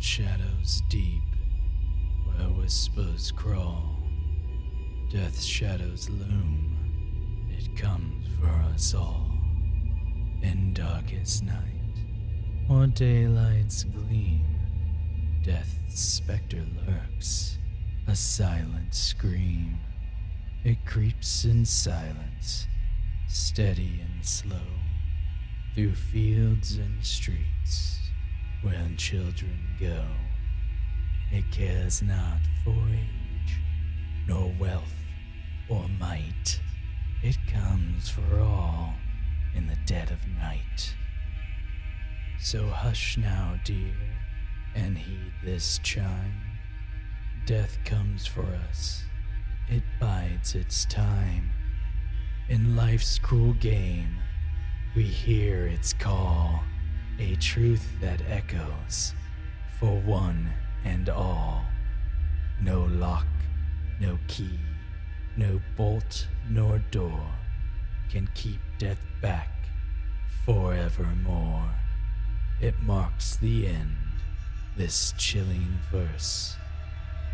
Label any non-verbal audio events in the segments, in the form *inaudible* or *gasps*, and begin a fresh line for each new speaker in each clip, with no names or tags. shadows deep, where whispers crawl, death shadows loom. It comes for us all in darkest night, or daylight's gleam. Death's specter lurks, a silent scream. It creeps in silence, steady and slow, through fields and streets where children go. It cares not for age, nor wealth, or might. It comes for all in the dead of night. So hush now, dear, and heed this chime. Death comes for us, it bides its time. In life's cruel game, we hear its call, a truth that echoes for one and all. No lock, no key, no bolt nor door can keep death back forevermore. It marks the end, this chilling verse.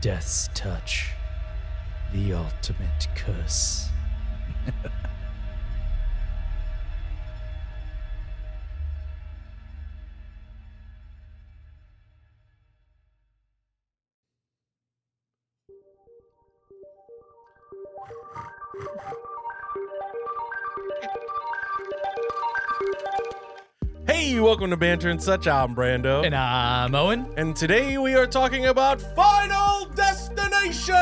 Death's touch, the ultimate curse.
Hey, welcome to Banter and Such. I'm Brando.
And I'm Owen.
And today we are talking about Final Destination.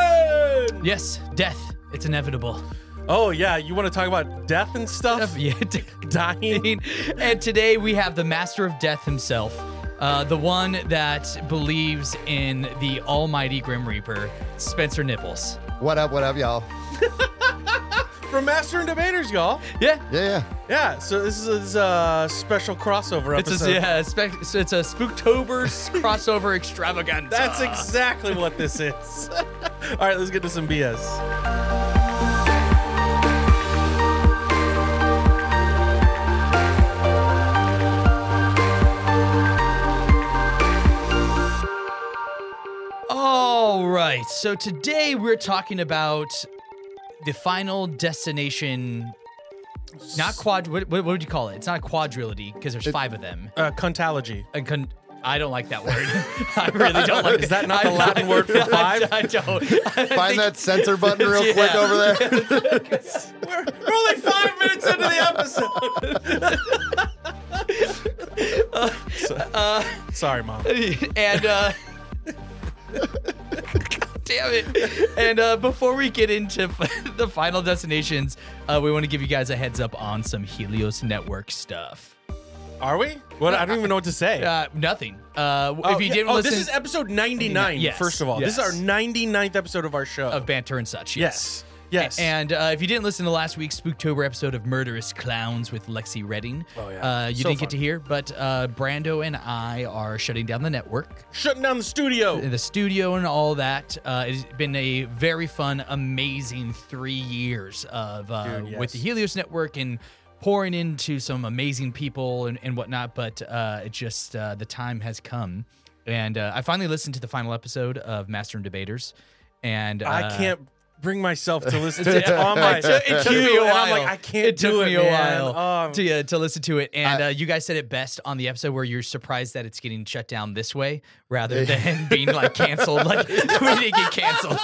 Yes, death. It's inevitable. *laughs*
Oh, yeah. You want to talk about death and stuff?
Yeah, d-
*laughs* Dying?
and today we have the master of death himself, uh, the one that believes in the almighty Grim Reaper, Spencer Nipples.
What up, what up, y'all?
From Master and Debaters, y'all.
Yeah.
Yeah,
Yeah, so this is a special crossover
It's
episode.
a, yeah, spec- so it's a
*laughs*
Spooktober s- crossover extravaganza.
That's exactly what this is. *laughs* All right, let's get to some BS.
All right. So today we're talking about the final destination. Not quad. What, what would you call it? It's not a quadrilogy because there's five of them.
Uh, cuntology.
And con- I don't like that word. *laughs* I really don't like.
Is that not the
I-
Latin
I-
word
*laughs*
for
I-
five?
*laughs* I, don't.
find that censor button real quick
*laughs* Yeah. *laughs*
over there.
We're, we're only five minutes into the
*laughs*
episode. *laughs* So-
Uh,
sorry, mom.
and uh God damn it and uh before we get into *laughs* f- the final destinations uh we want to give you guys a heads up on some helios network stuff
Are we? What? I don't even know what to *laughs* say.
uh nothing uh
Oh,
if you
yeah.
didn't
oh,
listen
this is episode 99,
Yes,
first of all. This is
yes.
our 99th episode of our show.
of banter and such
yes. Yes.
And uh, if you didn't listen to last week's Spooktober episode of Murderous Clowns with Lexi Redding,
Oh, yeah.
uh, you
So
didn't
fun.
get to hear, but uh, Brando and I are shutting down the network.
shutting down the studio.
the studio and all that. Uh, it's been a very fun, amazing three years of uh,
Dude,
with
yes.
the Helios Network and pouring into some amazing people and, and whatnot. But uh, it just uh, the time has come, and uh, I finally listened to the final episode of Master and Debaters, and uh,
I can't bring myself to listen to it on
*laughs*
my
it took, it took
queue,
me a
and
while.
I'm like, I can't
it took
do it,
me
man.
a while
Um,
to, uh, to listen to it. And uh, you guys said it best on the episode where you're surprised that it's getting shut down this way rather than being like canceled. Like *laughs* we didn't get canceled.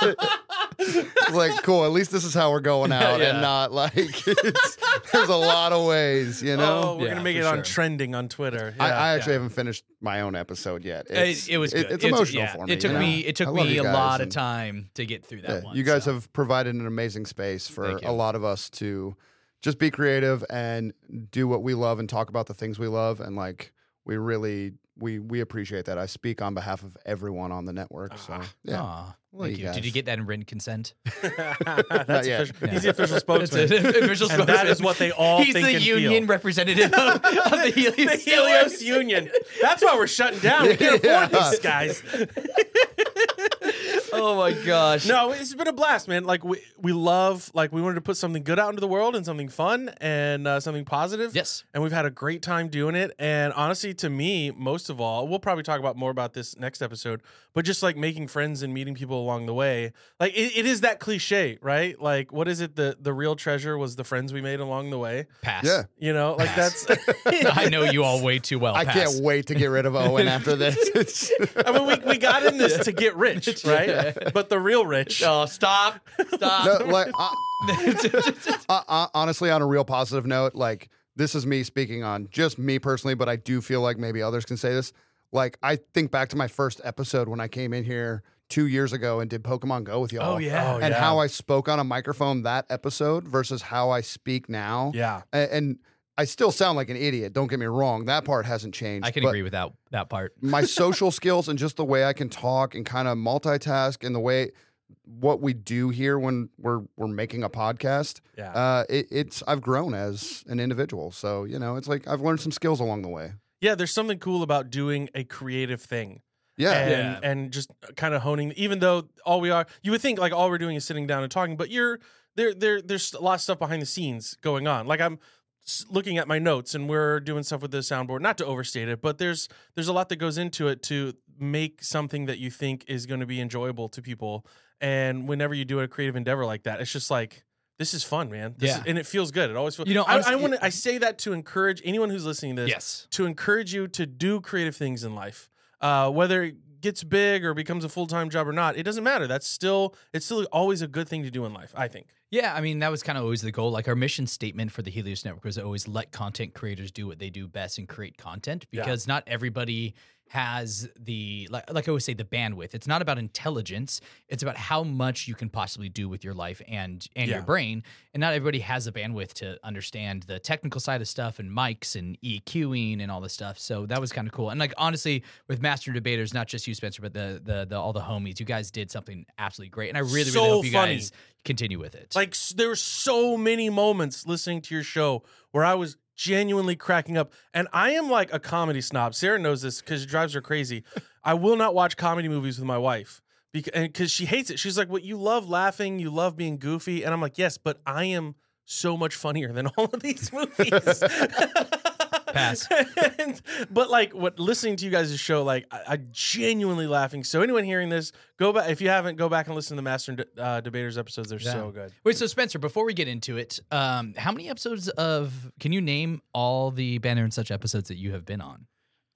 It's like, cool, at least this is how we're going out
Yeah.
and not like *laughs* it's, there's a lot of ways, you
oh,
know?
we're
Yeah,
gonna make
for
it on
sure.
trending on Twitter.
I,
Yeah.
I actually haven't finished my own episode yet. *laughs* It's-
It, it was good.
it's emotional
yeah,
for me.
It took
you know?
me. It
I
took
love
me
you
a
guys,
lot of
and-
time to get through that
Yeah,
one.
You guys
so.
have provided an amazing space for
Thank you.
a lot of us to just be creative and do what we love and talk about the things we love and like we really we we appreciate that. I speak on behalf of everyone on the network. So
Ah.
yeah.
Aw,
Well,
thank
you
you. Did you
guys.
get that in written consent?
Not
*laughs*
*laughs* That's
yet.
official. He's the official spokesman.
That's *laughs* it. *laughs* Official
And that
spokesman.
is what they all
He's
think
the
and
union
feel.
representative of, of the Helios.
*laughs* The Helios
Network. *laughs*
Union. That's why we're shutting down. We can't afford
Yeah.
these guys.
oh my gosh.
No, it's been a blast, man. Like we we love like we wanted to put something good out into the world and something fun and uh, something positive.
Yes.
And we've had a great time doing it. And honestly, to me, most of all, we'll probably talk about more about this next episode. But just like making friends and meeting people along the way, like it, it is that cliche, right? Like what is it? The the real treasure was the friends we made along the way.
Pass.
*laughs* Yeah.
You know, like that's. *laughs*
I know you all way too well.
I
Pass.
can't wait to get
*laughs*
rid of Owen after this. It's-
I mean, we, we got in this to get
*laughs*
rich, right? But the real rich.
Oh, stop.
No,
*laughs* Stop.
like, *laughs* I- I- I- honestly, on a real positive note, like this is me speaking on just me personally, but I do feel like maybe others can say this. Like I think back to my first episode when I came in here two years ago and did Pokemon Go with y'all.
Oh, yeah.
Oh,
and
yeah.
how I spoke on a microphone that episode versus how I speak now.
Yeah.
A- And, I still sound like an idiot. Don't get me wrong. That part hasn't changed.
I can
but
agree with that that part.
my social skills and just the way I can talk and kind of multitask and the way what we do here when we're we're making a podcast.
Yeah.
Uh, it, it's I've grown as an individual, so you know it's like I've learned some skills along the way.
Yeah, there's something cool about doing a creative thing.
Yeah,
and,
Yeah.
and just kind of honing even though all we are you would think like all we're doing is sitting down and talking but you're there there there's a lot of stuff behind the scenes going on like i'm s- looking at my notes and we're doing stuff with the soundboard not to overstate it but there's there's a lot that goes into it to make something that you think is going to be enjoyable to people and whenever you do a creative endeavor like that it's just like this is fun man this
Yeah.
is, and it feels good it always feels
You know,
i, I
honestly-
want to i say that to encourage anyone who's listening to this
Yes.
to encourage you to do creative things in life, uh, whether it gets big or becomes a full time job or not. It doesn't matter. That's still it's still always a good thing to do in life. I think.
Yeah, I mean that was kind of always the goal. Like our mission statement for the Helios Network was always let content creators do what they do best and create content
Yeah.
because not everybody has the like, like I always say the bandwidth. It's not about intelligence. It's about how much you can possibly do with your life and and
Yeah.
your brain. And not everybody has the bandwidth to understand the technical side of stuff and mics and EQing and all this stuff. So that was kind of cool. And like honestly, with Master Debaters, not just you, Spencer, but the the, the all the homies, you guys did something absolutely great. And I really
So
really hope you
funny.
guys continue with it.
Like s- there were so many moments listening to your show where I was genuinely cracking up, and I am like a comedy snob. Sarah knows this because it drives her
*laughs*
crazy. I will not watch comedy movies with my wife. Because she hates it. She's like, What you love laughing, you love being goofy. And I'm like, Yes, but I am so much funnier than *laughs* all of these movies.
*laughs* Pass.
*laughs* And- but like what listening to you guys' show, like I, I'm genuinely laughing. So anyone hearing this, go back if you haven't, go back and listen to the Master and De- uh, Debaters episodes. They're so good.
Wait, so Spencer, before we get into it, um, how many episodes of can you name all the banner and such episodes that you have been on?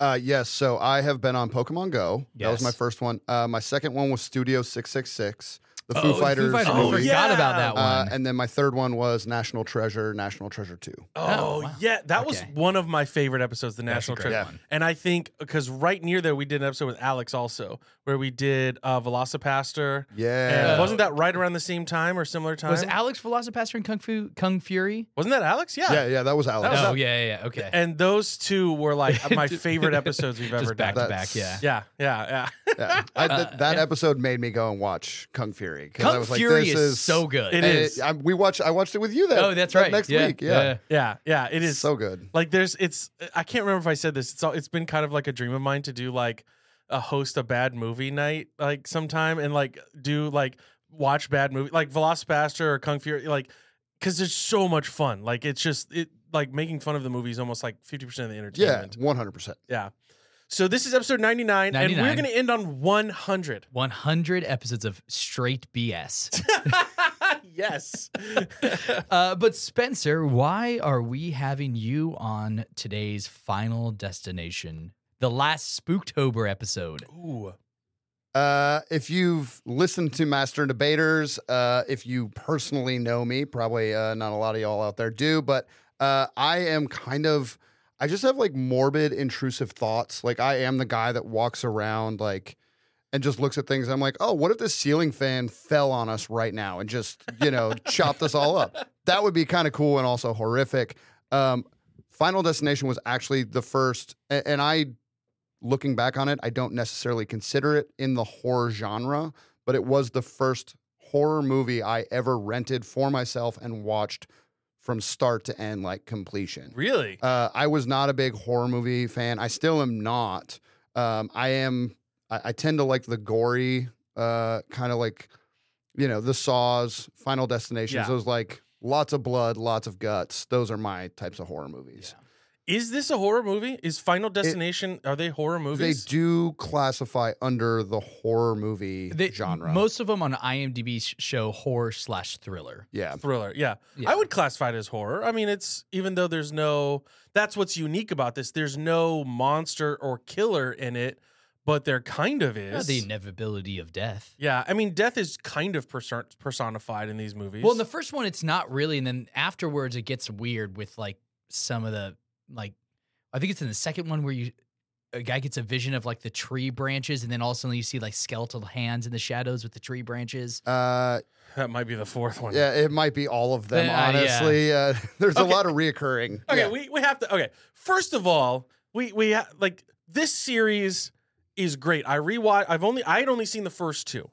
uh, yes. So I have been on Pokemon Go. That was
Yes.
my first one. Uh, my second one was Studio Six Six Six, the Foo
the
Fighters.
Fighters.
Oh,
I
movie.
forgot
yeah.
about that one.
Uh, and then my third one was National Treasure, National Treasure Two.
Oh,
Oh, wow.
yeah, that was
Okay.
one of my favorite episodes, the
That's a
National
great
Treasure.
one.
And I think because right near there, we did an episode with Alex also, where we did uh, Velocipaster.
Yeah,
And wasn't that right around the same time or similar time?
Was Alex Velocipaster in Kung Fu Kung Fury?
not that Alex? Yeah.
yeah, yeah. That was Alex.
That was
Oh
a-
yeah, yeah, yeah. Okay.
And those two were
*laughs*
like my favorite episodes we've ever
Just back
done.
to
That's-
back, yeah.
Yeah, yeah, *laughs* yeah.
Yeah. I, th- that episode made me go and watch Kung Fury because I
Uh, Kung
was like,
Fury
"This
is,
is
so good.
It
and
is.
I, we watched. I watched it with you. That
oh, that's
that
right.
Next
Yeah,
week, yeah.
Yeah, yeah, it is.
so good.
like there's it's I can't remember if I said this. It's all it's been kind of like a dream of mine to do like a host a bad movie night like sometime and like do like watch bad movie like Velocipaster or Kung Fury like because there's so much fun. Like it's just it like making fun of the movie is almost like fifty percent of the
Yeah,
entertainment.
one hundred percent.
Yeah. So this is episode 99, and we're
99.
gonna end on one hundred.
One hundred episodes of straight
*laughs*
BS.
*laughs* yes.
uh, but Spencer, why are we having you on today's final destination, the last Spooktober episode?
*laughs* Ooh.
Uh, if you've listened to Master Debaters, uh, if you personally know me, probably uh, not a lot of y'all out there do, but uh, I am kind of, I just have like morbid, intrusive thoughts. Like I am the guy that walks around like and just looks at things. I'm like, oh, what if this ceiling fan fell on us right now and just you know chopped us all up? That would be kind of cool and also horrific. Um, Final Destination was actually the first, a- and I looking back on it, I don't necessarily consider it in the horror genre, but it was the first horror movie I ever rented for myself and watched from start to end, like completion.
Really?
Uh, I was not a big horror movie fan. I still am not. Um, I am. I, I tend to like the gory uh, kind of like you know the Saws, Final Destinations.
Yeah.
Those like lots of blood, lots of guts. Those are my types of horror movies.
Is this a horror movie? Is Final Destination? are they horror
They
movies?
do classify under the horror movie
They-
genre.
Most of them on IMDb sh- show horror slash thriller.
yeah,
thriller. Yeah.
Yeah.
I would classify it as horror. I mean, it's even though there's no that's what's unique about this. There's no monster or killer in it, but there kind of
Yeah,
is.
the inevitability of death.
Yeah, I mean, death is kind of person- personified in these movies.
Well, in the first one, it's not really, and then afterwards, it gets weird with like some of the like. I think it's in the second one where you a guy gets a vision of like the tree branches, and then all of a sudden you see like skeletal hands in the shadows with the tree branches.
uh,
that might be the fourth one.
yeah. It might be all of them.
Yeah, yeah.
honestly, uh, *laughs* there's a
Okay.
lot of reoccurring.
Okay,
Yeah.
we, we have to. Okay, first of all, we we ha- like this series is great. I rewatch. I've only I had only seen the first two.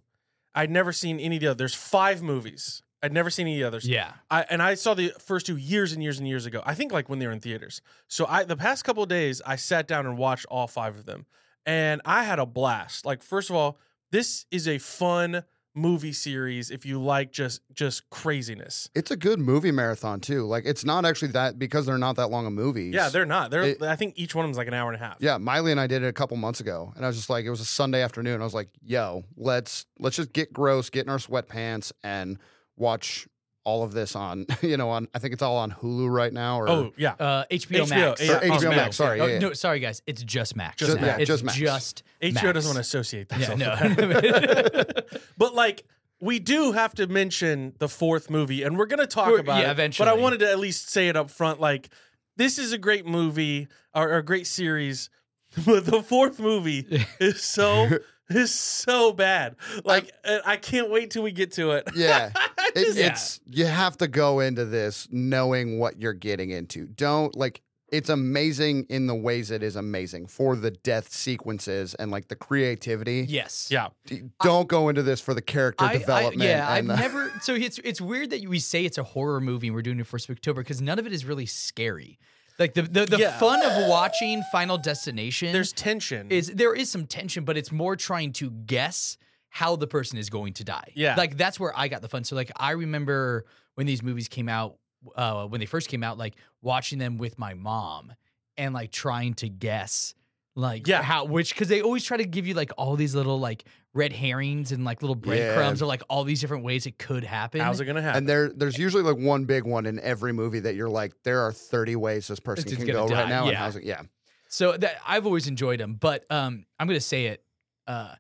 I'd never seen any of the other. There's five movies. I'd never seen any of the others.
Yeah,
I, and I saw the first two years and years and years ago. I think like when they were in theaters. So I the past couple of days I sat down and watched all five of them, and I had a blast. Like first of all, this is a fun movie series if you like just just craziness.
It's a good movie marathon too. Like it's not actually that because they're not that long of movies.
Yeah, they're not. They're
It-
I think each one of them's like an hour and a half.
yeah. Miley and I did it a couple months ago, and I was just like, it was a Sunday afternoon. I was like, yo, let's let's just get gross, get in our sweatpants, and watch all of this on *laughs* you know on I think it's all on Hulu right now. Or
Oh yeah.
uh, HBO,
HBO,
Max.
yeah,
Or
on
HBO Max.
Max,
Sorry,
Oh,
yeah, yeah.
No, sorry guys, it's just Max.
Just
now.
Max.
It's
Just Max.
Just
HBO
Max.
doesn't want to associate
Yeah,
themselves. with that.
no. *laughs*
but like we do have to mention the fourth movie, and we're gonna talk
We're-
about
yeah,
it. But
eventually.
I wanted to at least say it up front, like this is a great movie or, or a great series, *laughs* but the fourth
*laughs*
movie is so is so bad. Like I, I can't wait till we get to it.
yeah.
*laughs* I
It,
just-
It's you have to go into this knowing what you're getting into. Don't like it's amazing in the ways it is amazing for the death sequences and like the creativity.
yes.
yeah,
D- Don't go into this for the character development.
yeah, I've
and uh, the-
never. So it's it's weird that we say it's a horror movie and we're doing it for Spooktober because none of it is really scary. Like the the, the
Yeah.
fun of watching Final Destination
there's tension.
is there is some tension, but it's more trying to guess how the person is going to die.
Yeah.
like that's where I got the fun. So like I remember when these movies came out, uh, when they first came out, like watching them with my mom and like trying to guess. Like
Yeah.
how which because they always try to give you like all these little like red herrings and like little
Yeah.
breadcrumbs or like all these different ways it could happen.
how's it gonna happen?
And there, there's usually like one big one in every movie that you're like, there are 30 ways this person
This is
can
gonna
go
die,
right now. And
yeah.
how's it? Yeah.
So that I've always enjoyed them, but um, I'm gonna say it. Uh,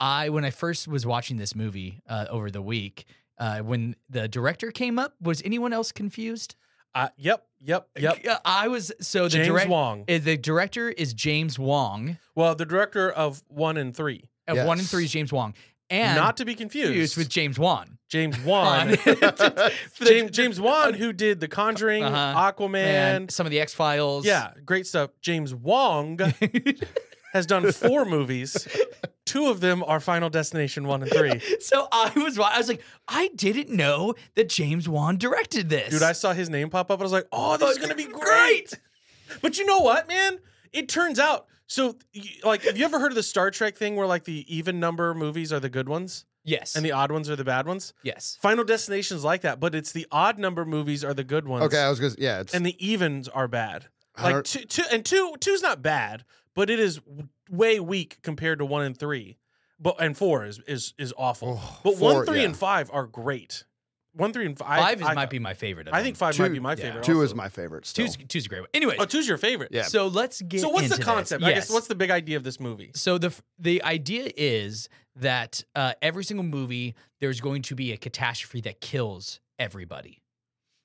I when I first was watching this movie uh, over the week, uh, when the director came up, was anyone else confused?
Uh, yep, yep, yep.
Uh, I was. So the
James
director,
Wong.
the director is James Wong.
well, the director of one and three,
Of one and
Yes.
three is James Wong, and
not to be confused
confused with James Wan.
James *laughs*
*laughs*
Wan.
For the- uh,
James, James Wan, who did The Conjuring,
Uh-huh.
Aquaman.
and some of the X Files.
Yeah, great stuff. James Wong has done four movies. Two of them are Final Destination 1 and 3.
*laughs* So I was, wa- I was like, I didn't know that James Wan directed this.
Dude, I saw his name pop up. I was like, oh, this is going to be great. But you know what, man? It turns out. So, y- like, have you ever heard of the Star Trek thing where, like, the even number movies are the good ones
yes,
and the odd ones are the bad ones?
yes.
Final Destination's like that, but it's the odd number movies are the good ones.
Okay. I was going to, yeah. It's,
and the evens are bad.
I
Like
don't-
two, two, and two, two's not bad, but it is w- way weak compared to one and three. But and four is is is awful.
Oh,
but
four,
one, three,
yeah.
and five are great. One, three, and five.
Five is,
I,
might be my favorite. Of
I think
them.
five
Two-
might be my
yeah.
favorite.
two
also.
is my favorite. Still.
Two's two's a great one. Anyways,
Oh, two's your favorite.
Yeah.
so let's get.
So what's the
into this.
concept? I guess
Yes.
what's the big idea of this movie?
so the f- the idea is that uh, every single movie there's going to be a catastrophe that kills everybody,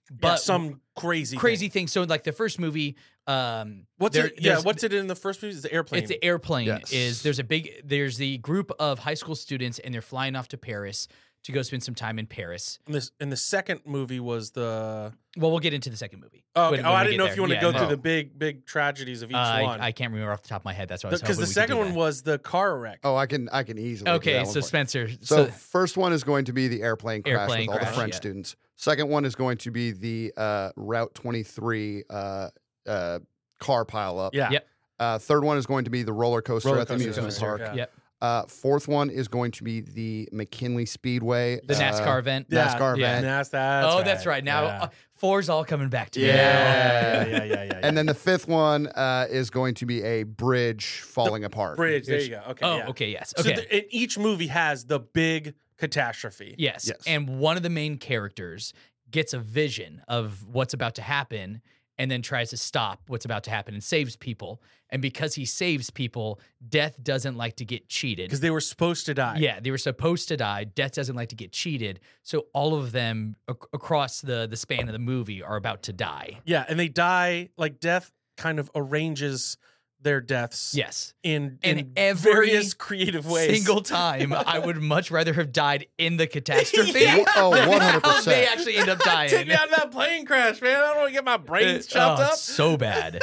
Yeah,
but
some crazy,
crazy
Thing.
thing. So like the first movie, um,
What's
there-
it? Yeah,
there's-
what's it in the first movie? It's the airplane.
It's an airplane.
Yes.
Is there's a big there's the group of high school students and they're flying off to Paris to go spend some time in Paris.
and, this, and the second movie was the.
Well, we'll get into the second movie.
Oh,
when-
okay. oh
when
I
we
didn't
get
know if
there.
you want to
Yeah,
go
no.
through the big, big tragedies of each
Uh,
one.
I, I can't remember off the top of my head. That's why I was
because the
hoping we could
second
do
one
that.
was the car wreck.
Oh, I can, I can easily. do that
Okay,
one for
so
you.
Spencer.
So,
so
first one is going to be the airplane crash
Airplane
with all
crash,
the French
yeah.
students. Second one is going to be the uh, Route 23 uh, uh, car pileup.
Yeah.
Yep.
Uh, third one is going to be the roller coaster
Roller
at the
coaster,
amusement
yeah.
park.
Yeah.
Yep.
Uh, fourth one is going to be the McKinley Speedway,
The
uh,
NASCAR event.
Yeah.
NASCAR
yeah.
event.
That's, that's
oh, that's right. Now
Yeah.
uh, four's all coming back to me.
yeah, yeah, yeah, yeah, yeah.
*laughs* And then the fifth one uh, is going to be a bridge falling apart.
bridge. There you go. Okay.
Oh,
yeah.
okay. Yes.
So
Okay.
th- and each movie has the big catastrophe.
Yes.
Yes.
And one of the main characters gets a vision of what's about to happen and then tries to stop what's about to happen and saves people. And because he saves people, death doesn't like to get cheated.
Because they were supposed to die.
Yeah, they were supposed to die. Death doesn't like to get cheated. So all of them ac- across the the span of the movie are about to die.
Yeah, and they die like death kind of arranges their deaths
Yes.
in
And
in
every
various creative ways.
Single time, I
*laughs*
would much rather have died in the catastrophe.
*laughs*
Yeah.
Oh,
than how
100%.
They actually end
*laughs*
up dying.
Take me out of that plane crash, man. I don't want to get my brains
Uh,
chopped
*laughs* oh,
up.
it's
*laughs*
so bad.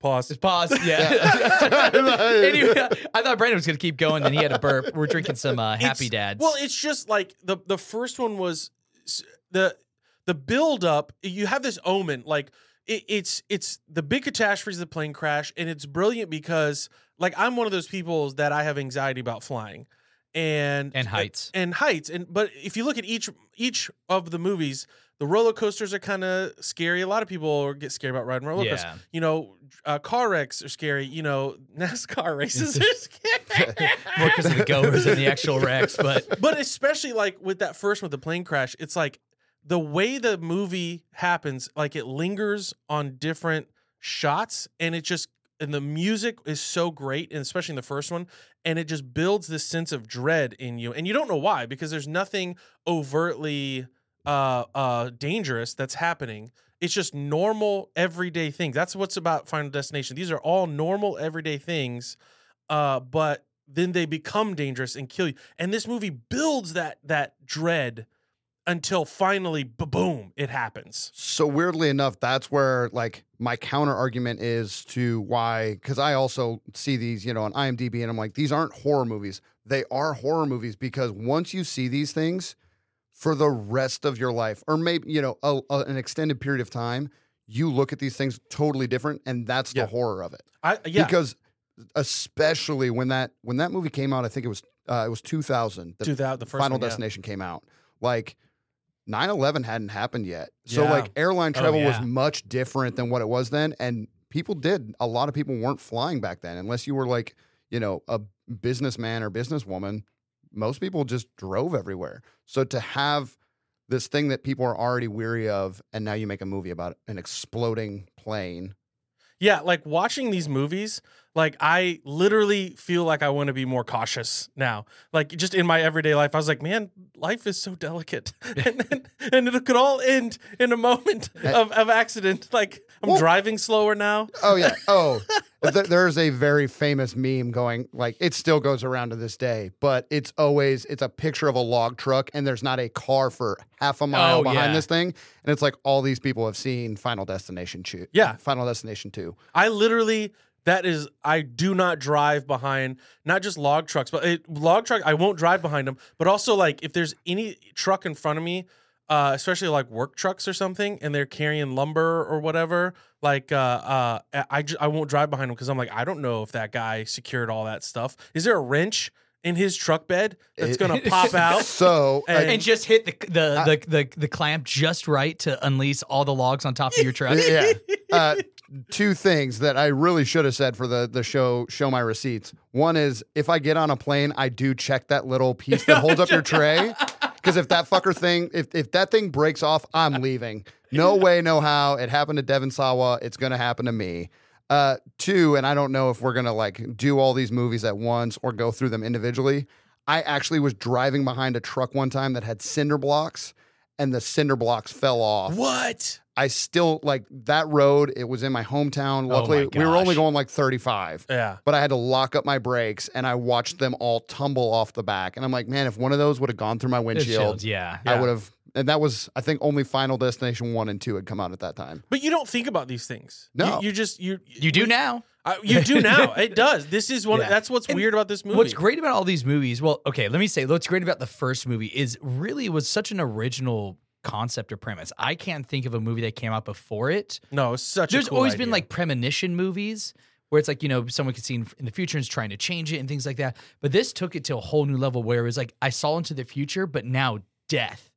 Pause.
Just pause. Yeah.
Yeah.
*laughs*
*laughs* anyway, I thought Brandon was gonna keep going, then he had a burp. We're drinking some uh, Happy
It's-
Dads.
Well, it's just like the the first one was s- the the build up. You have this omen like it, it's it's the big catastrophe is the plane crash, and it's brilliant because like I'm one of those people that I have anxiety about flying and
and heights.
and heights and but if you look at each each of the movies the roller coasters are kind of scary a lot of people get scared about riding roller coasters
Yeah.
you know uh, car wrecks are scary you know *laughs* nascar
*laughs*
races are scary
More because of the goers than the actual wrecks, but
but especially like with that first one with the plane crash it's like the way the movie happens like it lingers on different shots and it just and the music is so great and especially in the first one and it just builds this sense of dread in you and you don't know why because there's nothing overtly uh uh dangerous that's happening it's just normal everyday things that's what's about final destination these are all normal everyday things uh but then they become dangerous and kill you and this movie builds that that dread until finally boom it happens
So weirdly enough, that's where like my counter argument is to why because I also see these, you know, on IMDb, and I'm like, these aren't horror movies. They are horror movies because once you see these things for the rest of your life, or maybe you know, a, a- an extended period of time, you look at these things totally different, and that's
Yeah.
the horror of it.
i yeah
Because especially when that when that movie came out, I think it was uh, it was 2000. The
do that the first
Final
one, yeah.
Destination came out. Like 9/11 hadn't happened yet. So
Yeah.
like airline
Oh,
travel
yeah.
was much different than what it was then and people did a lot of people weren't flying back then unless you were like, you know, a businessman or businesswoman. Most people just drove everywhere. So to have this thing that people are already weary of and now you make a movie about an exploding plane.
Yeah, like watching these movies, like I literally feel like I want to be more cautious now. Like just in my everyday life, I was like, man, life is so delicate. *laughs* and, then, and it could all end in a moment of, of accident. Like I'm
Well-
driving slower now.
Oh yeah. Oh, th- there's a very famous meme going like it still goes around to this day, but it's always it's a picture of a log truck and there's not a car for half a mile
Oh,
behind
yeah.
this thing, and it's like all these people have seen Final Destination two.
Yeah.
Final Destination two.
I literally that is I do not drive behind not just log trucks, but it, log truck I won't drive behind them. But also like if there's any truck in front of me, uh, especially like work trucks or something, and they're carrying lumber or whatever, like uh, uh, I I ju- I won't drive behind them because I'm like I don't know if that guy secured all that stuff. Is there a wrench in his truck bed that's
It-
gonna pop
*laughs*
out?
So
*laughs*
uh,
And-
and just hit the the, the the the clamp just right to unleash all the logs on top of
*laughs*
your truck.
yeah. Uh, two things that I really should have said for the the show show my receipts. One is if I get on a plane, I do check that little piece that holds up your tray. Because if that fucker thing, if, if that thing breaks off, I'm leaving. No way, no how. It happened to Devin Sawa. It's gonna happen to me. Uh, two, and I don't know if we're gonna like do all these movies at once or go through them individually. I actually was driving behind a truck one time that had cinder blocks, and the cinder blocks fell off.
What?
I still like that road. It was in my hometown.
Oh
Luckily,
my
we were only
gosh.
going like 35,
Yeah.
but I had to lock up my brakes and I watched them all tumble off the back. And I'm like, man, if one of those would have gone through my windshield,
Windshields, yeah.
I
yeah.
would have. And that was, I think, only Final Destination 1 and 2 had come out at that time.
But you don't think about these things.
No.
you, you just you
You do now.
I, you do now.
*laughs*
It does. This is one.
Yeah.
That's what's
And
weird about this movie.
What's great about all these movies? Well, okay, let me say what's great about the first movie is really it was such an original concept or premise. I can't think of a movie that came out before it.
No, it's such.
There's
a cool
always
idea.
been like premonition movies where it's like you know someone could see in, in the future and is trying to change it and things like that. But this took it to a whole new level where it was like I saw into the future, but now death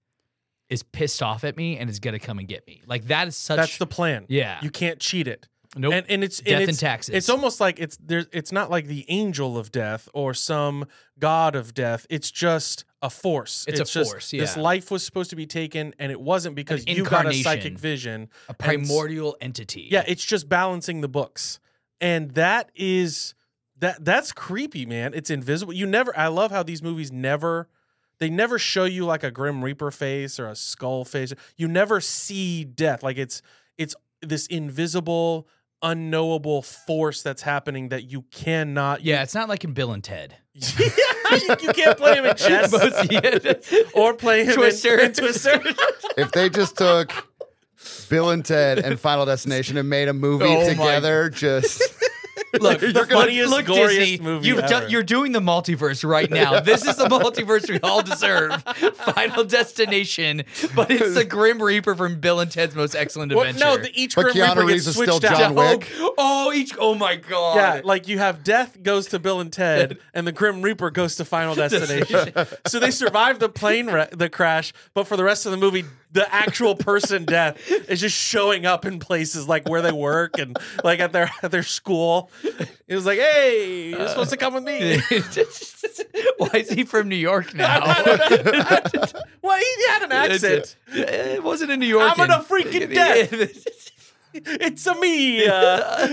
is pissed off at me and is gonna come and get me. Like that is such
That's the plan.
yeah.
You can't cheat it.
nope.
And, and it's and
death
it's,
and taxes.
It's almost like it's there. It's not like the angel of death or some god of death. It's just a force.
It's a
just,
force,
This
yeah.
life was supposed to be taken, and it wasn't because
An
you got a
incarnation.
psychic vision.
a primordial entity.
Yeah, it's just balancing the books, and that is that. That's creepy, man. It's invisible. You never. I love how these movies never. They never show you like a grim reaper face or a skull face. You never see death. Like it's it's this invisible, unknowable force that's happening that you cannot.
yeah. It's not like in Bill and Ted.
yeah, you, *laughs* you can't play him in
*laughs*
chess
Both- yeah.
*laughs* or play him in-
*laughs* Twister.
in
*laughs*
Twister.
if they just took Bill and Ted and Final Destination and made a movie
*laughs* Oh my-
together, just
Look,
The
look-
funniest,
look,
glorious
Disney,
movie
you've
ever.
done, you're doing the multiverse right
*laughs*
now. This is the multiverse we all deserve. Final Destination, but it's the Grim Reaper from Bill and Ted's Most Excellent
Well,
Adventure.
no, the, each
But
Grim
Keanu
Reaper
Reeves
gets
is
switched
still
out.
John Wick.
oh, *gasps* oh, each. Oh my god.
Yeah, like you have death goes to Bill and *laughs* Ted, and the Grim Reaper goes to Final *laughs* Destination. so they survive the plane wreck, the crash, but for the rest of the movie, the actual person death is just showing up in places like where they work and like at their at their school. It was like, hey, you're supposed to come with me.
*laughs* Why is he from
*laughs*
New York
Uh,
now?
oh. well, he had an accent.
Eh, It wasn't in New York.
I'm gonna *laughs* freaking death.
*laughs* a
It's a *laughs* me. Uh,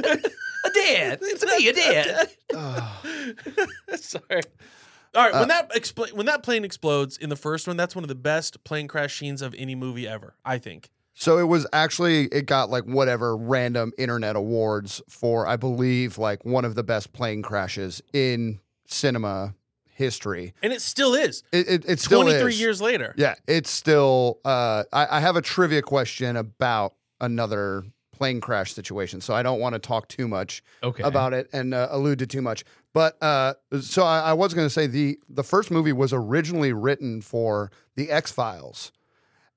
dad. It's me, a
*laughs*
dad.
Sorry. All right, when that expl- when that plane explodes in the first one, that's one of the best plane crash scenes of any movie ever, I think.
so it was actually it got like whatever random internet awards for I believe like one of the best plane crashes in cinema history.
And it still is.
It it, it still
23
is.
years later.
Yeah, it's still. Uh, I, I have a trivia question about another plane crash situation, so I don't want to talk too much
Okay.
about it and uh, allude to too much. But uh, so I, I was going to say the the first movie was originally written for the X Files,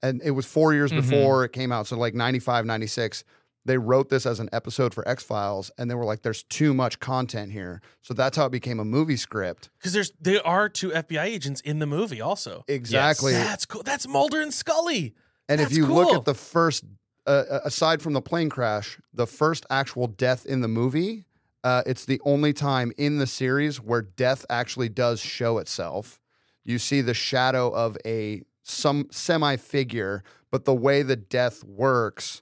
and it was four years before it came out. So like 95, 96, they wrote this as an episode for X Files, and they were like, "There's too much content here," so that's how it became a movie script.
Because there's there are two FBI agents in the movie also.
Exactly.
That's cool. That's Mulder and Scully.
And if
That's
you look
cool.
at the first, uh, uh, aside from the plane crash, the first actual death in the movie, uh, it's the only time in the series where death actually does show itself. You see the shadow of a some semi figure, but the way the death works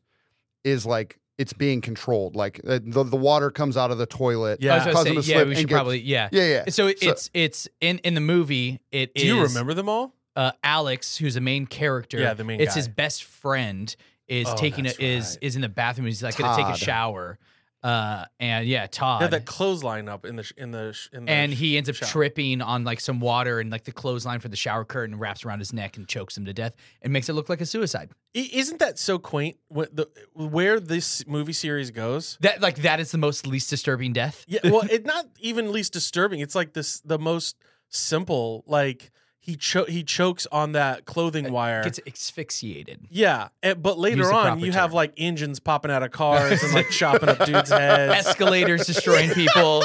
is like it's being controlled. Like uh, the the water comes out of the toilet.
Yeah.
I was gonna
Cause
say,
of the
yeah,
slip
we
and
should
get-
probably, yeah.
Yeah, yeah.
So
So-
it's it's in in the movie. It is
Do you remember them all?
uh, Alex, who's the main character.
Yeah, the main
It's his
guy.
best friend is
Oh,
taking a,
that's
is
right.
is in the bathroom. He's like going to take
Todd.
a shower. Uh, and yeah, Todd.
They had that clothesline up in the sh- in the sh- in the
and
sh-
he ends up
shower.
tripping on like some water and like the clothesline for the shower curtain wraps around his neck and chokes him to death and makes it look like a suicide.
I- Isn't that so quaint? What the where this movie series goes?
That like that is the most least disturbing death.
Yeah, *laughs* well, it's not even least disturbing. It's like this the most simple. Like he cho- he chokes on that clothing wire.
Gets asphyxiated.
yeah, and, but
Use
later
the
on,
proper
you have
term.
like engines popping out of cars and
*laughs*
like chopping up dudes' heads.
Escalators
*laughs*
destroying people.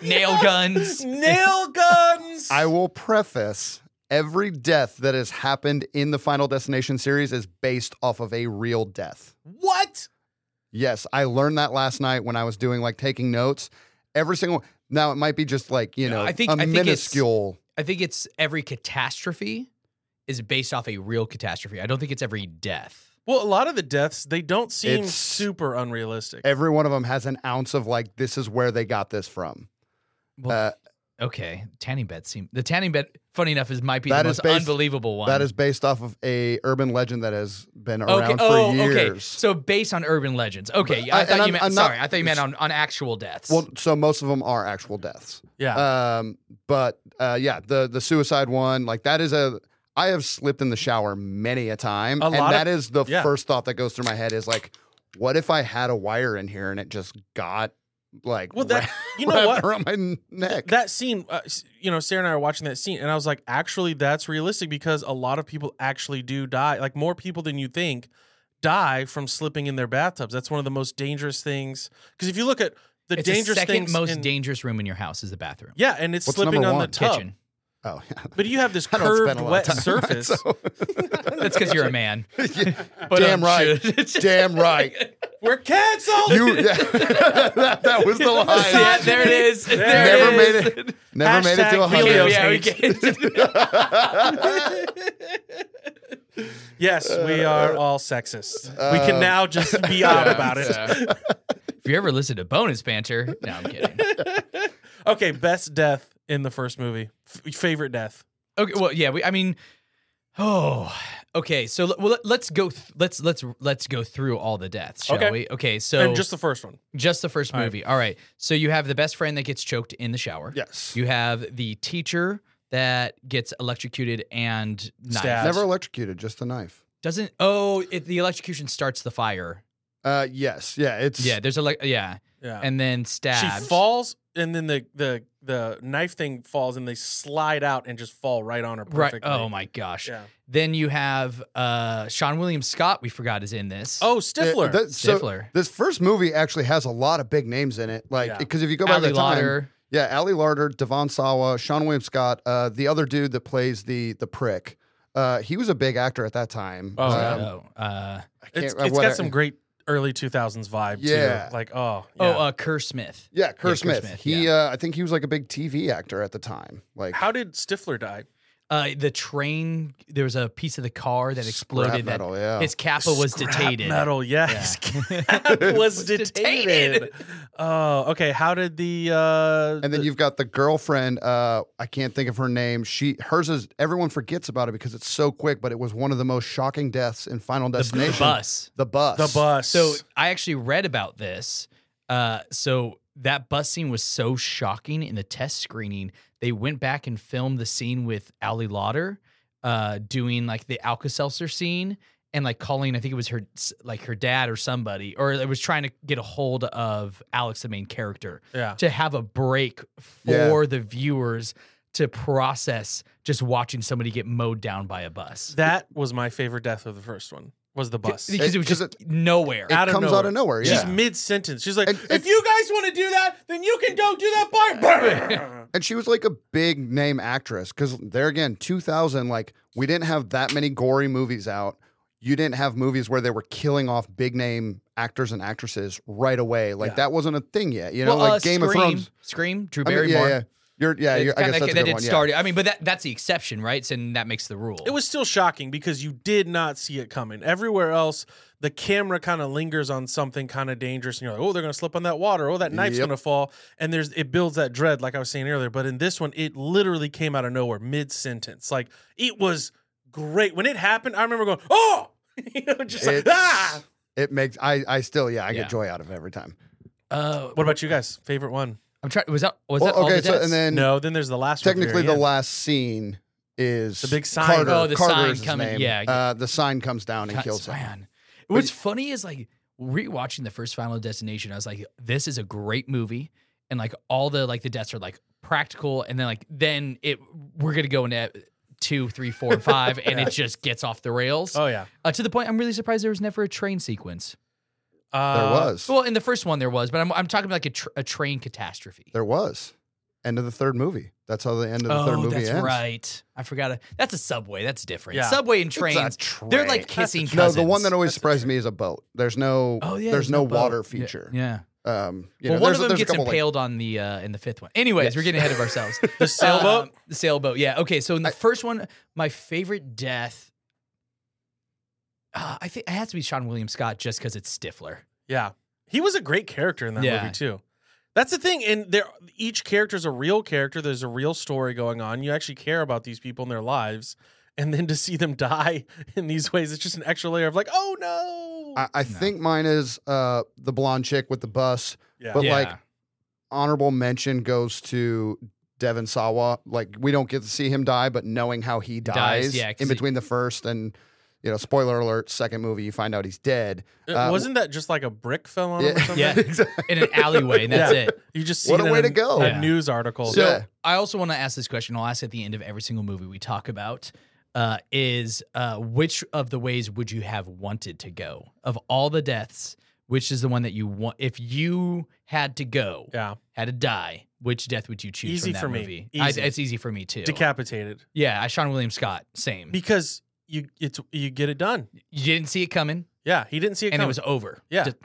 Nail guns.
Nail guns.
I will preface every death that has happened in the Final Destination series is based off of a real death.
what?
Yes, I learned that last night when I was doing like taking notes. Every single now it might be just like, you know,
I think-
a
I think it's-
minuscule.
I think it's every catastrophe is based off a real catastrophe. I don't think it's every death.
Well, a lot of the deaths they don't seem
It's-
super unrealistic.
Every one of them has an ounce of like this is where they got this from. Uh,
Well, okay, tanning bed seem the tanning bed. Funny enough, is might be the
That
most
is based-
unbelievable one.
That is based off of a urban legend that has been around
okay.
for
oh, okay.
years.
So based on urban legends. Okay,
But-
I,
I- and
thought
I'm-
you meant.
I'm not-
sorry, I thought you meant on, on actual deaths.
Well, so most of them are actual deaths.
yeah.
Um, but uh, yeah, the the suicide one, like that is a. I have slipped in the shower many a time,
A
and
lot of-
that is the
yeah.
first thought that goes through my head is like, what if I had a wire in here and it just got like
well,
*laughs*
that *laughs* you know what
wrapped around my neck?
that scene. Uh, s- you know, Sarah and I were watching that scene, and I was like, actually, that's realistic because a lot of people actually do die. Like more people than you think die from slipping in their bathtubs. That's one of the most dangerous things. Because if you look at the
it's the
dangerous
second
things
most
in-
dangerous room in your house is the bathroom.
Yeah, and it's
What's
slipping
number
on
one?
the tub.
Kitchen.
Oh, yeah.
But you have this
*laughs* I don't spend
curved
a lot
wet
of time on it,
surface.
so-
*laughs* That's because you're a man.
*laughs* Yeah,
But, um,
Damn right. *laughs*
shoot.
Damn right.
*laughs* We're canceled.
You. yeah. *laughs* that, that was the line.
yeah, there it is. There
Never
it is.
made it. Never made it to
Hashtag
Yeah,
100.
Helios.
yeah, we
hate.
get-
yes, we
Uh,
are all sexist. we
um,
can now just
*laughs*
be out about it.
*laughs* if you ever listen to bonus banter, no, I'm kidding.
Okay, best death in the first movie. F- favorite death.
Okay, well, yeah, we, I mean, oh, okay. So l- well, let- let's go. Th- let's let's let's go through all the deaths, shall
Okay.
we? Okay, so
and just the first one.
just the first
All right.
movie. All right. So you have the best friend that gets choked in the shower.
Yes.
You have the teacher that gets electrocuted and
Stabbed.
knifed.
Never electrocuted, just a knife.
Doesn't oh, it, the electrocution starts the fire.
Uh, yes. Yeah. It's.
Yeah, there's a elec- yeah,
Yeah.
and then
she
stabbed.
falls and then the the the knife thing falls and they slide out and just fall right on her
Right.
perfectly.
Oh my gosh.
Yeah.
Then you have uh Sean William Scott. We forgot is in this.
Oh,
it-
Stifler.
that- so
Stifler.
this first movie actually has a lot of big names in it. Like,
Yeah.
because if you go by
Ally
the time,
Lauder.
Yeah, Ali Larder, Devon Sawa, Sean William Scott, uh, the other dude that plays the the prick. Uh, he was a big actor at that time.
Oh, yeah.
Um,
oh, uh,
I can't-
it's
uh,
it's
what-
got some great early 2000s vibe
Yeah.
too. Like, oh.
oh,
yeah.
uh, Kerr Smith.
Yeah, Kerr
Kerr
Smith.
Smith,
He, uh, I think he was like a big TV actor at the time. Like,
How did Stifler die?
Uh, the train. There was a piece of the car that
Scrap
exploded. That
metal, yeah.
his kappa was
Scrap
detated.
Metal, yes. *laughs* Cap
*laughs*
was detated.
detated.
Oh, okay. How did the uh
and then you've got the girlfriend. Uh, I can't think of her name. She, hers is. Everyone forgets about it because it's so quick, but it was one of the most shocking deaths in Final
The,
Destination.
the bus.
The bus.
the bus?
So I actually read about this. Uh, so that bus scene was so shocking in the test screening. They went back and filmed the scene with Ali Lauder uh, doing like the Alka Seltzer scene and like calling, I think it was her, like her dad or somebody, or it was trying to get a hold of Alex, the main character,
yeah.
to have a break for
Yeah.
the viewers to process just watching somebody get mowed down by a bus.
That was my favorite death of the first one. Was the bus.
Because it, was
'cause
just nowhere.
It
Out of
comes out
nowhere.
of nowhere. Yeah.
She's mid sentence. She's like,
And-
if you guys want to do that, then you can go do that
*laughs*
part.
And she was like a big name actress because there again, 2000, like we didn't have that many gory movies out. You didn't have movies where they were killing off big name actors and actresses right away. Like
Yeah.
that wasn't a thing yet. You know,
Well,
like
uh,
Game
Scream,
of Thrones.
Scream, Drew
I mean,
Barrymore.
yeah, yeah. You're, yeah,
It's
you're, I
kinda-
guess that's
that
a good
did
one. Yeah.
start. I mean, but that, that's the exception, right? And that makes the rule.
it was still shocking because you did not see it coming. Everywhere else, the camera kind of lingers on something kind of dangerous, and you're like, oh, they're going to slip on that water. Oh, that knife's
Yep.
going to fall. And there's it builds that dread, like I was saying earlier. But in this one, it literally came out of nowhere, mid sentence. Like it was great when it happened. I remember going, oh, *laughs* you know, just like
*laughs*
It's-
ah.
It makes, I, I still, yeah, I
Yeah.
get joy out of it every time.
Uh,
What about you guys? Favorite one?
I'm trying. Was that was
Well,
that all
okay,
the
so,
deaths?
and then
No. Then there's the last. one at
technically the
very end.
last scene is
The big sign.
Carter,
Oh, the
Carter
sign
is his
coming,
name.
yeah.
Uh, the sign comes down and
God,
kills him.
man. What's funny is like rewatching the first Final Destination. I was like, this is a great movie, and like all the like the deaths are like practical, and then like then it we're gonna go into two, three, four, and five,
*laughs*
and it just gets off the rails
Oh yeah,
uh, to the point. I'm really surprised there was never a train sequence.
uh,
There was.
Well, in the first one there was, but I'm I'm talking about like a, tr- a train catastrophe.
There was. End of the third movie. That's how the end of the third movie
Oh, that's
ends.
right. I forgot. It. That's a subway. That's different.
Yeah.
Subway and
It's a
trains. They're like
train.
kissing
No,
cousins.
the one that always
That's a
surprised me is a boat. There's no
oh yeah,
there's no,
boat.
water
Yeah,
feature.
Yeah.
Um you
well,
know,
one
there's,
of them
there's
gets
a couple
impaled on the uh, in the fifth one. Anyways,
Yes.
we're getting ahead of
*laughs*
ourselves.
*laughs* the sailboat.
*laughs* Um, the sailboat. Yeah. Okay. So in the
I-
first one, my favorite death. Uh, I think it has to be Sean William Scott just because it's Stifler.
Yeah. He was a great character in that
Yeah.
movie too. That's the thing, and there each character is a real character. There's a real story going on. You actually care about these people and their lives, and then to see them *laughs* die in these ways, it's just an extra layer of like, oh no.
like, I, I
No.
think mine is uh the blonde chick with the bus.
yeah.
But
Yeah.
like honorable mention goes to Devin Sawa. Like we don't get to see him die, but knowing how he dies,
yeah, 'cause
in
he-
between the first and you know, spoiler alert, second movie, you find out he's dead.
Uh, Wasn't that just like a brick fell on him or something?
Yeah.
*laughs* exactly.
*laughs* in an alleyway, and that's
Yeah.
it.
You just see
What
it
a
in
way to go.
a
Yeah.
news article.
So
Yeah.
I also want to ask this question. I'll ask at the end of every single movie we talk about. Uh, is uh, which of the ways would you have wanted to go of all the deaths? which is the one that you want? If you had to go,
Yeah.
had to die, which death would you choose?
Easy
from that
for me.
movie? I-
Easy.
it's easy for me too.
Decapitated.
yeah, I Sean William Scott, same.
Because you it's you get it done.
you didn't see it coming,
Yeah. He didn't see it
and
coming.
it was over.
Yeah.
Just-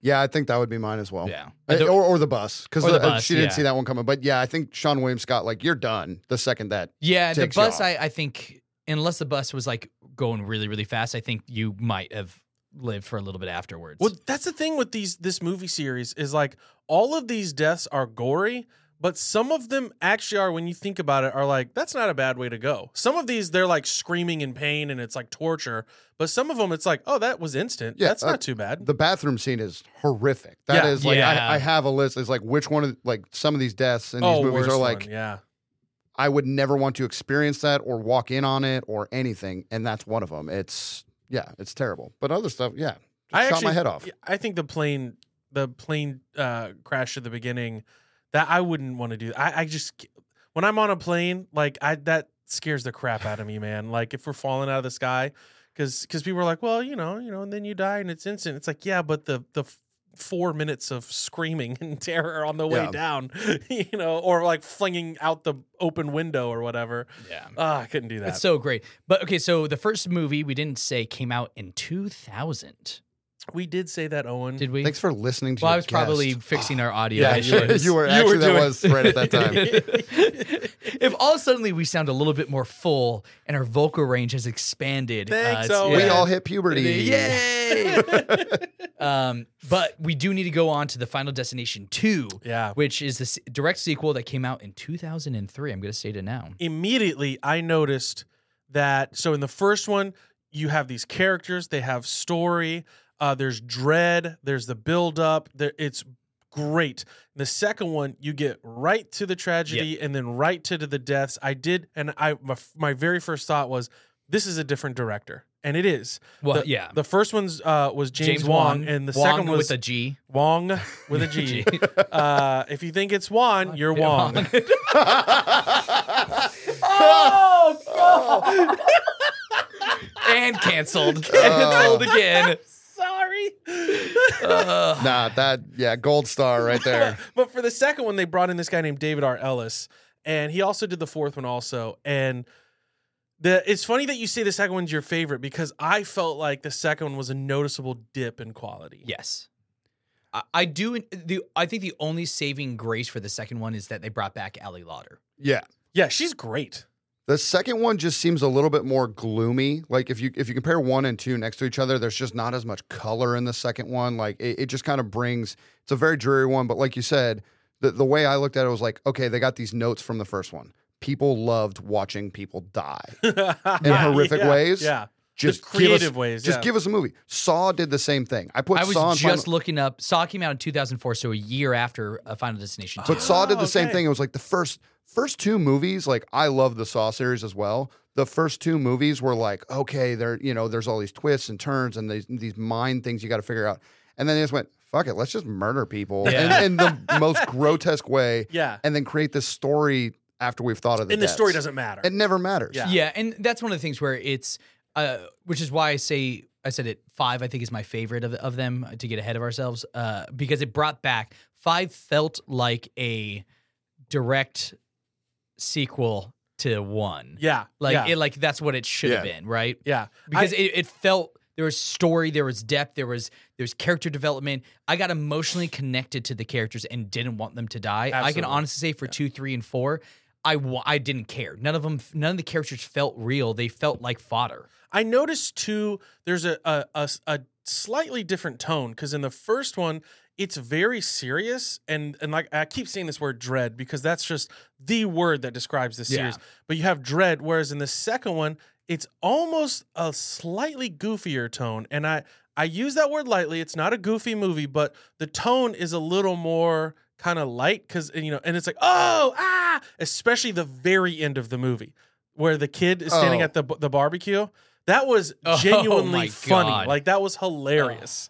Yeah, I think that would be mine as well.
yeah.
Uh,
I don't-
or, or the bus because
Or the
uh,
bus,
she didn't
yeah.
see that one coming. But yeah, I think Sean William Scott, like you're done the second that.
Yeah, the
takes you
bus.
off.
I, I think unless the bus was like going really really fast, I think you might have lived for a little bit afterwards.
Well, that's the thing with these this movie series is like all of these deaths are gory, but some of them actually are when you think about it are like that's not a bad way to go. Some of these they're like screaming in pain and it's like torture, but some of them it's like oh that was instant.
Yeah,
that's
uh,
not too bad.
The bathroom scene is horrific. That
Yeah.
is like
Yeah.
I, I have a list. It's like which one of like some of these deaths in these
oh,
movies
worst
are like
one, yeah.
I would never want to experience that or walk in on it or anything, and that's one of them. It's yeah, it's terrible. But other stuff, yeah, just
I
shot
actually-
my head off.
Yeah, I think the plane the plane uh, crash at the beginning that I wouldn't want to do. I, I just c- when I'm on a plane like I that scares the crap out of me, man. Like if we're falling out of the sky, because because people are like, well, you know, you know, and then you die and it's instant. It's like yeah, but the the f- four minutes of screaming *laughs* and terror on the way
Yeah.
down, *laughs* you know, or like flinging out the open window or whatever.
yeah.
Ah, I couldn't do that.
That's so great. But okay, so the first movie we didn't say came out in 2000.
we did say that, Owen.
Did we?
Thanks for listening to.
well,
your
I was probably
guest. *sighs*
fixing our audio
Yeah, you were,
issues.
you were
You were
actually that
doing-
was right
*laughs*
at that time.
*laughs* if all suddenly we sound a little bit more full and our vocal range has expanded,
Thanks,
it's-
Owen.
We
Yeah.
all hit puberty.
Yay! um, but we do need to go on to the Final Destination 2,
yeah.
which is the s- direct sequel that came out in 2003. I'm going to state it now.
immediately I noticed that. So in the first one, you have these characters, they have story. Uh, there's dread. There's the build up. There, it's great. The second one, you get right to the tragedy and then right to, to the deaths. I did, and I my, my very first thought was, this is a different director, and it is.
Well, yeah.
The first one's uh, was Um, James, Wong, and the second
one
was
with a G.
Wong with *laughs* a G. uh, if you think it's Wong, you're Wong.
*laughs*
oh, God.
*laughs*
and canceled. *laughs* Canceled again.
Oh. Sorry.
Ugh.
*laughs*
Nah, that yeah, gold star right there.
but for the second one, they brought in this guy named David R. Ellis, and he also did the fourth one also. And the it's funny that you say the second one's your favorite because I felt like the second one was a noticeable dip in quality.
yes. I, I do. The I think the only saving grace for the second one is that they brought back Allie Lauder.
Yeah.
yeah, she's great.
The second one just seems a little bit more gloomy. Like if you if you compare one and two next to each other, there's just not as much color in the second one. Like it, it just kind of brings it's a very dreary one. But like you said, the the way I looked at it was like, okay, they got these notes from the first one. People loved watching people die.
*laughs* in
horrific ways?
Yeah,
Just
the
give
creative
us-
ways.
Just
yeah.
give us a movie. Saw did the same thing. I put
I was
Saw in
just
Final,
looking up. Saw came out in 2004, so a year after uh, Final Destination. 2.
but Saw did the
Oh,
same
okay.
thing. It was like the first first two movies. Like I love the Saw series as well. The first two movies were like okay, there you know there's all these twists and turns and these these mind things you got to figure out. And then they just went fuck it, let's just murder people
Yeah.
in,
*laughs*
in the most grotesque way,
yeah,
and then create this story after we've thought of the
and the story
deaths.
doesn't matter.
It never matters.
Yeah.
Yeah, and that's one of the things where it's, uh, which is why I say I said it five. I think is my favorite of of them uh, to get ahead of ourselves, uh, because it brought back five felt like a direct sequel to one.
yeah,
Like
yeah,
it, like that's what it should have
Yeah.
been, right?
yeah.
Because it, it felt there was story, there was depth, there was there's character development. I got emotionally connected to the characters and didn't want them to die. I can
Absolutely.
honestly say for two, three, and four. I, wa- I didn't care. None of them, none of the characters felt real. They felt like fodder.
I noticed too. There's a a, a, a slightly different tone because in the first one, it's very serious and and like I keep saying this word dread because that's just the word that describes this series. But you have dread, whereas in the second one, it's almost a slightly goofier tone. And I I use that word lightly. It's not a goofy movie, but the tone is a little more kind of light because you know, and it's like oh ah, especially the very end of the movie where the kid is standing
Oh.
at the b- the barbecue. That was
*laughs* Oh,
genuinely
my
funny.
God. Oh.
Like that was hilarious.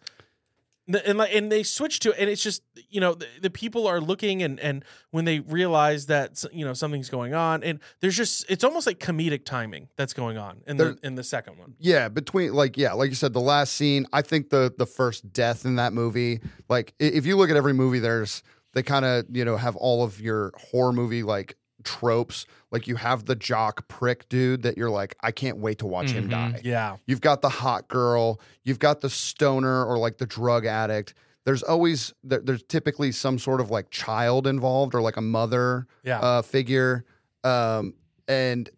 The- and like and they switch to and it's just you know the, the people are looking and and when they realize that s- you know something's going on and there's just it's almost like comedic timing that's going on in
There-
the in the second one
Yeah, between like yeah, like you said, the last scene. I think the the first death in that movie. Like i- if you look at every movie, there's they kind of you know have all of your horror movie like tropes. Like you have the jock prick dude that you're like, I can't wait to watch him
Mhm.
die.
yeah
You've got the hot girl. You've got the stoner or like the drug addict. There's always there, there's typically some sort of like child involved or like a mother
yeah
uh, figure, um, and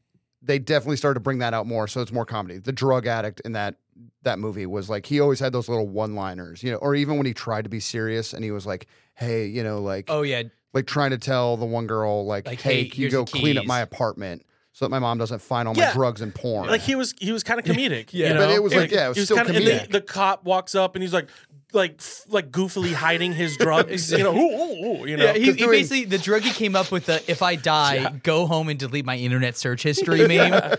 they definitely started to bring that out more. So it's more comedy. The drug addict in that that movie was like he always had those little one liners, you know, or even when he tried to be serious and he was like, "Hey, you know, like
Oh yeah,
like trying to tell the one girl like,
Like,
hey,
hey,
can you
here's
go
the
clean up
keys."
my apartment so that my mom doesn't find all my
Yeah.
drugs and porn."
like he was he was kind of comedic
Yeah.
you
But
know?
it was like, yeah, it was
he
still
kinda, and
comedic.
the, the cop walks up and he's like like f- like goofily hiding
*laughs*
his drugs you know ooh, ooh, ooh, you know
yeah. He, he
doing-
basically the druggie came up with the "if I die, go home and delete my internet *laughs* search history" meme.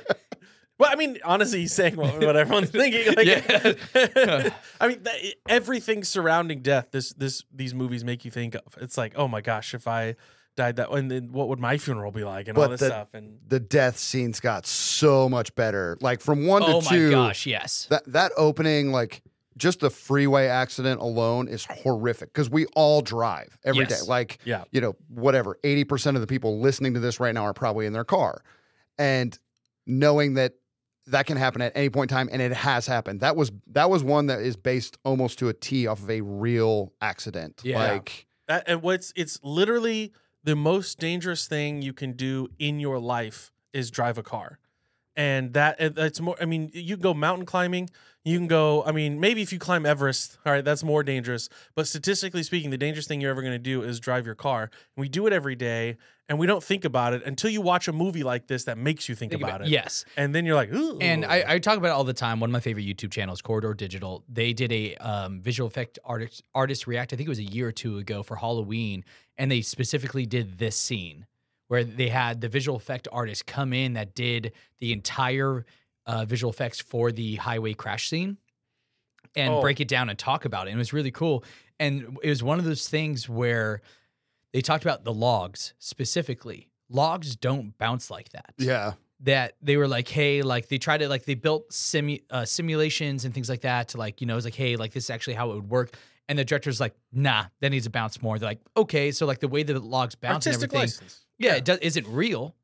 Well, I mean, honestly, he's saying what, what
*laughs*
everyone's thinking. Like, *laughs* I mean, th- everything surrounding death. This, this, these movies make you think of. It's like, oh my gosh, if I died that, and then what would my funeral be like, and all
But
this
the-
stuff. And
the death scenes got so much better. Like from one
Oh
to
my
two,
gosh, yes.
that that opening like just the freeway accident alone is horrific because we all drive every day.
Yes.
like
Yeah.
you know whatever 80% of the people listening to this right now are probably in their car and knowing that that can happen at any point in time and it has happened that was that was one that is based almost to a t off of a real accident
Yeah.
like
that, and what's it's literally the most dangerous thing you can do in your life is drive a car. And that and that's more. I mean, you can go mountain climbing. You can go. I mean, maybe if you climb Everest, all right, that's more dangerous. But statistically speaking, the dangerous thing you're ever going to do is drive your car. And we do it every day, and we don't think about it until you watch a movie like this that makes you think,
Think
about,
about-
it.
Yes.
and then you're like, ooh.
And I, I talk about it all the time. One of my favorite YouTube channels, Corridor Digital, they did a um, visual effect artist artist react. I think it was a year or two ago for Halloween, and they specifically did this scene where they had the visual effect artist come in that did the entire uh, visual effects for the highway crash scene and
Oh.
break it down and talk about it. And it was really cool. And it was one of those things where they talked about the logs specifically. Logs don't bounce like that
yeah
that they were like, hey, like they tried to like they built simu- uh, simulations and things like that to like you know it's like hey, like this is actually how it would work. And the director's like, nah, that needs to bounce more. They're like, okay, so like the way the logs bounce and
artistic
everything,
license.
yeah, it does isn't real,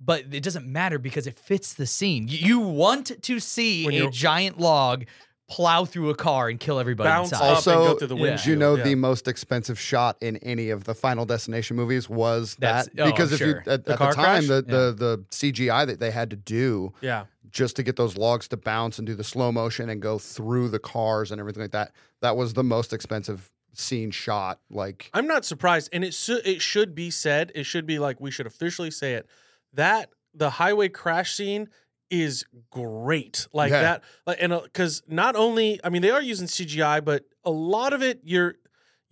but it doesn't matter because it fits the scene. You, you want to see
When
a
you're-
giant log plow through a car and kill everybody
Bounce
inside.
up and
Also,
go through the
yeah.
windshield.
Did you know
yeah.
the most expensive shot in any of the Final Destination movies was
That's-
that
oh,
because
I'm
if
sure.
you at,
The
at the
car
time
crash?
the, the the CGI that they had to do
yeah.
just to get those logs to bounce and do the slow motion and go through the cars and everything like that that was the most expensive scene shot like
I'm not surprised, and it su- it should be said. It should be like we should officially say it that the highway crash scene is great, like
Yeah.
that, like and because not only I mean they are using CGI, but a lot of it you're.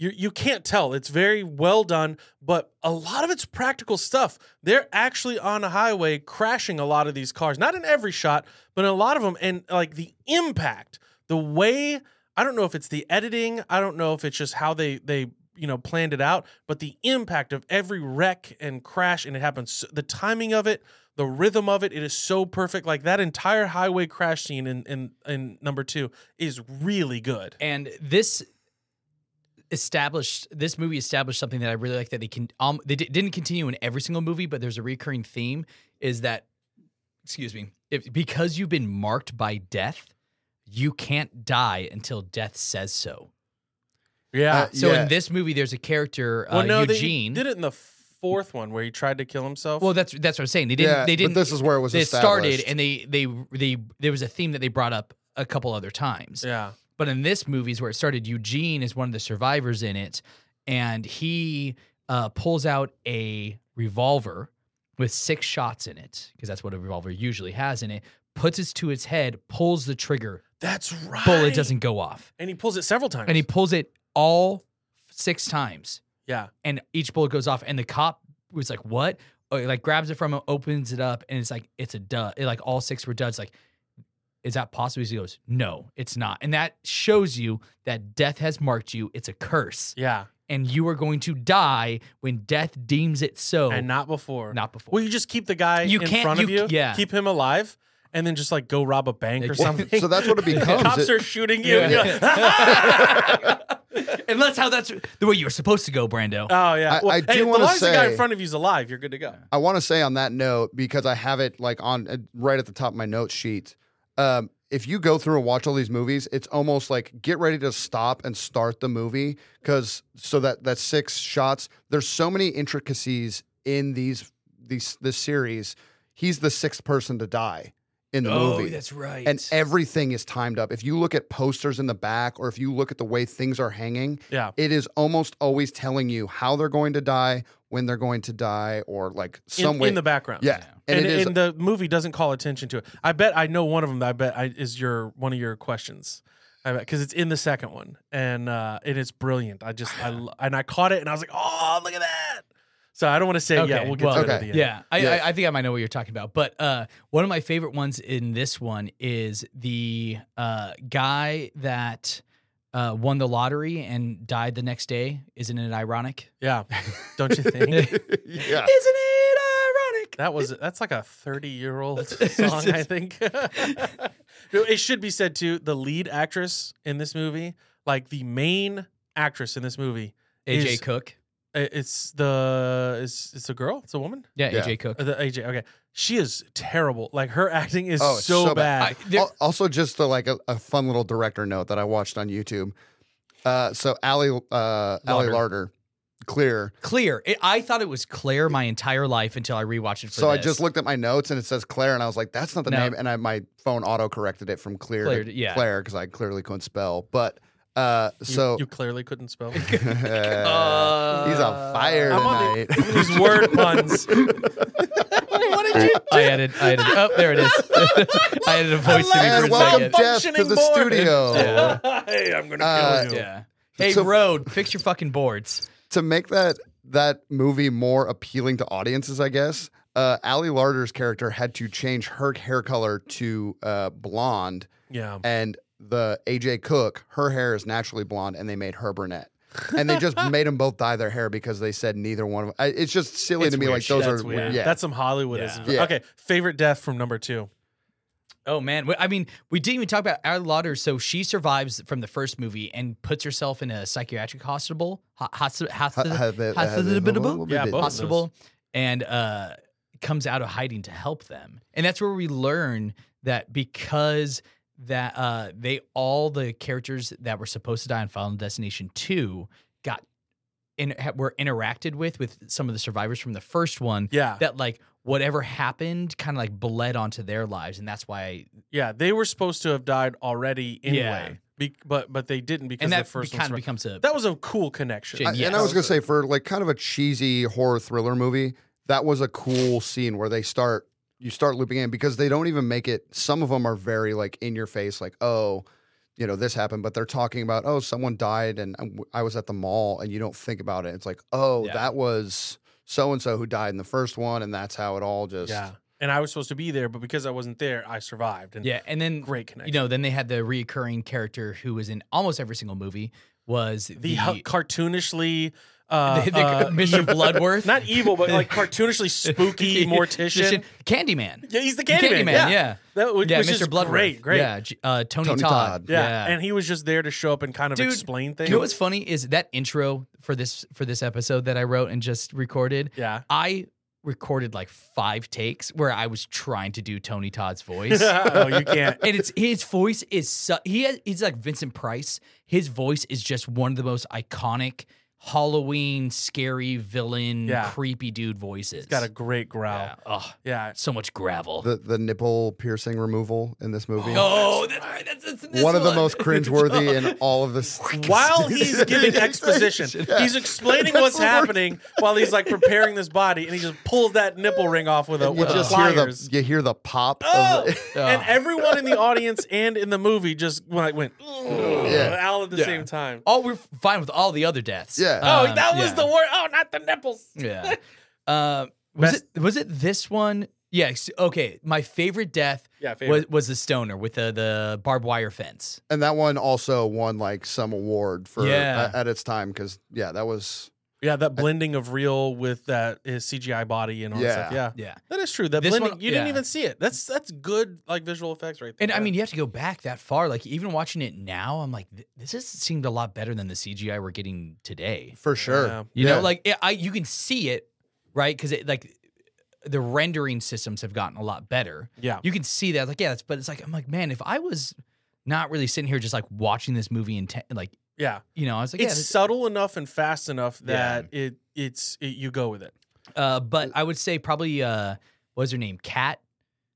You, you can't tell. It's very well done, but a lot of it's practical stuff. They're actually on a highway crashing a lot of these cars. Not in every shot, but in a lot of them. And like the impact, the way I don't know if it's the editing. I don't know if it's just how they they you know planned it out. But the impact of every wreck and crash, and it happens. The timing of it, the rhythm of it, it is so perfect. Like that entire highway crash scene in in, in number two is really good.
and this established this movie established something that I really like that they can um they di- didn't continue in every single movie, but there's a recurring theme is that excuse me if because you've been marked by death, you can't die until death says so.
Yeah.
Uh,
So
Yeah.
in this movie, there's a character uh,
well, no, they
Eugene.
did it in the fourth one where he tried to kill himself.
well, that's that's what I'm saying. They didn't.
yeah
they didn't.
but this is where it was
they started
established.
and they they they there was a theme that they brought up a couple other times.
yeah.
But in this movie is where it started. Eugene is one of the survivors in it, and he uh, pulls out a revolver with six shots in it because that's what a revolver usually has in it. Puts it to his head, pulls the trigger,
That's right.
bullet doesn't go off,
And he pulls it several times.
and he pulls it all six times,
yeah.
and each bullet goes off. And the cop was like, "What?" Oh, he, like grabs it from him, opens it up, and it's like it's a dud. It, like all six were duds. Like is that possible? He goes, no, it's not. And that shows you that death has marked you. It's a curse.
Yeah,
And you are going to die when death deems it so.
and not before.
Oh. not before. *laughs*
Well, you just keep the guy
You
in
can't-
front of
you-
you.
yeah.
keep him alive, and then just like go rob a bank or
Well,
Well,
something.
so
*laughs*
that's what it becomes.
cops
It-
are shooting you. and
Yeah.
you're like,
and that's how that's the way you were supposed to go, Brando.
*laughs* oh yeah.
I-
Well,
I do
hey, as
wanna
long as the guy
say-
in front of you's alive, you're good to go.
I want to say on that note because I have it like on uh, right at the top of my note sheet. Um, if you go through and watch all these movies, it's almost like get ready to stop and start the movie because so that that six shots. There's so many intricacies in these these this series. He's the sixth person to die in the
oh,
movie.
that's right.
and everything is timed up. If you look at posters in the back or if you look at the way things are hanging,
Yeah.
it is almost always telling you how they're going to die, when they're going to die, or like
In,
some way.
in the background.
yeah, and,
And,
it is.
and the movie doesn't call attention to it. I bet I know one of them. That I bet I, is your one of your questions, because it's in the second one, and uh, and it's brilliant. I just I lo- and I caught it, and I was like, oh, look at that. So I don't want to say yeah.
Okay,
We'll get
well,
to it at
okay.
the end.
Yeah, I,
Yes.
I, I think I might know what you're talking about. But uh, one of my favorite ones in this one is the uh, guy that uh, won the lottery and died the next day. Isn't it *laughs* ironic?
yeah. Don't you
*laughs*
think?
*laughs* yeah,
Isn't it
That was that's like a thirty year old song, I think. *laughs* No, it should be said too. The lead actress in this movie, like the main actress in this movie,
AJ
Is-
Cook.
i- it's the it's it's a girl, it's a woman.
Yeah,
Yeah.
AJ Cook.
Uh, The AJ, okay, she is terrible. Like her acting is
Oh, it's
so,
so bad.
bad.
I- there-
Al- also, just to like a, a fun little director note that I watched on YouTube. Uh, so Ali, uh, Ali
Larder.
Larder, clear.
Claire. It, I thought it was Claire my entire life until I rewatched it. For
So I
this. *laughs*
just looked at my notes and it says Claire, and I was like, "That's not the
No.
name." And I, my phone auto corrected it from clear
Claire,
to
yeah.
Claire because I clearly couldn't spell. But uh,
You-
so
you, clearly couldn't
*laughs*
spell.
Uh,
he's on fire
I'm on
tonight.
*laughs* These word
*laughs*
puns. what did you?
I added. I added. Oh, there it is. *laughs* I added a voice to me
love
for
and
a
it. Well,
welcome
second.
Jeff to the
Malfunctioning board.
*laughs*
studio.
Yeah.
hey, I'm gonna
Uh,
kill you.
Yeah. Hey,
So-
road, fix your fucking boards.
To make that that movie more appealing to audiences, I guess. Uh, Ali Larder's character had to change her hair color to uh, blonde,
Yeah.
and the AJ Cook, her hair is naturally blonde, and they made her brunette. And they just made them both dye their hair because they said neither one of I- It's just silly
It's
to me.
weird
Like
shit.
those
That's
are
weird.
yeah.
That's some Hollywoodism.
Yeah. Yeah.
Okay, favorite death from number two.
Oh man, We- I mean, we didn't even talk about Ari Lauder. So she survives from the first movie and puts herself in a psychiatric hospital, ho- hospi-
Ha-
hospi-
ha- ha-
hospitable,
Yeah, both. of
hospitable, and uh, comes out of hiding to help them. And that's where we learn that because that uh, they all the characters that were supposed to die in Final Destination Two got in ha- were interacted with with some of the survivors from the first one.
Yeah,
that like whatever happened kind of like bled onto their lives and that's why
yeah. They were supposed to have died already anyway,
Yeah.
be- but but they didn't because
and that
the first
kind
one's
of
right.
becomes a
that was a cool connection.
Yeah.
I- And I was gonna say for like kind of a cheesy horror thriller movie, that was a cool scene where they start you start looping in because they don't even make it. Some of them are very like in your face, like oh, you know this happened, but they're talking about oh someone died and I'm- I was at the mall and you don't think about it. It's like oh
Yeah.
that was so and so who died in the first one and that's how it all just
yeah. And I was supposed to be there, but because I wasn't there, I survived. And
yeah and then
great
you
connection.
know then they had the reoccurring character who was in almost every single movie was the,
the, hu- cartoonishly. Uh,
*laughs* the- the
uh, *laughs*
Mr. Bloodworth.
not evil, but like cartoonishly spooky mortician.
Candyman
Yeah, he's the
The
Candyman.
Candyman,
yeah,
yeah.
That, which,
yeah
which is
Mr. Bloodworth
Great, great.
yeah G- uh, Tony,
Tony
Todd,
Todd.
Yeah. and he was just there to show up and kind of
Dude,
explain things.
you know what's funny is that intro for this for this episode that I wrote and just recorded
yeah.
I recorded like five takes where I was trying to do Tony
*laughs*
Todd's voice
oh, you can't.
and it's his voice is su- he has, he's like Vincent Price. His voice is just one of the most iconic Halloween scary villain,
Yeah.
creepy dude voices. *laughs*
Got a great
yeah.
growl.
Ugh,
Yeah.
so much gravel.
the the nipple piercing removal in this movie.
oh, that's right. That's, that's in this
One of the
one.
most cringeworthy in all of this.
*laughs*
*laughs*
While he's giving exposition,
Yeah.
he's explaining
That's
what's
the worst.
happening while he's like preparing this body, and he just pulls that nipple ring off with a
you
with a
just hear
pliers.
the you hear the pop.
Oh!
Of *laughs* the,
and everyone in the audience and in the movie just like went
Yeah.
yeah. out at the same time.
Oh, we're fine with all the other deaths.
Yeah.
Oh,
Um,
that was
yeah. *laughs*
the word. Oh, not the nipples.
Yeah. Uh, was
Best-
it was it this one Yes. Okay. My favorite death
Yeah, favorite.
was, was the stoner with the, the barbed wire fence.
and that one also won like some award for
Yeah.
a- at its time because yeah, that was
yeah, that blending of real with that his CGI body and all that stuff.
Yeah.
Yeah,
Yeah.
that is true. That
This
blending,
one-
you
yeah.
didn't even see it. That's that's good like visual effects right there.
And I
Yeah.
mean, you have to go back that far. Like even watching it now, I'm like, th- this has seemed a lot better than the CGI we're getting today.
for sure.
Yeah.
You
Yeah.
know, like it, I, you can see it, right? Because it like the rendering systems have gotten a lot better.
yeah,
You can see that, like yeah, that's, but it's like I'm like, man, if I was not really sitting here just like watching this movie and like
yeah.
you know, I was like,
It's
yeah, this-
subtle enough and fast enough that it it's it, you go with it.
uh, but I would say probably uh, what was her name, Kat,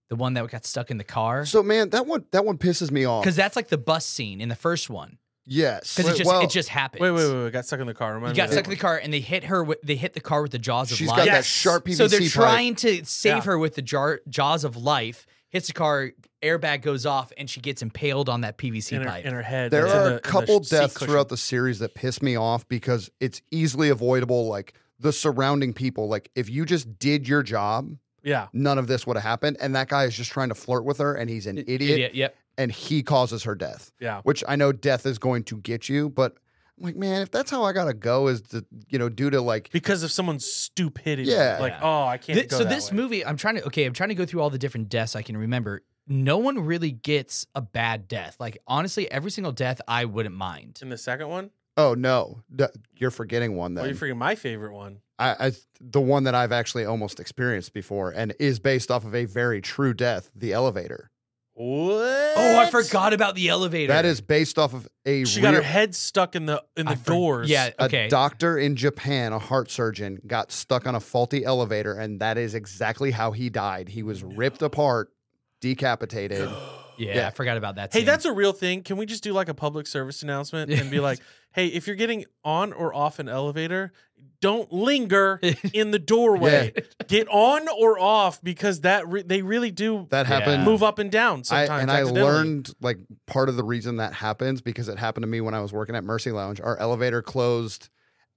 the one that got stuck in the car,
So man, that one that one pisses me off.
because that's like the bus scene in the first one,
Yes,
because it just
well,
it just happens.
Wait, wait, wait, wait! Got stuck in the car. Remind
You
me
got
of that
stuck in
one.
the car, and they hit her. With, they hit the car with the jaws of
she's
life.
got that
Yes.
sharp PVC
so they're
pipe.
trying to save
Yeah.
her with the jar, jaws of life. Hits the car, airbag goes off, and she gets impaled on that PVC
in her,
pipe.
in her head.
There
It's in
are
the-
a
in the
couple
seat
deaths
cushion.
throughout the series that piss me off because it's easily avoidable. Like the surrounding people, like if you just did your job,
Yeah,
none of this would have happened. And that guy is just trying to flirt with her, and he's an idiot,
Yep.
and he causes her death.
yeah,
Which I know death is going to get you, but I'm like, man, if that's how I gotta go, is to you know due to like
because of someone's stupidity.
Yeah.
like
Yeah.
oh, I can't.
Thi-
go
so
that
this
way.
movie, I'm trying to okay, I'm trying to go through all the different deaths I can remember. No one really gets a bad death. Like honestly, every single death I wouldn't mind.
in the second one.
oh no, d- you're forgetting one
Oh,
then.
you forget my favorite one.
I, I the one that I've actually almost experienced before and is based off of a very true death, the elevator.
What?
Oh, I forgot about the elevator.
That is based off of a
She
real,
got her head stuck in the in the
I for-
doors.
Yeah.
a
Okay.
doctor in Japan, a heart surgeon, got stuck on a faulty elevator, and that is exactly how he died. He was ripped apart,
*gasps*
decapitated.
yeah,
yeah.
I forgot about that.
Hey,
scene.
that's a real thing. Can we just do like a public service announcement and be like, "Hey, if you're getting on or off an elevator, don't
*laughs*
linger in the doorway. Get on or off because that re- they really do
That
Yeah.
happened.
move up and down
I,
sometimes."
and I
accidentally.
learned like part of the reason that happens because it happened to me when I was working at Mercy Lounge. Our elevator closed,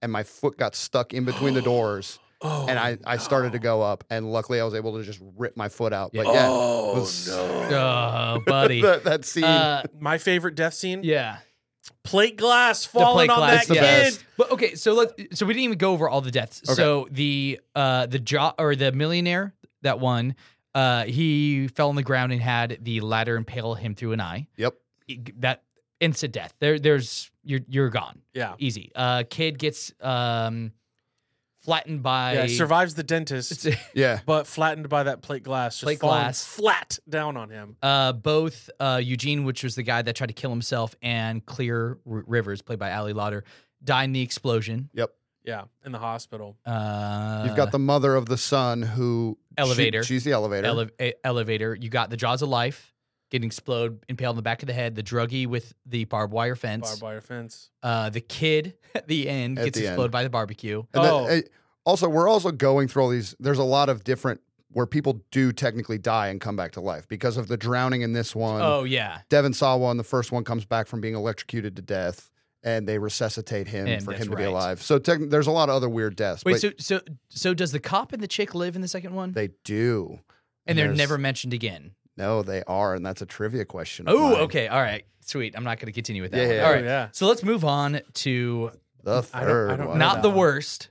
and my foot got stuck in
*gasps*
between the doors,
Oh,
and I, I started to
Oh,
go up, and luckily I was able to just rip my foot out. But
Yeah.
yeah,
Oh,
was-
oh,
*laughs*
buddy.
that, that scene.
Uh,
my favorite death scene:
yeah.
plate glass falling
plate
on that
glass,
It's the
kid.
best.
But okay, so let so we didn't even go over all the deaths.
Okay.
So the uh the jaw or the millionaire that one, uh he fell on the ground and had the ladder impale him through an eye.
Yep.
That instant death. There there's you're you're gone.
Yeah,
Easy. Uh kid gets um flattened by
yeah. Survives the dentist,
Yeah.
but flattened by that plate glass. Just
Plate
falling
glass.
flat down on him.
*laughs* uh both uh Eugene, which was the guy that tried to kill himself, and Clear R- Rivers, played by Ali Lauder, died in the explosion.
Yeah, in the hospital.
Uh
You've got the mother of the son who she-
Elevator.
she's the elevator.
Ele- e- elevator. You got the jaws of life getting explode, impaled in the back of the head. The druggie with the barbed wire fence.
Barbed wire fence.
Uh, the kid *laughs* at the end
At
gets
the
exploded
end.
by the barbecue.
And then,
Oh.
eh, also, we're also going through all these. There's a lot of different where people do technically die and come back to life because of the drowning in this one.
oh yeah,
Devin saw one. The first one comes back from being electrocuted to death, and they resuscitate him
And
for
that's
him to be
right.
alive. So techn there's a lot of other weird deaths.
wait.
but
So so so does the cop and the chick live in the second one?
they do.
and they're
there's-
never mentioned again.
No, they are, and that's a trivia question. of
Oh
mine.
okay, all right, sweet. I'm not going to continue with that.
Yeah,
one.
yeah,
all
Oh,
right.
yeah.
So let's move on to
I
The
don't- I
third
don't
one.
know
not
that
the
one.
worst,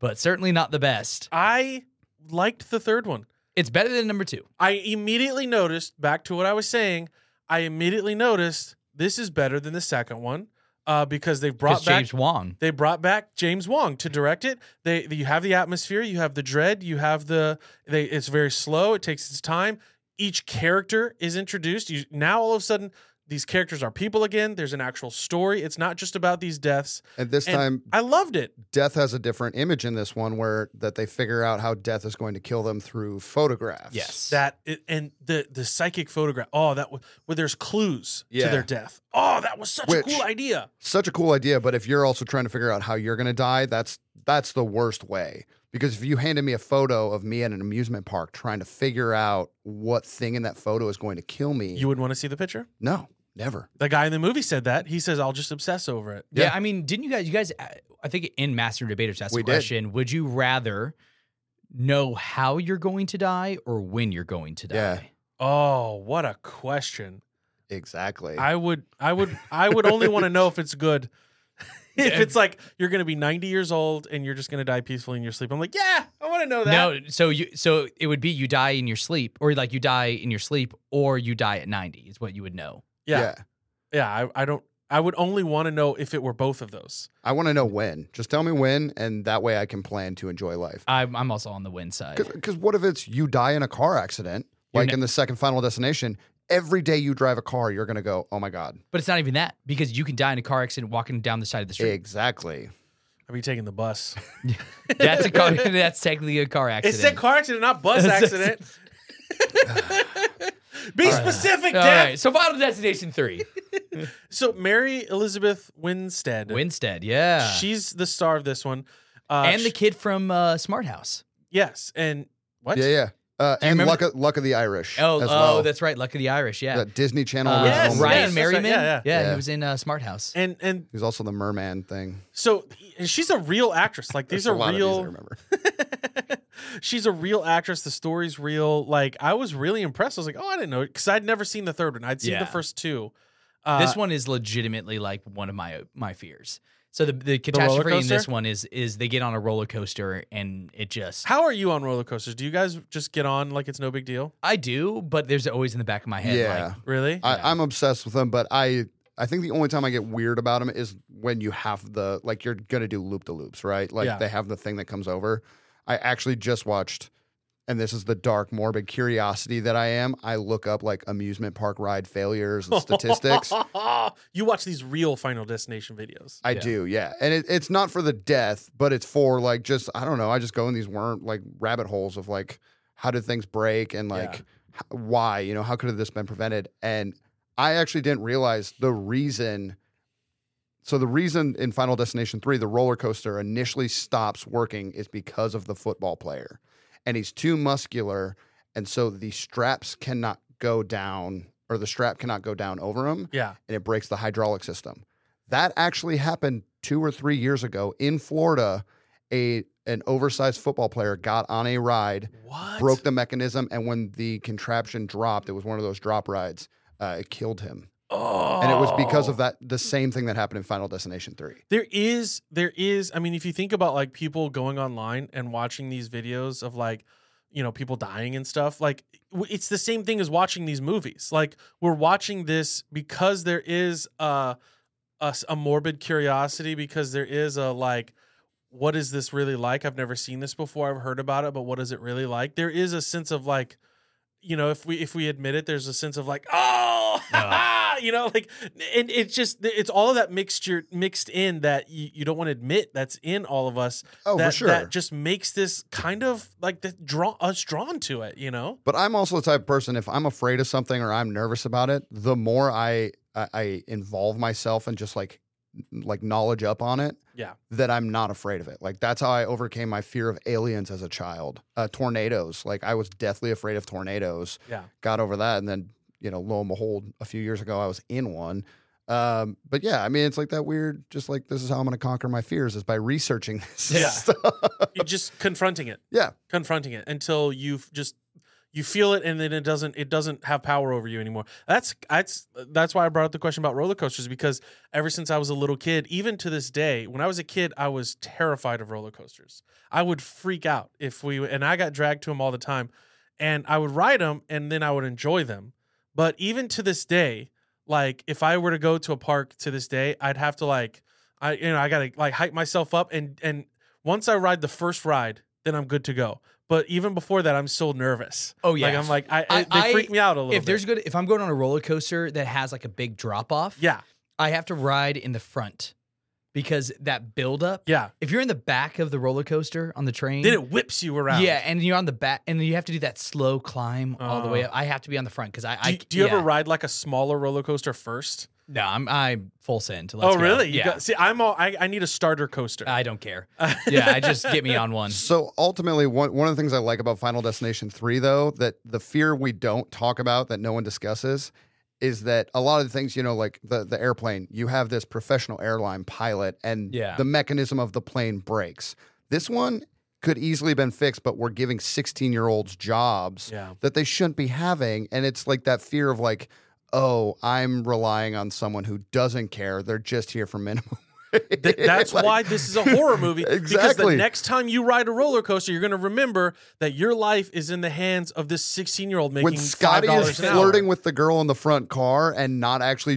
but certainly not the best.
I liked the third one.
It's better than number two.
I immediately noticed, back to what I was saying, I immediately noticed this is better than the second one uh, because they've brought
Because
back
James Wong.
they brought back James Wong to direct it. They you have the atmosphere, you have the dread, you have the they it's very slow, it takes its time. Each character is introduced. You now all of a sudden these characters are people again. There's an actual story. It's not just about these deaths.
And this
And-
time,
I loved it.
death has a different image in this one, where that they figure out how death is going to kill them through photographs.
Yes.
That it, and the the psychic photograph. Oh, that was where there's clues
Yeah.
to their death. Oh, that was such
Which-
a cool idea.
such a cool idea, but if you're also trying to figure out how you're going to die, that's that's the worst way. Because if you handed me a photo of me at an amusement park trying to figure out what thing in that photo is going to kill me,
You would want to see the picture.
no, never.
The guy in the movie said that. He says, "I'll just obsess over it."
Yeah.
Yeah.
I mean, didn't you guys? You guys, I think in Master Debaters asked
We
the
did.
question: Would you rather know how you're going to die or when you're going to die.
Yeah.
Oh, what a question!
Exactly.
I would, I would, I would only want to know if it's good. *laughs* if it's like you're gonna be 90 years old and you're just gonna die peacefully in your sleep, I'm like, yeah, I want to know that.
No, so you so it would be you die in your sleep, or like you die in your sleep, or you die at ninety is what you would know.
yeah, yeah. I, I don't. I would only want to know if it were both of those.
I want to know when. Just tell me when, and that way I can plan to enjoy life.
I'm I'm also on the win side.
Because what if it's you die in a car accident,
You're
like
ne-
in the second Final Destination? Every day you drive a car, you're gonna go, "Oh my god!"
But it's not even that because you can die in a car accident walking down the side of the street.
Exactly.
I'd be taking the
*laughs*
bus.
That's a car. *laughs* that's technically a car
It
accident.
said car accident, not
*laughs*
bus accident. Be specific,
All
Dad.
right, so Final Destination three,
So Mary Elizabeth Winstead,
Winstead, yeah,
she's the star of this one, uh,
and the
sh-
kid from uh, Smart House.
yes, and what?
Yeah, yeah. Uh, and
remember-
luck of, luck of the Irish.
Oh,
as
oh,
well.
that's right, Luck of the Irish. Yeah,
that Disney Channel.
Uh,
original
Yes,
movie.
Ryan
yes, that's right,
Merriman.
yeah,
yeah,
Yeah.
he was in uh, Smart House.
And and
He's also the Merman thing.
so and she's a real actress. Like these
There's
are
a lot of these I
real.
remember.
*laughs* she's a real actress. The story's real. Like I was really impressed. I was like, oh, I didn't know because I'd never seen the third one. I'd seen
Yeah.
the first two. Uh,
this one is legitimately like one of my my fears. So the the catastrophe in
coaster?
this one is is they get on a roller coaster and it just
How are you on roller coasters? Do you guys just get on like it's no big deal?
I do, but there's always in the back of my head
Yeah,
like
Really?
Yeah.
I, I'm obsessed with them, but I I think the only time I get weird about them is when you have the like you're gonna do loop de loops, right? Like
Yeah.
they have the thing that comes over. I actually just watched, and this is the dark morbid curiosity that I am. I look up like amusement park ride failures and statistics.
*laughs* you watch these real Final Destination videos.
I
Yeah.
do, yeah, and it, it's not for the death, but it's for like just I don't know. I just go in these worm like rabbit holes of like how did things break and like
Yeah.
h- why you know how could have this been prevented? And I actually didn't realize the reason. So the reason in Final Destination three the roller coaster initially stops working is because of the football player, and he's too muscular, and so the straps cannot go down or the strap cannot go down over him
Yeah.
and it breaks the hydraulic system. That actually happened two or three years ago in Florida. A an oversized football player got on a ride,
What?
broke the mechanism, and when the contraption dropped, it was one of those drop rides. Uh, it killed him,
Oh.
and it was because of that. The same thing that happened in Final Destination Three.
There is, there is. I mean, if you think about like people going online and watching these videos of like, you know, people dying and stuff, like w- it's the same thing as watching these movies. Like we're watching this because there is a, a, s- a morbid curiosity, because there is a like, what is this really like? I've never seen this before. I've heard about it, but what is it really like? There is a sense of like, you know, if we if we admit it, there's a sense of like, oh, *laughs* you know, like, and it's just it's all of that mixture mixed in that you, you don't want to admit that's in all of us.
Oh,
that,
for sure.
That just makes this kind of like the draw us drawn to it. You know,
But I'm also the type of person if I'm afraid of something or I'm nervous about it, the more I I, I involve myself and just like like knowledge up on it,
*laughs* Yeah.
that I'm not afraid of it. Like that's how I overcame my fear of aliens as a child. Uh, tornadoes, like I was deathly afraid of tornadoes.
Yeah.
got over that, and then you know, lo and behold, a few years ago I was in one. Um, but yeah, I mean, it's like that weird. Just like this is how I'm going to conquer my fears is by researching *laughs* this.
Yeah.
stuff.
you're just confronting it.
Yeah.
confronting it until you have just you feel it, and then it doesn't it doesn't have power over you anymore. That's that's that's why I brought up the question about roller coasters because ever since I was a little kid, even to this day, when I was a kid, I was terrified of roller coasters. I would freak out if we and I got dragged to them all the time, and I would ride them, and then I would enjoy them. But even to this day, like if I were to go to a park to this day, I'd have to like I you know I gotta like hype myself up and and once I ride the first ride, then I'm good to go. But even before that, I'm still nervous.
oh yeah.
Like I'm like I,
I-
I- they
I-
freak me out a little.
if there's
bit.
good if I'm going on a roller coaster that has like a big drop off,
yeah
I have to ride in the front because that buildup.
yeah,
If you're in the back of the roller coaster on the train,
then it whips you around.
yeah, and you're on the back, and you have to do that slow climb all the
Uh.
way up. I have to be on the front because I,
Do
I
you, do you ever
yeah.
ride like a smaller roller coaster first?
No, I'm I'm full send. Let's
oh
go.
really? You
Yeah, Uh,
got- see, I'm all I, I need a starter coaster.
I
*laughs*
don't care. yeah, I just get me on one.
So ultimately, one, one of the things I like about Final Destination 3, though, that the fear we don't talk about that no one discusses is that a lot of the things, you know, like the, the airplane, you have this professional airline pilot and
Yeah.
the mechanism of the plane breaks. This one could easily been fixed, but we're giving 16 year olds jobs
Yeah.
that they shouldn't be having. And it's like that fear of like, oh, I'm relying on someone who doesn't care. They're just here for minimum.
*laughs*
Th- that's
Like,
why this is a horror movie. Because the
Exactly.
next time you ride a roller coaster, you're going to remember that your life is in the hands of this 16 year old making
when Scotty
$5
is
an hour.
flirting with the girl in the front car and not actually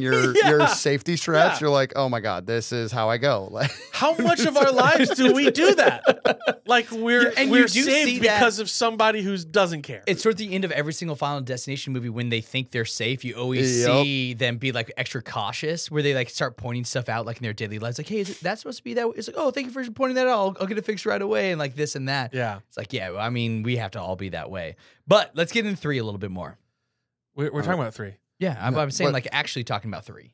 *laughs*
your your safety straps,
Yeah.
you're like, oh my god, this is how I go. *laughs* Like,
How much of our lives do we do that? Like we're
Yeah, and you
we're
do see
saved
that-
because of somebody who doesn't care.
It's sort of the end of every single Final Destination movie when they think they're safe. You always
Yep.
see them be like extra cautious, where they like start pointing stuff out, like in their daily lives, like, "Hey, is it, that supposed to be that?" way?" It's like, "Oh, thank you for pointing that out. I'll, I'll get it fixed right away," and like this and that.
yeah,
It's like, yeah, well, I mean, we have to all be that way. But let's get in three a little bit more.
we're, we're talking about three.
Yeah, I'm, I'm saying
What-
like actually talking
*laughs*
about three,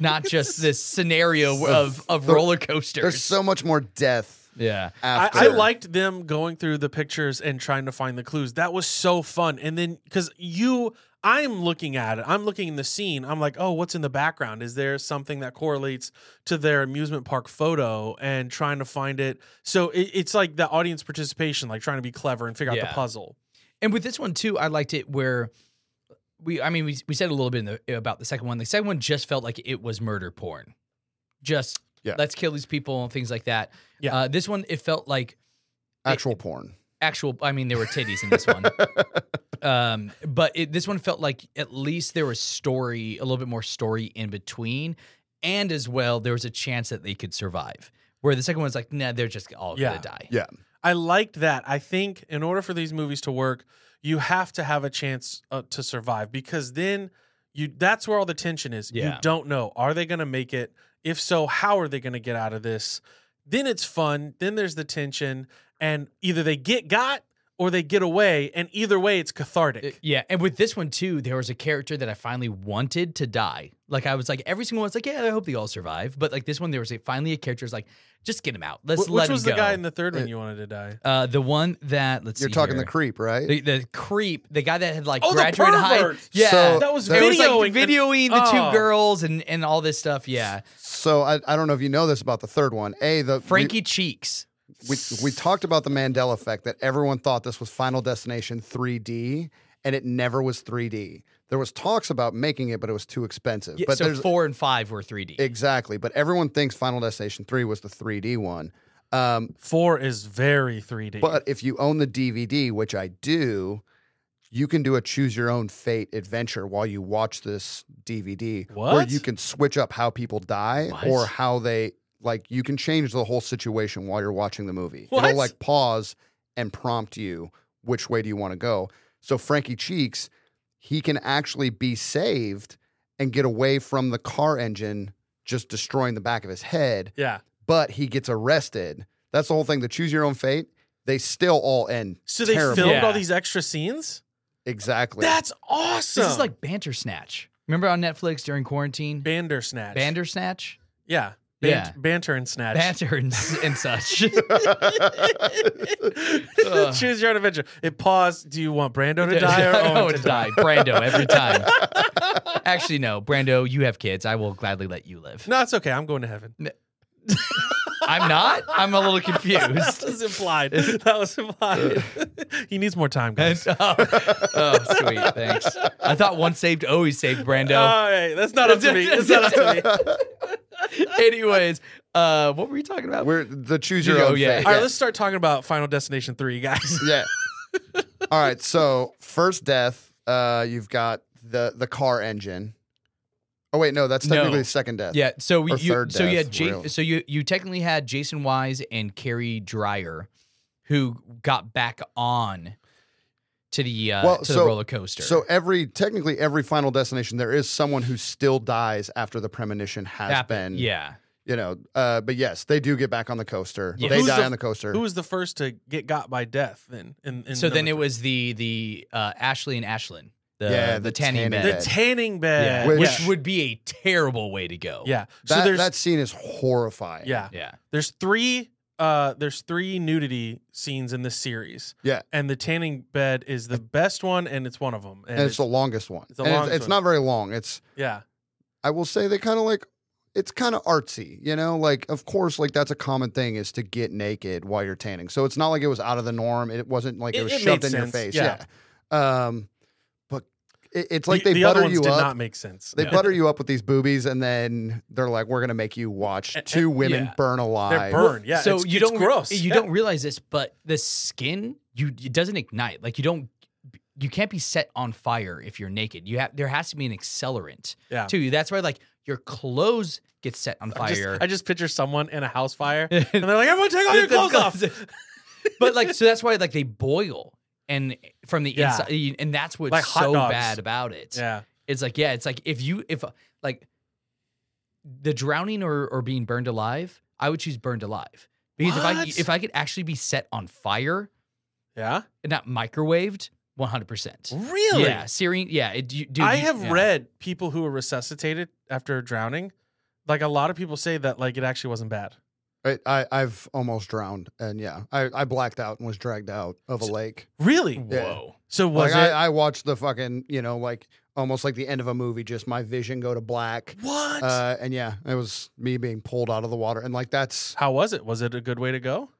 not just this scenario of of
there-
roller coasters.
there's so much more death.
yeah.
I,
After
I liked them going through the pictures and trying to find the clues. That was so fun. And then because you, I'm looking at it, I'm looking in the scene. I'm like, oh, what's in the background? Is there something that correlates to their amusement park photo and trying to find it? So it, it's like the audience participation, like trying to be clever and figure out
Yeah.
the puzzle.
And with this one too, I liked it where we. I mean, we, we said a little bit in the, about the second one. The second one just felt like it was murder porn. Just
Yeah.
let's kill these people and things like that.
Yeah.
Uh, this one it felt like
actual porn.
actual. I mean, there were titties in this
*laughs*
one. um, but it, this one felt like at least there was story, a little bit more story in between, and as well there was a chance that they could survive. Where the second one's like, nah, they're just all
Yeah.
gonna die.
Yeah.
I liked that. I think in order for these movies to work, you have to have a chance uh, to survive because then you that's where all the tension is.
Yeah.
You don't know are they going to make it? If so, how are they going to get out of this? Then it's fun. Then there's the tension and either they get got or they get away and either way it's cathartic.
Uh, Yeah, and with this one too, there was a character that I finally wanted to die. Like I was like, every single one's like, yeah, I hope they all survive. But like this one, there was a, finally a character who's like, just get him out. Let's
Wh-
let
Which was the
him go.
guy in the third one you wanted to die?
uh, the one that let's
You're
see
talking
here.
the creep, right?
the, the creep, the guy that had like
Oh, the
graduated high.
pervert!
Yeah,
So-
That was
There
it was like
videoing and-
videoing the two
Oh.
girls and and all this stuff. Yeah,
So I, I don't know if you know this about the third one. A the we-
Frankie Cheeks.
we, we talked about the Mandela effect that everyone thought this was Final Destination 3D and it never was 3D. There was talks about making it, but it was too expensive.
Yeah,
but
so
there's
four and five were 3D.
exactly. But everyone thinks Final Destination 3 was the 3D one. Um,
4 is very 3D.
but if you own the DVD, which I do, you can do a choose your own fate adventure while you watch this DVD, where
What?
you can switch up how people die
What?
or how they like. You can change the whole situation while you're watching the movie.
What?
It'll like pause and prompt you which way do you want to go. So Frankie Cheeks, he can actually be saved and get away from the car engine just destroying the back of his head
yeah.
but he gets arrested. That's the whole thing. The choose your own fate. They still all end
So they
Terrible.
filmed all
Yeah.
these extra scenes?
*laughs*
exactly.
That's awesome.
This is like Bantersnatch. Remember on Netflix during quarantine,
Bandersnatch.
Bandersnatch.
Yeah.
Yeah.
Bant- Banter and snatch.
banter and,
*laughs*
and such. Ugh.
Choose your own adventure. It paused. Do you want
*laughs*
Brando to die or Owen to die?
oh, Brando
*laughs*
every time. Actually, no, Brando, you have kids. I will gladly let you live.
No, it's okay. I'm going to heaven. *laughs*
I'm not. I'm a little confused.
That was implied. That was
Uh.
implied. *laughs* he needs more time, guys.
*laughs* oh, oh, sweet, thanks. I thought once saved, always saved, Brando.
All right, that's not up to Oh, me. That's not up
*laughs*
to me. All
Anyways, uh, what were you talking about?
*laughs* We're the choose
You
your
go,
own
yeah.
fate.
right, let's start talking about Final Destination Three, guys. *laughs*
*laughs* yeah. all right. So first death. Uh, you've got the the car engine. Oh wait, no, that's
No.
technically the second death.
yeah, so we
Or
you,
third
so you
death,
had Ja-
really.
so you you technically had Jason Wise and Carrie Dreyer, who got back on to the uh,
Well,
to the
so-
roller coaster.
So every technically every Final Destination, there is someone who still dies after the premonition has
Happen-
been.
yeah.
You know. Uh, but yes, they do get back on the coaster.
Yeah.
They
Who's
die
the-
on the coaster.
Who was the first to get got by death? Then, in, in
So then
number
it was the the uh, Ashley and Ashlyn, the
Yeah,
the,
the
tanning
tanning
bed,
three? the
bed.
tanning
yeah,
bed,
which,
Which-
would be a terrible way to go.
yeah.
that,
so there's
that scene is horrifying.
yeah.
yeah.
There's three uh there's three nudity scenes in this series.
Yeah.
And the tanning bed is the best one and it's one of them. And,
and it's the longest one.
It's the
And
longest
it's,
one.
it's not very long. It's
yeah.
I will say they kind of like it's kind of artsy, you know? Like, of course, like that's a common thing is to get naked while you're tanning. So it's not like it was out of the norm. It wasn't like it,
It-
was
it
shoved in
made
your
sense,
face.
yeah.
Yeah. Um, but it, it's like
the,
they
the
butter
other ones
you
did
up.
not make sense.
they
Yeah.
butter you up with these boobies, and then they're like, "We're gonna make you watch
And-
two women
yeah.
burn alive."
They're burned. Yeah,
so
it's,
you
it's
don't
gross.
you
Yeah.
*laughs*
don't realize this, but the skin you it doesn't ignite. Like you don't you can't be set on fire if you're naked. You have there has to be an accelerant
Yeah.
to you. That's why like your clothes get set on
I just-
*laughs* fire.
I just picture someone in a house
*laughs*
fire, and they're like, "Everyone, take all your
Get them
clothes off."
*laughs* but like so that's why like they boil and from the
Yeah.
inside you- and that's what's
Like hot
so
dogs.
bad about it.
Yeah,
It's like yeah, it's like if you if uh, like the drowning or or being burned alive, I would choose burned alive because if
What?
I if I could actually be set on fire
yeah,
and not microwaved, one hundred percent.
really.
Yeah, searing. Yeah, it, you, dude,
I
you-
have
yeah.
read people who were resuscitated after drowning. Like a lot of people say that like it actually wasn't bad.
I, I, I've almost drowned, and yeah, I, I blacked out and was dragged out of a
So-
lake.
Really?
Yeah.
Whoa.
So was
like
it?
I, I watched the fucking, you know, like almost like the end of a movie, just my vision go to black.
what?
Uh, and yeah, it was me being pulled out of the water. And like that's,
How was it? Was it a good way to go?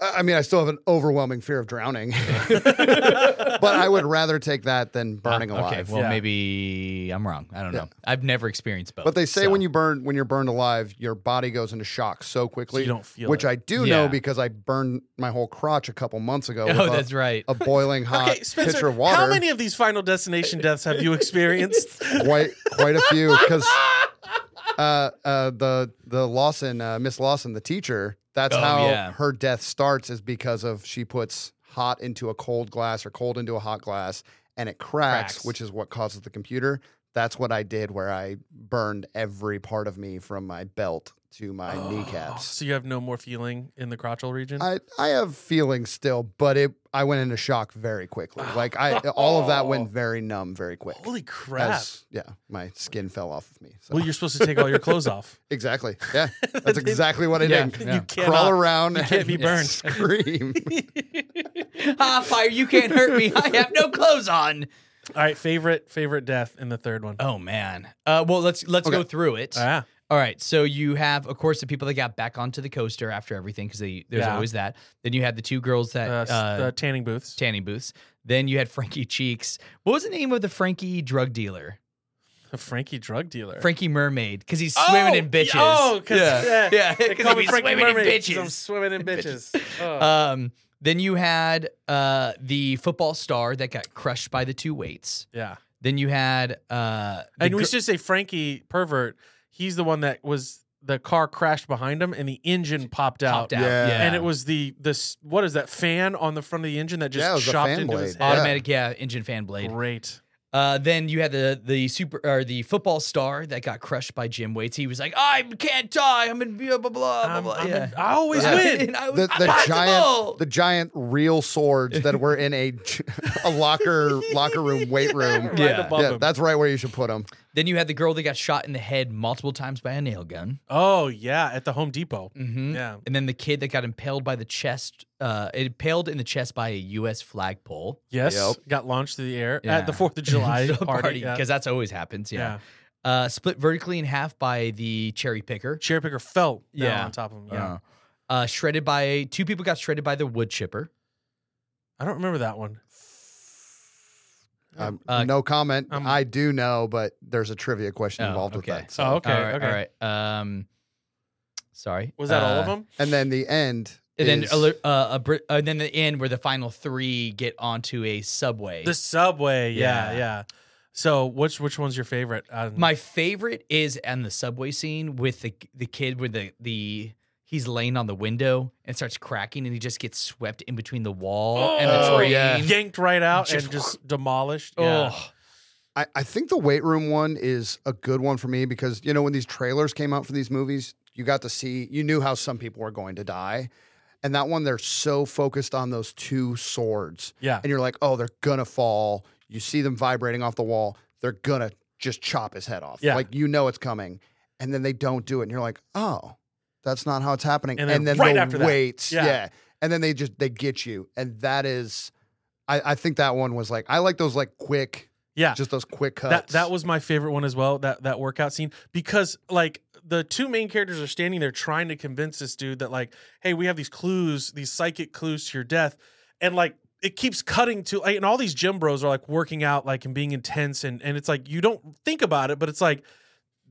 I I mean, I still have an overwhelming fear of drowning, *laughs*
*laughs*
but I would rather take that than burning
Ah,
alive.
Okay, well
Yeah.
maybe I'm wrong. I don't
Yeah.
know. I've never experienced both.
but they say
so-
when you burn, when you're burned alive, your body goes into shock so
So
quickly,
you don't feel
which
it.
I do know
Yeah.
because I burned my whole crotch a couple months ago
*laughs* Oh,
with
that's
a,
right.
a boiling hot
*laughs* Okay,
pitcher
Spencer.
of water.
How many of these Final Destination deaths
*laughs*
have you experienced? *laughs*
quite quite a few because uh, uh, the the Lawson uh, Miss Lawson the teacher that's
Oh,
how
yeah.
her death starts is because of she puts hot into a cold glass or cold into a hot glass and it cracks,
Cracks.
which is what causes the computer. That's what I did where I burned every part of me from my belt to my
Oh,
kneecaps.
So you have no more feeling in the crotchal region.
I, I have feelings still, but it I went into shock very quickly. Like I all of that went very numb very quick.
Holy crap!
As- yeah, my skin fell off of me. So.
Well, you're supposed to take all your clothes off.
Exactly. Yeah. That's exactly what I
Yeah.
did.
You
Crawl
cannot.
around and *laughs*
can't be burned. *laughs*
scream.
ah, fire! You can't hurt me. I have no clothes on.
*laughs* All right, favorite favorite death in the third one. Ah,
Oh man. Uh, well, let's let's go
Okay.
through it.
yeah,
All right. So you have, of course, the people that got back onto the coaster after everything because there's
Yeah.
always that. Then you had the two girls
uh,
that
s-
uh,
the tanning booths.
tanning booths. Then you had Frankie Cheeks. What was the name of the Frankie drug dealer?
A Frankie drug dealer.
Frankie Mermaid because he's swimming in
Oh,
bitches.
Oh, 'cause-
yeah,
yeah.
yeah. *laughs*
They call
Because
me
he's
Frankie
swimming
Mermaid
in
'cause I'm
bitches.
swimming in bitches.
*laughs*
Oh.
Um, then you had uh, the football star that got crushed by the two weights.
yeah.
Then you had uh, the
And we
gir-
should say Frankie pervert. He's the one that was the car crashed behind him and the engine popped out.
popped out.
Yeah.
And it was the this what is that fan on the front of the engine that just
Yeah, it was a
chopped
fan
into his
blade.
head.
automatic, yeah, engine fan blade.
Great.
Uh, then you had the the super or the football star that got crushed by Jim Waits. He was like, "I can't die. I'm in blah blah blah blah."
I'm-
blah.
I'm-
yeah.
I always
*laughs*
Yeah.
win.
And I was
The, the
impossible!
giant the giant real swords that were in a *laughs* a locker
*laughs*
locker room weight room.
Right
Yeah.
above
Yeah,
him.
that's right where you should put them.
Then you had the girl that got shot in the head multiple times by a nail gun.
Oh yeah, at the Home Depot.
Mm-hmm.
Yeah.
And then the kid that got impaled by the chest, uh, impaled in the chest by a U.S. flagpole *laughs*
Yes.
Yep.
Got launched through the air
Yeah.
at the Fourth of
*laughs*
July
So
party. Yeah.
because that's always happens. Yeah. Uh, split vertically in half by the cherry picker.
Chair picker fell down
Yeah.
on top of him. Yeah.
Uh, uh, shredded by two people got shredded by the wood chipper.
I don't remember that one.
Um,
Uh,
no comment.
um,
I do know, but there's a trivia question
Oh,
involved
okay.
with that. So.
Oh, okay.
all right, all right. Um, sorry.
Was that all
Uh,
of them?
And then the end.
And then
is-
alert- uh, a Brit- uh, and then the end where the final three get onto a subway.
The subway. Yeah,
Yeah.
yeah. So which which one's your favorite? Um,
My favorite is on the subway scene with the the kid with the the he's laying on the window and starts cracking and he just gets swept in between the wall and the
Oh,
train.
yeah.
yanked right out
Just-
and just demolished. Yeah.
Oh,
I, I think the weight room one is a good one for me because you know when these trailers came out for these movies, you got to see you knew how some people were going to die. And that one they're so focused on those two swords.
Yeah.
And you're like, "Oh, they're going to fall." You see them vibrating off the wall. They're going to just chop his head off.
Yeah.
Like you know it's coming. And then they don't do it and you're like, "Oh, that's not how it's happening."
And
And,
then
then
right
the
after that.
weights.
Yeah.
yeah. And then they just they get you. And that is I, I think that one was like I like those like quick
Yeah.
*laughs*
just those quick cuts.
That that was my favorite one as well. That that workout scene because like the two main characters are standing there trying to convince this dude that like, hey, we have these clues, these psychic clues to your death, and like it keeps cutting to like, and all these gym bros are like working out like and being intense and and it's like you don't think about it, but it's like.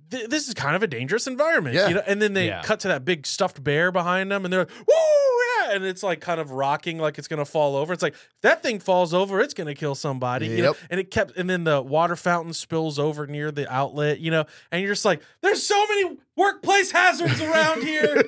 th- This is kind of a dangerous environment,
Yeah.
you know. And then they
Yeah.
cut to that big stuffed bear behind them, and they're like, "Woo, yeah!" And it's like kind of rocking, like it's gonna fall over. It's like if that thing falls over, it's gonna kill somebody. You know?
Yep.
And it kept, and then the water fountain spills over near the outlet. You know, and you're just like, "There's so many workplace hazards
*laughs*
around here."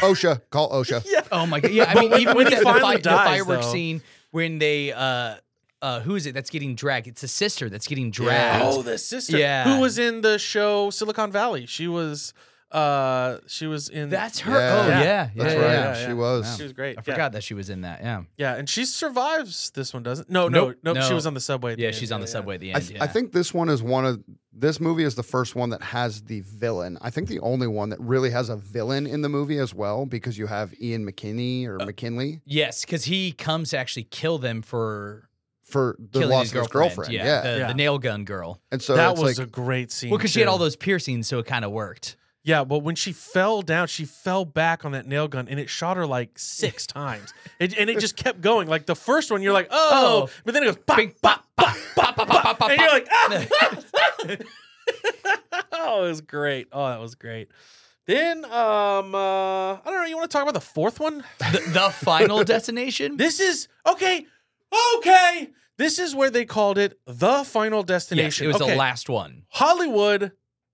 OSHA, call OSHA.
Oh my god! *laughs* Yeah, I
*laughs*
mean,
when-
even
when he
with that, the,
finally
fi-
dies,
the fireworks
though-
scene when they, uh, uh, who is it that's getting dragged? It's the sister that's getting dragged.
oh, the sister,
Yeah.
who was in the show Silicon Valley. She was, uh, she was in.
that's her.
Yeah.
Oh yeah,
That's
yeah,
right.
yeah.
yeah, yeah.
She was.
she was great.
I
yeah.
forgot that she was in that. Yeah,
Yeah, and she survives. This one doesn't. No, no,
Nope,
no. She
no.
was on the subway. at the
yeah.
end.
She's on the
yeah.
subway at the end.
I, th-
yeah.
I think this one is one of this movie is the first one that has the villain. I think the only one that really has a villain in the movie as well because you have Ian McKinney
Uh,
or McKinley
yes, because he comes to actually kill them for
for the
killing
loss
his
of his
girlfriend.
girlfriend.
Yeah,
Yeah,
The,
Yeah.
the nail gun girl.
and so
that
it's
was
like
a great scene.
Well, because she had
too.
all those piercings, so it kind of worked.
Yeah, but when she fell down, she fell back on that nail gun and it shot her like
*laughs*
six times. It, and it just kept going. Like the first one, you're like, oh,
Oh.
but then it goes bop,
Bing,
bop, bop,
Pop, pop, pop, *laughs* pop, pop,
and you're
pop.
like, ah! *laughs* oh, it was great. Oh, that was great. Then, um, uh, I don't know. You want to talk about the fourth one?
*laughs* the, the final destination.
This is okay. Okay, this is where they called it the final
Yes,
destination.
it was
okay.
the last one.
Hollywood.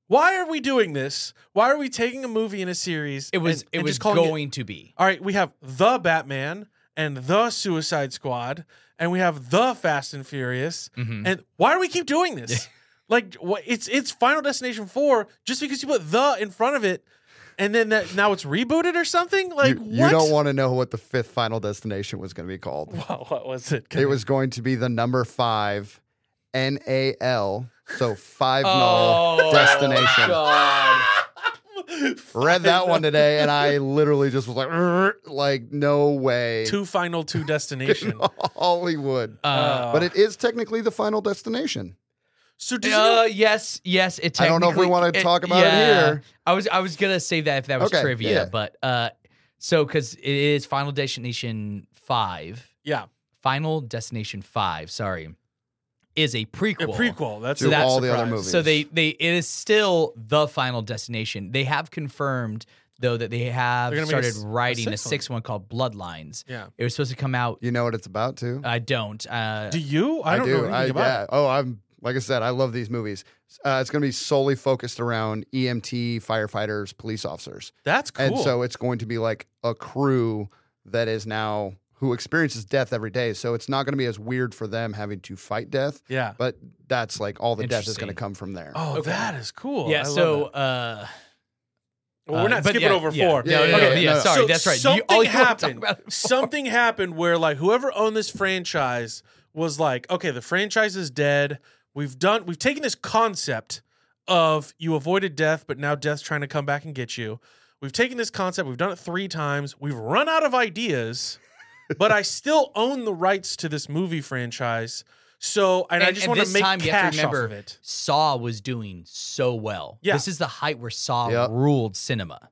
Why are we doing this? Why are we taking a movie and a series?
It was.
and-
It
and
was
just calling it-
going to be.
all right, we have the Batman and the Suicide Squad, and we have the Fast and Furious.
Mhm.
And why do we keep doing this? *laughs* like, what, it's it's Final Destination Four just because you put the in front of it, and then that now it's rebooted or something. Like,
you,
what?
you don't want to know what the fifth final destination was going to
*laughs*
be called.
Wow, what was it?
It was going to be the number five N A L, so five null
*laughs* Oh,
destination.
God.
Read that one today,
*laughs*
and I literally just was like, "Rrr," like no way,
*laughs* two final two destination.
*laughs* Hollywood.
Uh,
but it is technically the final destination.
so does
uh, yes, yes. It.
I don't know if we
technically-
wanna talk about it here.
I was. I was gonna save that if that was
Okay,
trivia,
yeah.
but uh, so because it is Final Destination Five.
yeah,
Final Destination Five. Sorry, is a
a
prequel.
prequel. That's
To
a
all
surprise.
the other movies.
So they they it is still the Final Destination. They have confirmed though that they have
They're gonna make a
started
s- a
writing a
sixth one.
sixth one called Bloodlines.
Yeah.
It was supposed to come out.
You know what it's about too.
I don't. Uh,
Do you? I, don't know
do.
anything
I,
about
yeah.
it.
Oh, I'm like I said, I love these movies. Uh, it's going to be solely focused around EMT, firefighters, police officers,
That's cool.
and so it's going to be like a crew that is now who experiences death every day. So it's not going to be as weird for them having to fight death,
yeah.
but that's like all the death is going to
Interesting.
come from there.
Oh,
Okay.
that is cool. I
yeah.
love
So.
that.
Uh,
Well, we're
Uh,
not
but
skipping
yeah,
over
yeah.
four.
No,
Yeah,
no,
yeah,
no,
yeah,
yeah,
no.
Sorry,
So
that's right. You-
Something
all you wanna talk
happened.
about *laughs* is-
Something happened where like whoever owned this franchise was like, okay, the franchise is dead. We've done. We've taken this concept of you avoided death, but now death's trying to come back and get you. We've taken this concept. We've done it three times. We've run out of
*laughs*
ideas, but I still own the rights to this movie franchise. So, and, I
And-
just
and
want to
this
make
time you have
cash
to
off
remember-
of it.
Saw was doing so well.
Yeah.
This is the height where Saw
Yep.
ruled cinema.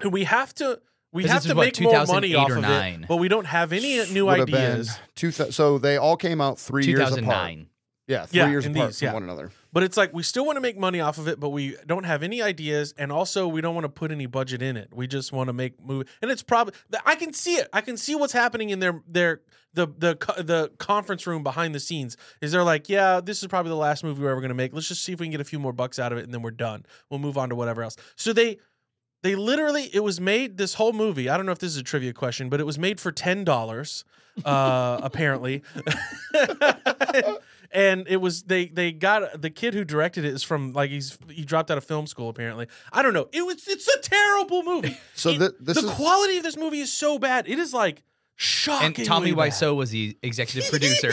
And we have to. We
'Cause
have to
this is what,
make more money
2008
off
or
of it,
nine?
but we don't have any new
Would have been
ideas.
Two thou- so they all came out three years apart.
2009.
Yeah, three
Yeah,
years
in
apart
these,
from
yeah.
one another.
But it's like we still want to make money off of it, but we don't have any ideas, and also we don't want to put any budget in it. We just want to make movie, and it's probably I can see it. I can see what's happening in their their the the co- the conference room behind the scenes. Is they're like, yeah, this is probably the last movie we're ever going to make. Let's just see if we can get a few more bucks out of it, and then we're done. We'll move on to whatever else. So they they literally it was made this whole movie. I don't know if this is a trivia question, but it was made for ten dollars uh, apparently. *laughs* and it was they they got the kid who directed it is from like he's he dropped out of film school apparently. I don't know. It was it's a terrible movie.
So
It-
thi- this
the
is-
quality of this movie is so bad. It is like shocking.
And Tommy Wiseau was the
*laughs*
executive producer.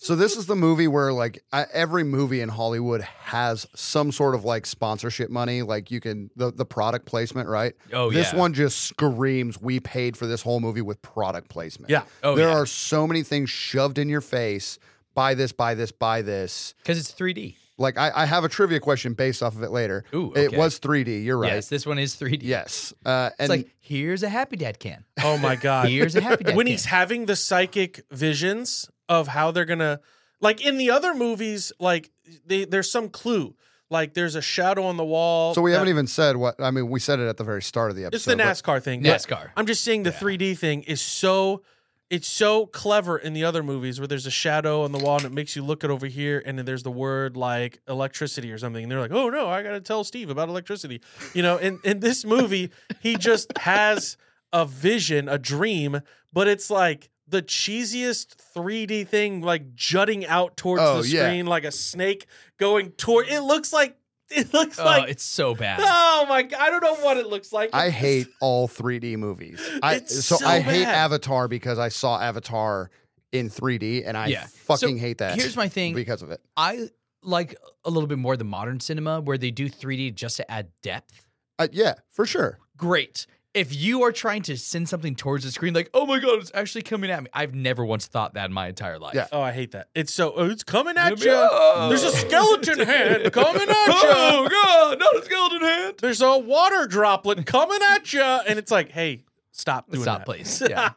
So this is the movie where like I, every movie in Hollywood has some sort of like sponsorship money, like you can the, the product placement, right?
Oh,
this
yeah.
one just screams we paid for this whole movie with product placement.
Yeah.
Oh,
there
yeah.
are so many things shoved in your face. Buy this, buy this, buy this.
Because it's 3D.
Like I, I have a trivia question based off of it later.
Ooh,
It
okay.
was 3D. You're right.
Yes, this one is 3D.
Yes. Uh,
It's
and
like here's a Happy Dad can.
Oh my god.
Here's a Happy
*laughs*
Dad
when
can.
he's having the psychic visions of how they're gonna like in the other movies like they, there's some clue like there's a shadow on the wall
so we
Oh, that-
haven't even said what I mean. We said it at the very start of the episode.
it's the
but-
nascar thing but
NASCAR.
i'm just saying the 3d thing is so it's so clever in the other movies where there's a shadow on the wall and it makes you look at over here and then there's the word like electricity or something and they're like oh no i gotta tell steve about electricity you know in, in this movie he just has a vision a dream but it's like the cheesiest 3d thing like jutting out towards
Oh,
the
yeah.
screen like a snake going toward it looks like it looks
Oh,
like
it's so bad.
oh my god i don't know what it looks like
I hate all 3D movies. I
It's
so,
so
I hate
bad.
Avatar because I saw Avatar in 3D and I
Yeah.
fucking
So,
hate that.
Here's my thing.
because of it.
I like a little bit more the modern cinema where they do 3D just to add depth.
Uh, yeah, for sure.
Great. If you are trying to send something towards the screen, like, oh my God, it's actually coming at me. I've never once thought that in my entire life.
Yeah.
Oh, I hate that. It's so oh, it's coming at you.
Oh.
There's a skeleton
*laughs*
hand coming at you.
Oh God, not a skeleton hand.
There's a water droplet coming at you, and it's like, hey, stop doing
Stop,
that. *laughs*
please. Yeah.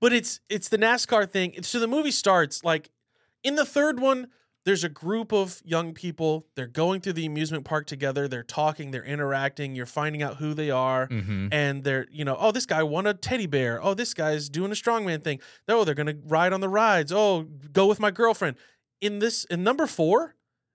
but it's it's the NASCAR thing. So the movie starts like in the third one. There's a group of young people. They're going through the amusement park together. They're talking. They're interacting. You're finding out who they are.
Mm-hmm.
*laughs*
and they're you know oh this guy won a teddy bear oh this guy's doing a strongman thing oh they're gonna ride on the rides oh go with my girlfriend in this in number four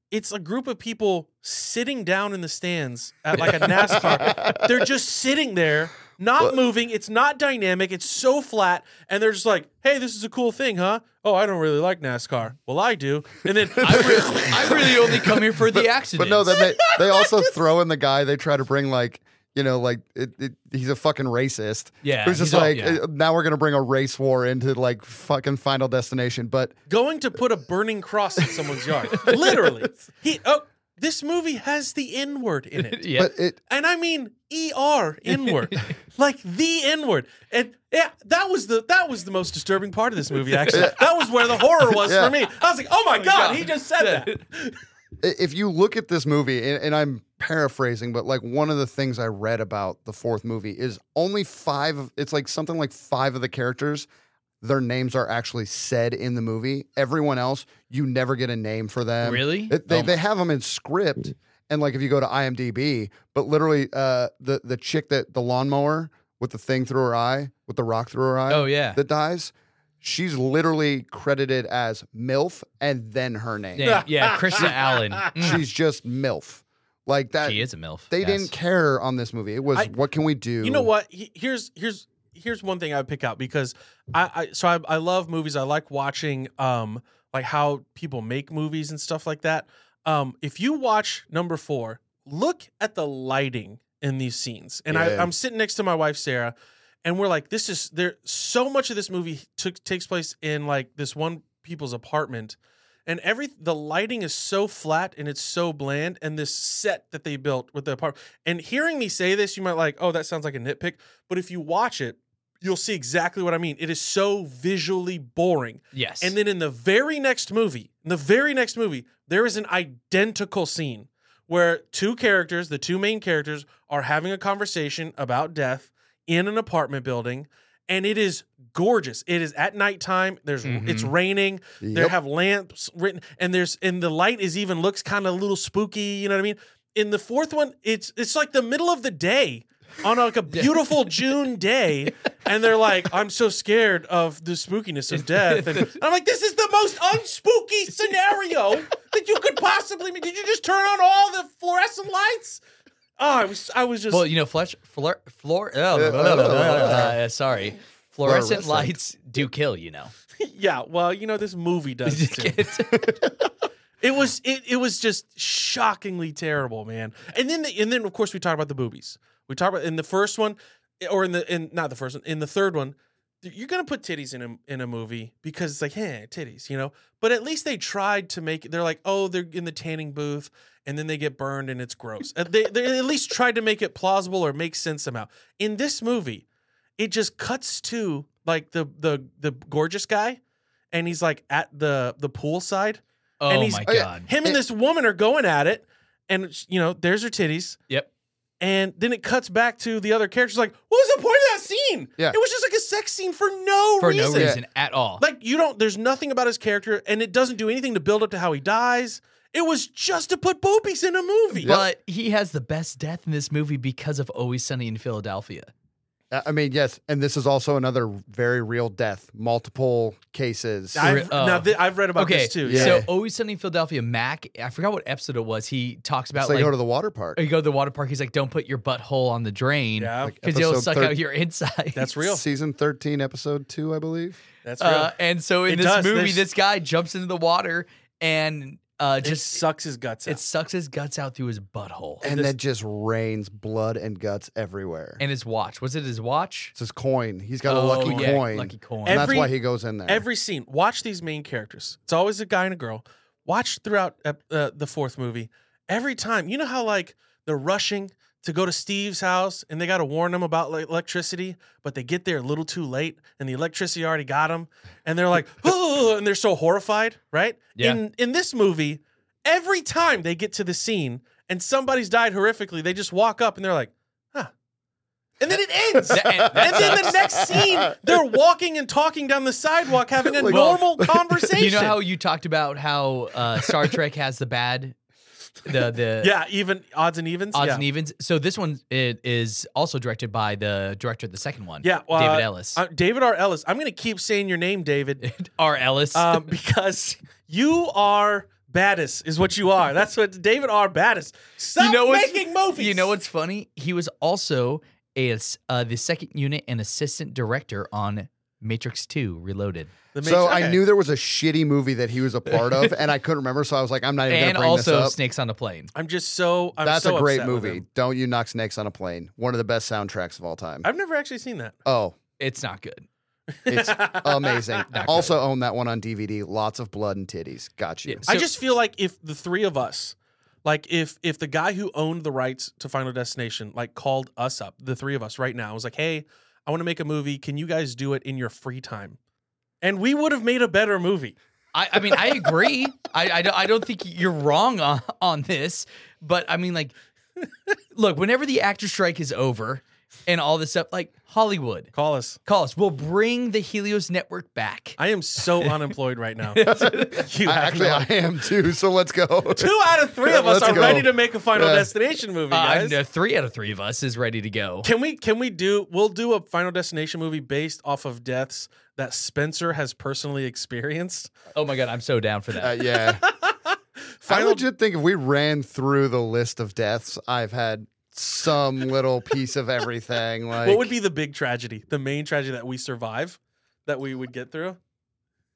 it's a group of people sitting down in the stands at like a nascar they're just sitting there not moving it's not dynamic it's so flat and they're just like hey this is a cool thing huh oh i don't really like nascar well i do and then
I, re- I really only come here for the accident.
But no, then they
*laughs*
they also throw in the guy they try to bring like you know like it, it, he's a fucking racist.
Yeah,
who's just
he's all-
like
yeah.
uh, now we're gonna bring a race war into like fucking Final Destination. But
going to put a burning cross in someone's yard literally he oh this movie has the n word in it
yeah.
but it
and I mean *laughs* er inward, like the inward. And yeah, that was the that was the most disturbing part of this movie. Actually, that was where the horror was
Yeah.
for me. I was like, oh my god,
God.
he just said that.
i- if you look at this movie, and, and I'm paraphrasing, but like one of the things I read about the fourth movie is only five. of- It's like something like five of the characters. Their names are actually said in the movie. Everyone else, you never get a name for them.
Really?
um, It- they,
Oh
they have them in script, and like if you go to IMDb, but literally, uh, the the chick that the lawnmower with the thing through her eye, with the rock through her eye,
Oh, yeah.
that dies. She's literally credited as MILF and then her name.
yeah,
*laughs*
yeah, Krista Allen.
*laughs*
Mm.
She's just MILF. Like that.
She is a MILF.
They
yes.
didn't care on this movie. It was
I-
what can we do?
You know what? He- Here's here's here's one thing I would pick out because I, I so I, I love movies. I like watching um like how people make movies and stuff like that. Um, if you watch number four, look at the lighting in these scenes. And I,
Yeah.
I'm sitting next to my wife Sarah, and we're like, this is there. So much of this movie took takes place in like this one people's apartment. And every the lighting is so flat and it's so bland, and this set that they built with the apartment. And hearing me say this, you might like, oh, that sounds like a nitpick. But if you watch it, you'll see exactly what I mean. It is so visually boring.
Yes.
And then in the very next movie, in the very next movie, there is an identical scene where two characters, the two main characters, are having a conversation about death in an apartment building. And it is gorgeous. It is at nighttime. There's it's raining. They
Yep.
have lamps written, and there's and the light is even looks kind of a little spooky. You know what I mean? In the fourth one, it's it's like the middle of the day on like a beautiful June day, and they're like, "I'm so scared of the spookiness of death," and I'm like, "This is the most unspooky scenario that you could possibly make." Did you just turn on all the fluorescent lights? Oh, I was I was just
well, you know, flesh, floor, *laughs*
*laughs*
floor, oh, blah, blah, blah, blah, uh, sorry. Fluorescent
Fluorescent.
lights do kill, you know.
*laughs* yeah. Well, you know this movie
*laughs*
does. it too. It was it, it was just shockingly terrible, man. And then the, and then of course we talk about the boobies. We talk about in the first one, eh, or in the in not the first one, in the third one, you're gonna put titties in a in a movie because it's like, hey, titties, you know. But at least they tried to make. They're like, oh, they're in the tanning booth, and then they get burned, and it's gross. Uh, they they at least tried to make it plausible or make sense somehow. In this movie, it just cuts to like the the the gorgeous guy, and he's like at the the pool side
Oh
and he's-
my
oh, yeah.
god.
Him and this woman are going at it, and you know, there's her titties.
Yep.
And then it cuts back to the other characters. Like, what was the point of that scene?
Yeah.
It was just like a sex scene for no
For
reason.
no reason at all.
Like you don't. There's nothing about his character, and it doesn't do anything to build up to how he dies. It was just to put boobies in a movie.
But he has the best death in this movie because of Always Sunny in Philadelphia.
Uh, I mean, yes, and this is also another very real death, multiple cases.
I've,
Oh.
now thi- I've read about
Okay,
this too.
Yeah.
so Always Sunny in Philadelphia, Mac. I forgot what episode it was. He talks about
so they
like
go to the water park.
you go to the water park. He's like, "Don't put your butthole on the drain
Yeah,
because it'll
Episode
suck
thir-
out your *laughs* insides."
that's real.
Season 13, episode 2, I believe.
That's real.
Uh, and so in
It
this
does,
movie,
there's-
this guy jumps into the water and uh,
it just
just
sucks his guts
it,
out.
sucks his guts out through his butthole
And,
this-
that just rains blood and guts everywhere.
and his watch. Was it his watch? Oh,
it's his coin. He's got a lucky
yeah,
coin.
Lucky coin.
And
Every-
that's why he goes in there.
Every scene. Watch these main characters. It's always a guy and a girl. Watch throughout uh, uh, the fourth movie. Every time, you know how like they're rushing to go to Steve's house and they got to warn him about like, electricity, but they get there a little too late and the electricity already got them, and they're like, *laughs* oh, and they're so horrified, right?
Yeah.
In in this movie, every time they get to the scene and somebody's died horrifically, they just walk up and they're like, huh, and then it ends.
That- and that
And then the
sucks.
next scene, they're walking and talking down the sidewalk, having a
Like-
normal
*laughs* You
conversation.
know how you talked about how uh, Star Trek has the bad,
*laughs*
the the
*laughs* yeah, even odds and evens.
odds
yeah.
and evens. So this one it is also directed by the director of the second one.
Yeah, well,
David
uh,
Ellis.
Uh, David R. Ellis. I'm going to keep saying your name, David,
*laughs* R. Ellis.
um, because you are baddest, is what you are. That's what David R. Baddest. Stop
know what's-
making movies.
*laughs* you know what's funny? He was also a uh, the second unit and assistant director on Matrix Two Reloaded,
The Matrix-
so I
okay.
knew there was a shitty movie that he was a part of, and I couldn't remember, so I was like, I'm not even going
and
to bring
also
this up.
Snakes on a Plane.
I'm just so. I'm
That's
so
a great
upset with
movie.
him.
Don't You Knock Snakes on a Plane. One of the best soundtracks of all time.
*laughs* I've never actually seen that.
oh,
It's not good.
*laughs*
it's amazing.
good.
also own that one on DVD. Lots of blood and titties. Got you.
Yeah,
I
So-
just feel like if the three of us, like if if the guy who owned the rights to Final Destination, like called us up, the three of us right now, was like, "Hey, I want to make a movie. Can you guys do it in your free time?" And we would have made a better movie.
I, I mean, I agree. I, I, don't, I don't think you're wrong on, on this, but I mean, like, look, whenever the actor strike is over and all this stuff, like Hollywood,
Call us.
call us. We'll bring the Helios Network back.
I am so *laughs* unemployed right now. You *laughs*
I,
have
actually,
no-
I am too. So
*laughs*
let's go. Uh,
two out of three of us
Let's
are
go.
ready to make a Final
Yeah.
Destination movie,
Uh,
guys.
and, uh, three out of three of us is ready to go.
Can we can we do we'll do a Final Destination movie based off of deaths that Spencer has personally experienced?
Oh my god, I'm so down for that.
Uh, yeah. I
Final-
legit think if we ran through the list of deaths, I've had some little piece of everything.
*laughs*
Like
what would be the big tragedy? The main tragedy that we survive, that we would get through.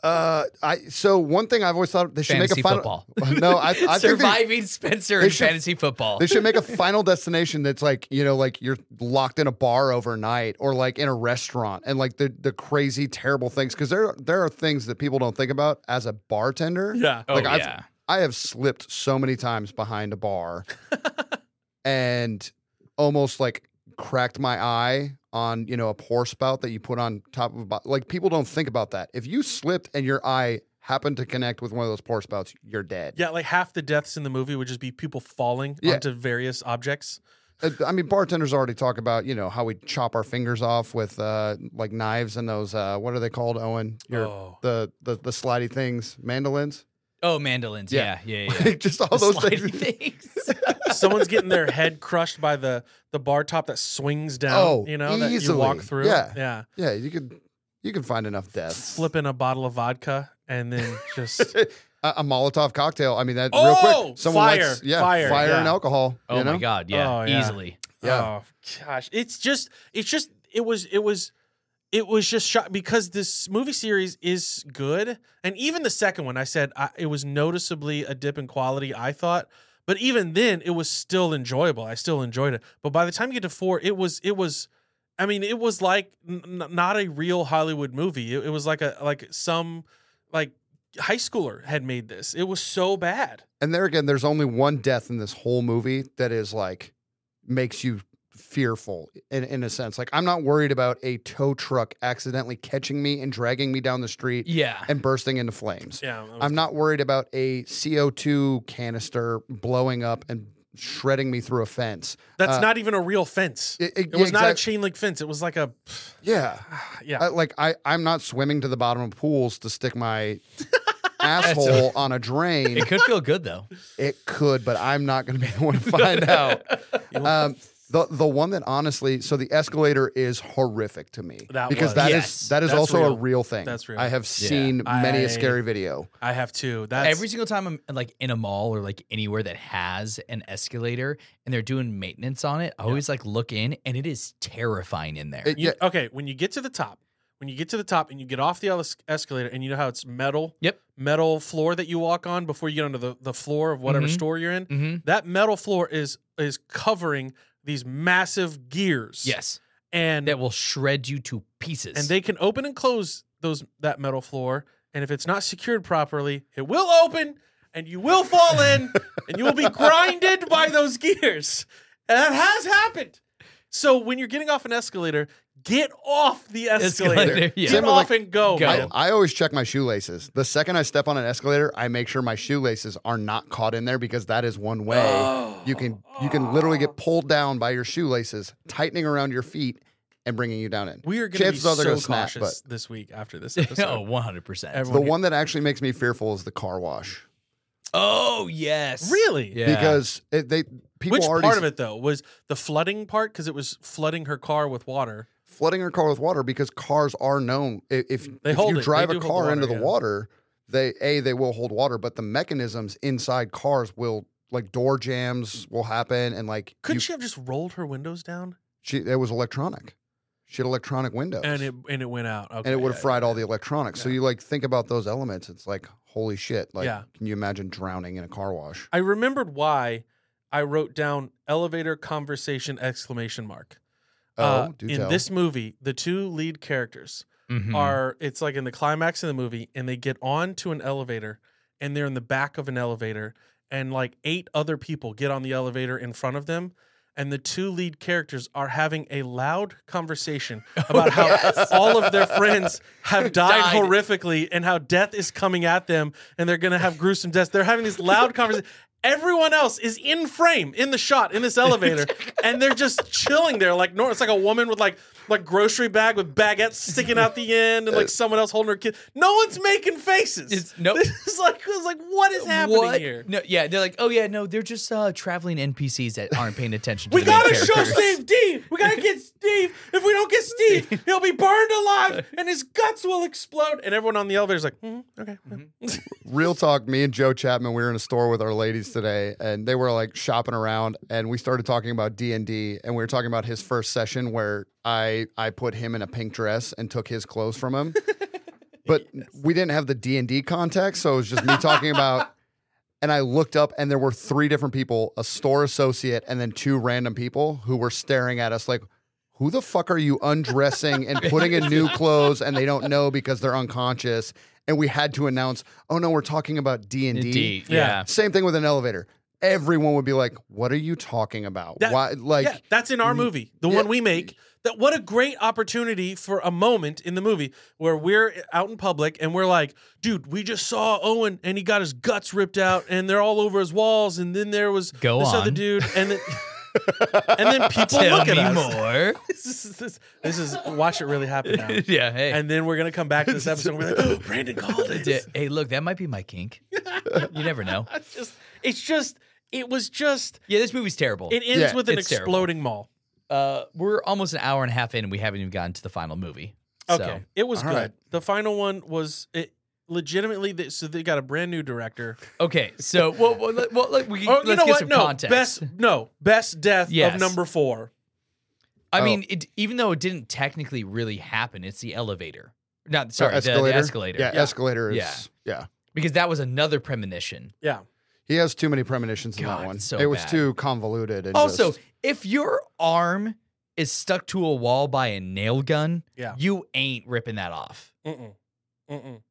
uh, I so one thing I've always thought they should
fantasy
make a final.
football.
*laughs* No, I, I think they-
Surviving Spencer
they
in
should-
fantasy football.
They should make a final destination that's like, you know, like you're locked in a bar overnight or like in a restaurant and like the the crazy terrible things cuz there there are things that people don't think about as a bartender.
Yeah.
oh
like, I've-
yeah.
I have slipped so many times behind a bar and almost like cracked my eye on, you know, a pour spout that you put on top of a bo- like people don't think about that. If you slipped and your eye happened to connect with one of those pour spouts, you're dead.
Yeah, like half the deaths in the movie would just be people falling
Yeah.
onto various objects.
Uh, I mean, bartenders already talk about you know how we chop our fingers off with uh, like knives and those uh, what are they called, Owen? Your,
Oh.
the, the the slidey things, mandolins.
Oh mandolins. Yeah,
Yeah.
yeah,
*laughs*
yeah. yeah.
Just all
The
those
slidey
things. *laughs*
things.
Someone's getting their head crushed by the the bar top that swings down.
Oh,
you know that you
easily.
walk through.
Yeah.
yeah.
Yeah, you could you can find enough deaths.
Flipping a bottle of vodka and then just
a, a Molotov cocktail. I mean that real
Oh,
quick. Someone
fire,
likes yeah
fire, yeah.
and alcohol.
Oh
you know?
my god, yeah.
Oh, yeah.
Easily.
Yeah.
Oh gosh, it's just it's just it was it was it was just shot because this movie series is good, and even the second one, I said I, it was noticeably a dip in quality. I thought, but even then, it was still enjoyable. I still enjoyed it. But by the time you get to four, it was it was. I mean, it was like n- n- not a real Hollywood movie. It, it was like a like some like high schooler had made this. It was so bad.
And there again, there's only one death in this whole movie that is like makes you fearful in, in a sense. Like I'm not worried about a tow truck accidentally catching me and dragging me down the street
Yeah.
and bursting into flames.
Yeah, that was-
I'm not worried about a CO2 canister blowing up and shredding me through a fence.
that's
uh,
not even a real fence.
It,
It was not a chain link fence. It was like a
yeah.
yeah.
I, like I, I'm not swimming to the bottom of pools to
*laughs*
stick my asshole on a drain.
It could feel good though.
It could, but I'm not going to be the one to
*laughs*
find out. Um, the the one that honestly, so the escalator is horrific to me
That
because
was-
that is
Yes.
that is
That's
also a
real.
real thing.
That's real.
I have seen many a
I-
scary video.
I have two. That's
Every single time I'm like in a mall or like anywhere that has an escalator and they're doing maintenance on it, I always like look in and it is terrifying in there.
It-
You, Okay, when you get to the top, when you get to the top and you get off the es- escalator, and you know how it's metal,
Yep.
metal floor that you walk on before you get onto the, the floor of whatever
Mhm.
store you're in.
Mhm.
That metal floor is is covering these massive gears.
Yes.
and
That will shred you to pieces.
and
*laughs*
they can open and close those that metal floor. And if it's not secured properly, it will open, and you will fall
*laughs*
in, and you will be grinded by those gears. And that has happened. So when you're getting off an escalator, get off the escalator.
Escalator, yeah.
Get
Same with,
off
like,
and go.
go.
man.
I always check my shoelaces. The second I step on an escalator, I make sure my shoelaces are not caught in there because that is one way you can you can literally get pulled down by your shoelaces tightening around your feet and bringing you down in.
We are going to be
chances
so
are they're gonna
cautious
snap,
this week after
*laughs*
this episode.
oh, 100%.
Everyone
The
get-
one that actually makes me fearful is the car wash
oh, yes.
really?
Yeah.
because it, they people
Which
already
part of it though was the flooding part because it was flooding her car with water.
flooding your car with water because cars are known i- if,
Mm, They
if
hold it.
you
They
drive
do
a
hold
car
water,
into the
yeah.
water they a they will hold water but the mechanisms inside cars will like door jams will happen and like
Couldn't
you-
she have just rolled her windows down
she it was electronic she had electronic windows
and it and it went out? Okay,
and it would have
yeah,
fried all the
yeah.
electronics so
Yeah.
you like think about those elements it's like holy shit like
Yeah.
can you imagine drowning in a car wash
I remembered why I wrote down elevator conversation exclamation mark.
oh
Uh,
do
in
tell. Hmm.
this movie, the two lead characters
Mhm.
are it's like in the climax of the movie and they get on to an elevator and they're in the back of an elevator and like eight other people get on the elevator in front of them and the two lead characters are having a loud
*laughs*
conversation
Oh,
about how all of their friends have died,
Died.
horrifically and how death is coming at them and they're going to have gruesome deaths they're having these loud conversations Everyone else is in frame in the shot in this
*laughs*
elevator, and they're just chilling there like nor It's like a woman with like like grocery bag with baguettes sticking out the end, and like someone else holding her kid. No one's making faces.
Uh, It's- nope.
This is like *laughs* it's like what is happening
what?
here?
No, yeah, they're like, oh yeah, no, they're just uh, traveling NPCs that aren't paying attention. to
We
the main
gotta show
characters.
Steve D. We gotta get Steve. If we don't get Steve, he'll be burned alive and his guts will explode. And everyone on the elevator is like, mm, okay.
Real talk, me and Joe Chapman, we were in a store with our ladies today and they were like shopping around and we started talking about D&D and we were talking about his first session where I I put him in a pink dress and took his clothes from him. But we didn't have the D&D context, so it was just me
*laughs*
talking about and I looked up and there were three different people, a store associate and then two random people who were staring at us like who the fuck are you undressing and putting in
*laughs*
new clothes and they don't know because they're unconscious and we had to announce oh no we're talking about d&d
*laughs* Indeed, yeah.
same thing with an elevator everyone would be like what are you talking about
That-
why like
yeah, that's in our movie, the one we make. That what a great opportunity for a moment in the movie where we're out in public and we're like, dude, we just saw Owen and he got his guts ripped out and they're all over his walls and then there was
Go
this
on.
other dude and then, *laughs* and then people
Tell
look at
me
us.
more.
*laughs* This, is, this, this is watch it really happen now.
*laughs* yeah, hey.
And then we're gonna come back to
*laughs*
this episode and we're like, oh, Brandon called *laughs* it.
Yeah, hey, look, that might be
*laughs*
my kink. you never know.
It's just, it's just, it was just.
Yeah, this movie's terrible.
It ends
Yeah,
with an
it's terrible.
exploding mall.
uh, we're almost an hour and a half in, and we haven't even gotten to the final movie. So,
Okay, it was
All
good.
right.
The final one was it legitimately. They, so they got a brand new
*laughs*
director.
okay, so well, well, let- well, let- we,
Oh,
let's
you know
get
what?
some
No,
context.
best no best death of
Yes.
number four.
I
Oh.
mean, it, even though it didn't technically really happen, it's the elevator. Not sorry, the-
escalator
The, escalator.
yeah,
Yeah.
escalator is yeah.
Yeah. because that was another premonition.
Yeah,
he has too many premonitions in
God,
that one
it's so
it was
bad.
too convoluted and
Also,
just-
if your arm is stuck to a wall by a nail gun,
Yeah.
you ain't ripping that off.
Mm-mm. Mm-mm.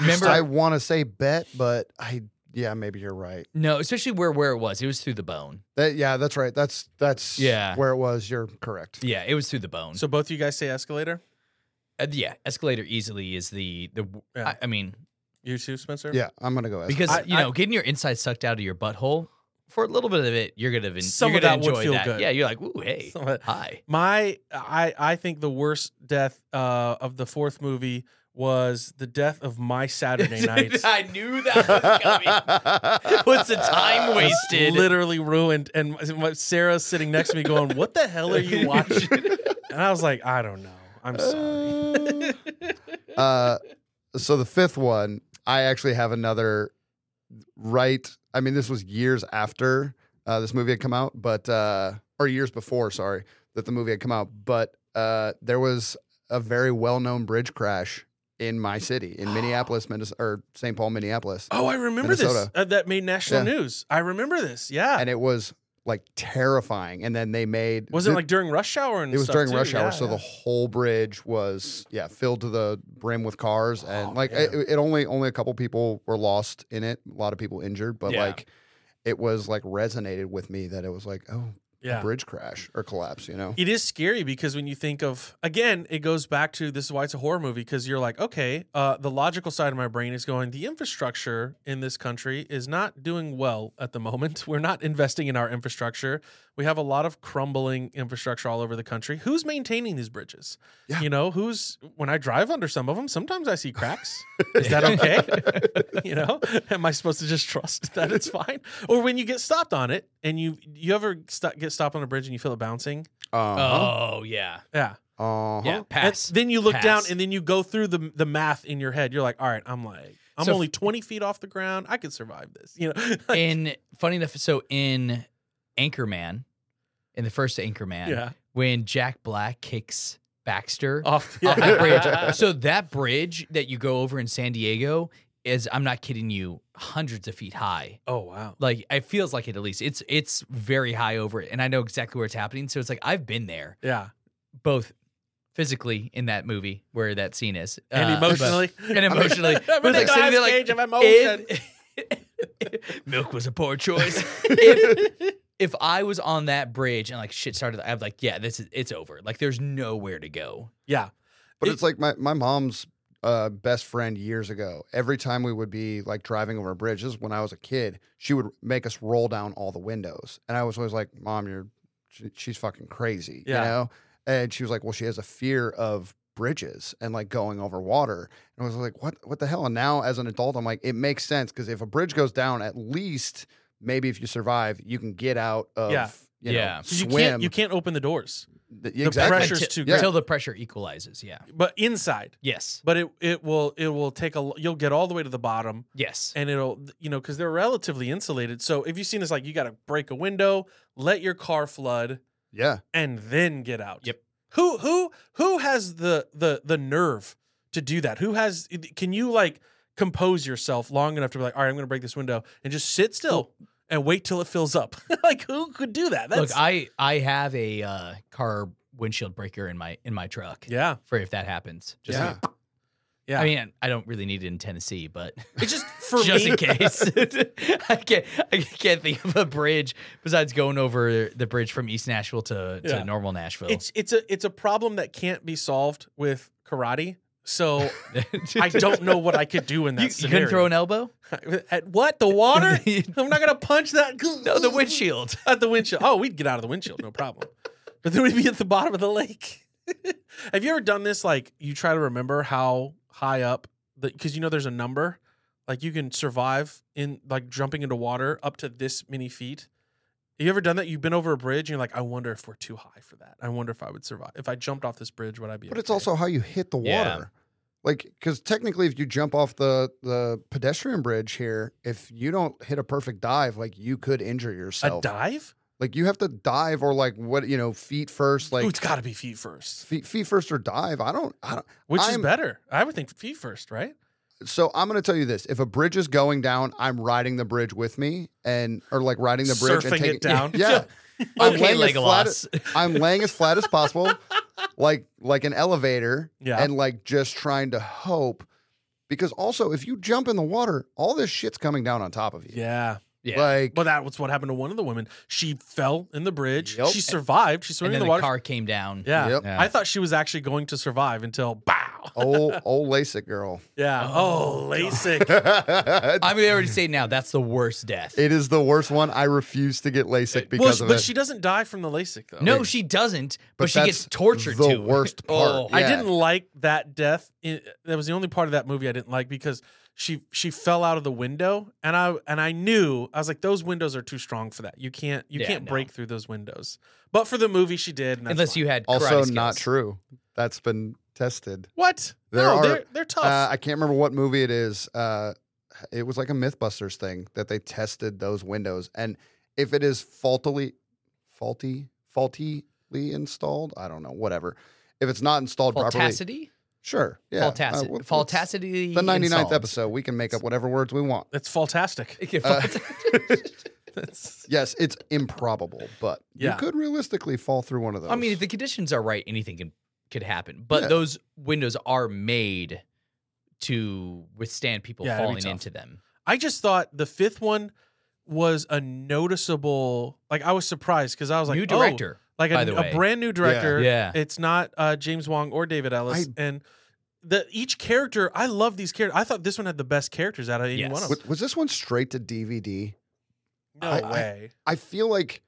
Remember-
i want to say bet but i yeah, maybe you're right.
No, especially where where it was. It was through the bone.
That, yeah, that's right. That's that's
Yeah.
where it was. You're correct.
Yeah, it was through the bone. So
So both you guys say escalator.
uh, yeah, escalator easily is the the.
Yeah.
I, I mean,
You too, Spencer.
Yeah, I'm gonna go as
because
I-
you know, getting your inside sucked out of your butthole for a little bit of it, you're gonna en-
Some
you're
of
gonna
that would
enjoy
feel
that.
good.
Yeah, you're like, ooh, hey,
Some of that-
hi.
*laughs* My I I think the worst death uh, of the fourth movie was the death of my
*laughs*
Saturday night.
I knew *laughs* that
*laughs*
was coming.
Uh-huh.
What's the
*laughs*
time
It's
wasted?
literally ruined. And my- Sarah's sitting next to me going, What the hell are
*laughs*
you watching? and I was like, I don't know. I'm sorry.
*laughs* uh, so the fifth one, I actually have another right. I mean, this was years after uh, this movie had come out, but uh, or years before, sorry, that the movie had come out. But uh, there was a very well-known bridge crash in my city,
*gasps*
in Minneapolis, Minnesota, or St. Paul, Minneapolis,
Oh, I remember this.
Minnesota.
Uh, that made national
Yeah.
news. I remember this. Yeah.
and it was like terrifying. And then they made
was it like during rush hour and
It was
stuff,
during
too?
rush hour,
Yeah,
so
yeah.
the whole bridge was yeah filled to the brim with cars, and
Oh,
like
man.
it, it only only a couple people were lost in it, a lot of people injured, but
Yeah.
like it was like resonated with me that it was like oh
yeah.
a bridge crash or collapse, you know?
It is scary because when you think of again, it goes back to this is why it's a horror movie because you're like, okay, uh, the logical side of my brain is going. The infrastructure in this country is not doing well at the moment. *laughs* We're not investing in our infrastructure. We have a lot of crumbling infrastructure all over the country. Who's maintaining these bridges?
Yeah.
You know, who's when I drive under some of them, sometimes I see
*laughs*
cracks. Is that okay? *laughs* you know, am I supposed to just trust that it's fine? Or when you get stopped on it and you you ever st- get stopped on a bridge and you feel it bouncing?
Uh
Oh yeah,
Yeah.
yeah.
huh. Uh huh.
Uh-huh. And
Pass.
then you look
Pass.
down and then you go through the the math in your head. You're like, all right, I'm like, I'm
So-
only 20 feet off the ground. I could survive this. You know, *laughs*
in funny enough, so in Anchorman, in the first Anchorman,
yeah,
when Jack Black kicks Baxter
off,
off that
yeah.
bridge. So that bridge that you go over in San Diego is, I'm not kidding you, hundreds of feet high.
*laughs* oh wow,
Like it feels like it at least. It's it's very high over it, and I know exactly where it's happening. So it's like I've been there,
yeah,
both physically in that movie where that scene is,
and
uh, but-
emotionally,
*laughs*
Oh, *laughs*
and emotionally.
I'm
But
in
it's
a
like sitting
glass
there like,
cage of emotion.
if, *laughs* milk was a
*laughs*
poor choice. if, if I was on that bridge and like shit started, I'd be like, yeah, this is it's over. Like there's nowhere to go.
yeah,
But
It-
it's like my, my mom's uh, best friend years ago. Every time we would be like driving over a bridge, this is when I was a kid, she would make us roll down all the windows. And I was always like, Mom, you're, she, she's fucking crazy,
Yeah.
you know? And she was like, Well, she has a fear of bridges and like going over water. And I was like, What, what the hell? And now as an adult, I'm like, It makes sense because if a bridge goes down, at least maybe if you survive, you can get out of.
Yeah.
You know,
Yeah.
you
swim.
can't you can't open the doors,
Th- exactly.
pressure- Pressure's
Until-
too
until,
great.
the pressure equalizes. Yeah.
but inside.
Yes.
But it it will it will take a l- you'll get all the way to the bottom
Yes.
and it'll you know because they're relatively insulated. So if you've seen this, like you got to break a window, let your car flood,
Yeah.
and then get out.
Yep.
Who who who has the the the nerve to do that? Who has can you like compose yourself long enough to be like, all right, I'm gonna break this window and just sit still and wait till it fills up? *laughs* like who could do that? That's
Look, I I have a uh, car windshield breaker in my in my truck
yeah.
for if that happens. Just
Yeah.
like-
Yeah.
I mean, I don't really need it in Tennessee,
*laughs*
but
It's just for
*laughs* just
me.
in case. I can't I can't think of a bridge besides going over the bridge from East Nashville to,
Yeah.
to normal Nashville. *laughs*
It's it's a it's a problem that can't be solved with karate. *laughs* So I don't know what I could do in that
You, you
scenario.
couldn't throw an elbow?
At what? The *laughs* water?
no,
I'm not gonna punch that.
Oh,
*laughs*
the
*laughs*
windshield.
at the windshield. Oh, we'd get out of the windshield, no problem. But then we'd be at the bottom of the lake. *laughs* Have you ever done this? Like you try to remember how high up the because you know there's a number. Like you can survive in like jumping into water up to this many feet. Have you ever done that? You've been over a bridge and you're like, I wonder if we're too high for that. I wonder if I would survive. If I jumped off this bridge, would I be?
But it's
okay?
also how you hit the water.
Yeah.
Like, because technically, if you jump off the the pedestrian bridge here, if you don't hit a perfect dive, like you could injure
a
yourself.
dive.
like you have to dive or like what you know, feet first,
Ooh,
like
it's got to be feet first.
feet, feet first or dive. I don't. I don't.
Which is
I'm-
better? I would think feet first, right?
So I'm gonna tell you this: if a bridge is going down, I'm riding the bridge with me, and or like riding the bridge
Surfing
and
it
taking
down. *laughs*
*laughs* Yeah, I'm
Okay,
laying as flat
Legolas.
as- I'm laying as flat as
*laughs*
possible, like like an elevator,
Yeah.
and like just trying to hope Because also, if you jump in the water, all this shit's coming down on top of you.
Yeah.
Yeah.
Like,
Well, that was what happened to one of the women. She fell in the bridge.
Yep.
She survived. She swam
and
in
then
the
the,
water.
car came down.
yeah.
Yep.
Yeah.
I thought she was actually going to survive until bow.
*laughs* old old LASIK girl. *laughs*
Yeah. Oh,
Oh,
LASIK.
it
I'm
*laughs*
already saying now that's the worst death.
is the worst one. I refuse to get LASIK
well,
*laughs* because
she-
of
but
it.
she doesn't die from the LASIK though.
no, she doesn't. But,
But
she gets
that's
tortured.
the
to it.
worst
*laughs*
part.
Oh,
I
Yeah.
didn't like that death. It- that was the only part of that movie I didn't like because she she fell out of the window and I and I knew I was like those windows are too strong for that. You can't you
Yeah,
can't
no.
break through those windows. But for the movie she did. And that's
unless
fine.
you had
also
karate
not
skills.
true. That's been tested.
what
There
no
are-
they're they're tough.
Uh, I can't remember what movie it is. Uh, it was like a MythBusters thing that they tested those windows, and if it is faultily, faulty, faultily installed, I don't know, whatever. If it's not installed properly,
Faltacity.
sure, yeah, Uh,
Faltacity.
what- what's-
Faltacity.
The 99th
installed. *laughs*
episode, we can make up whatever words we want.
that's fantastic.
Okay,
Uh, *laughs*
faltacity.
That's
Yes, it's improbable, but
Yeah.
you could realistically fall through one of those.
I mean, if the conditions are right, anything can could happen. But
Yeah.
those windows are made to withstand people
Yeah, it'd be
falling
tough.
into them.
I just thought the fifth one was a noticeable like I was surprised because I was like
New
oh,
director,
like a,
by the
a
way.
brand new director.
yeah.
It's not uh, James Wong or David Ellis,
I-
and the each character. I love these characters. I thought this one had the best characters out of any
Yes.
one of them.
was, was this one straight to DVD?
No
I- I-
way,
I feel like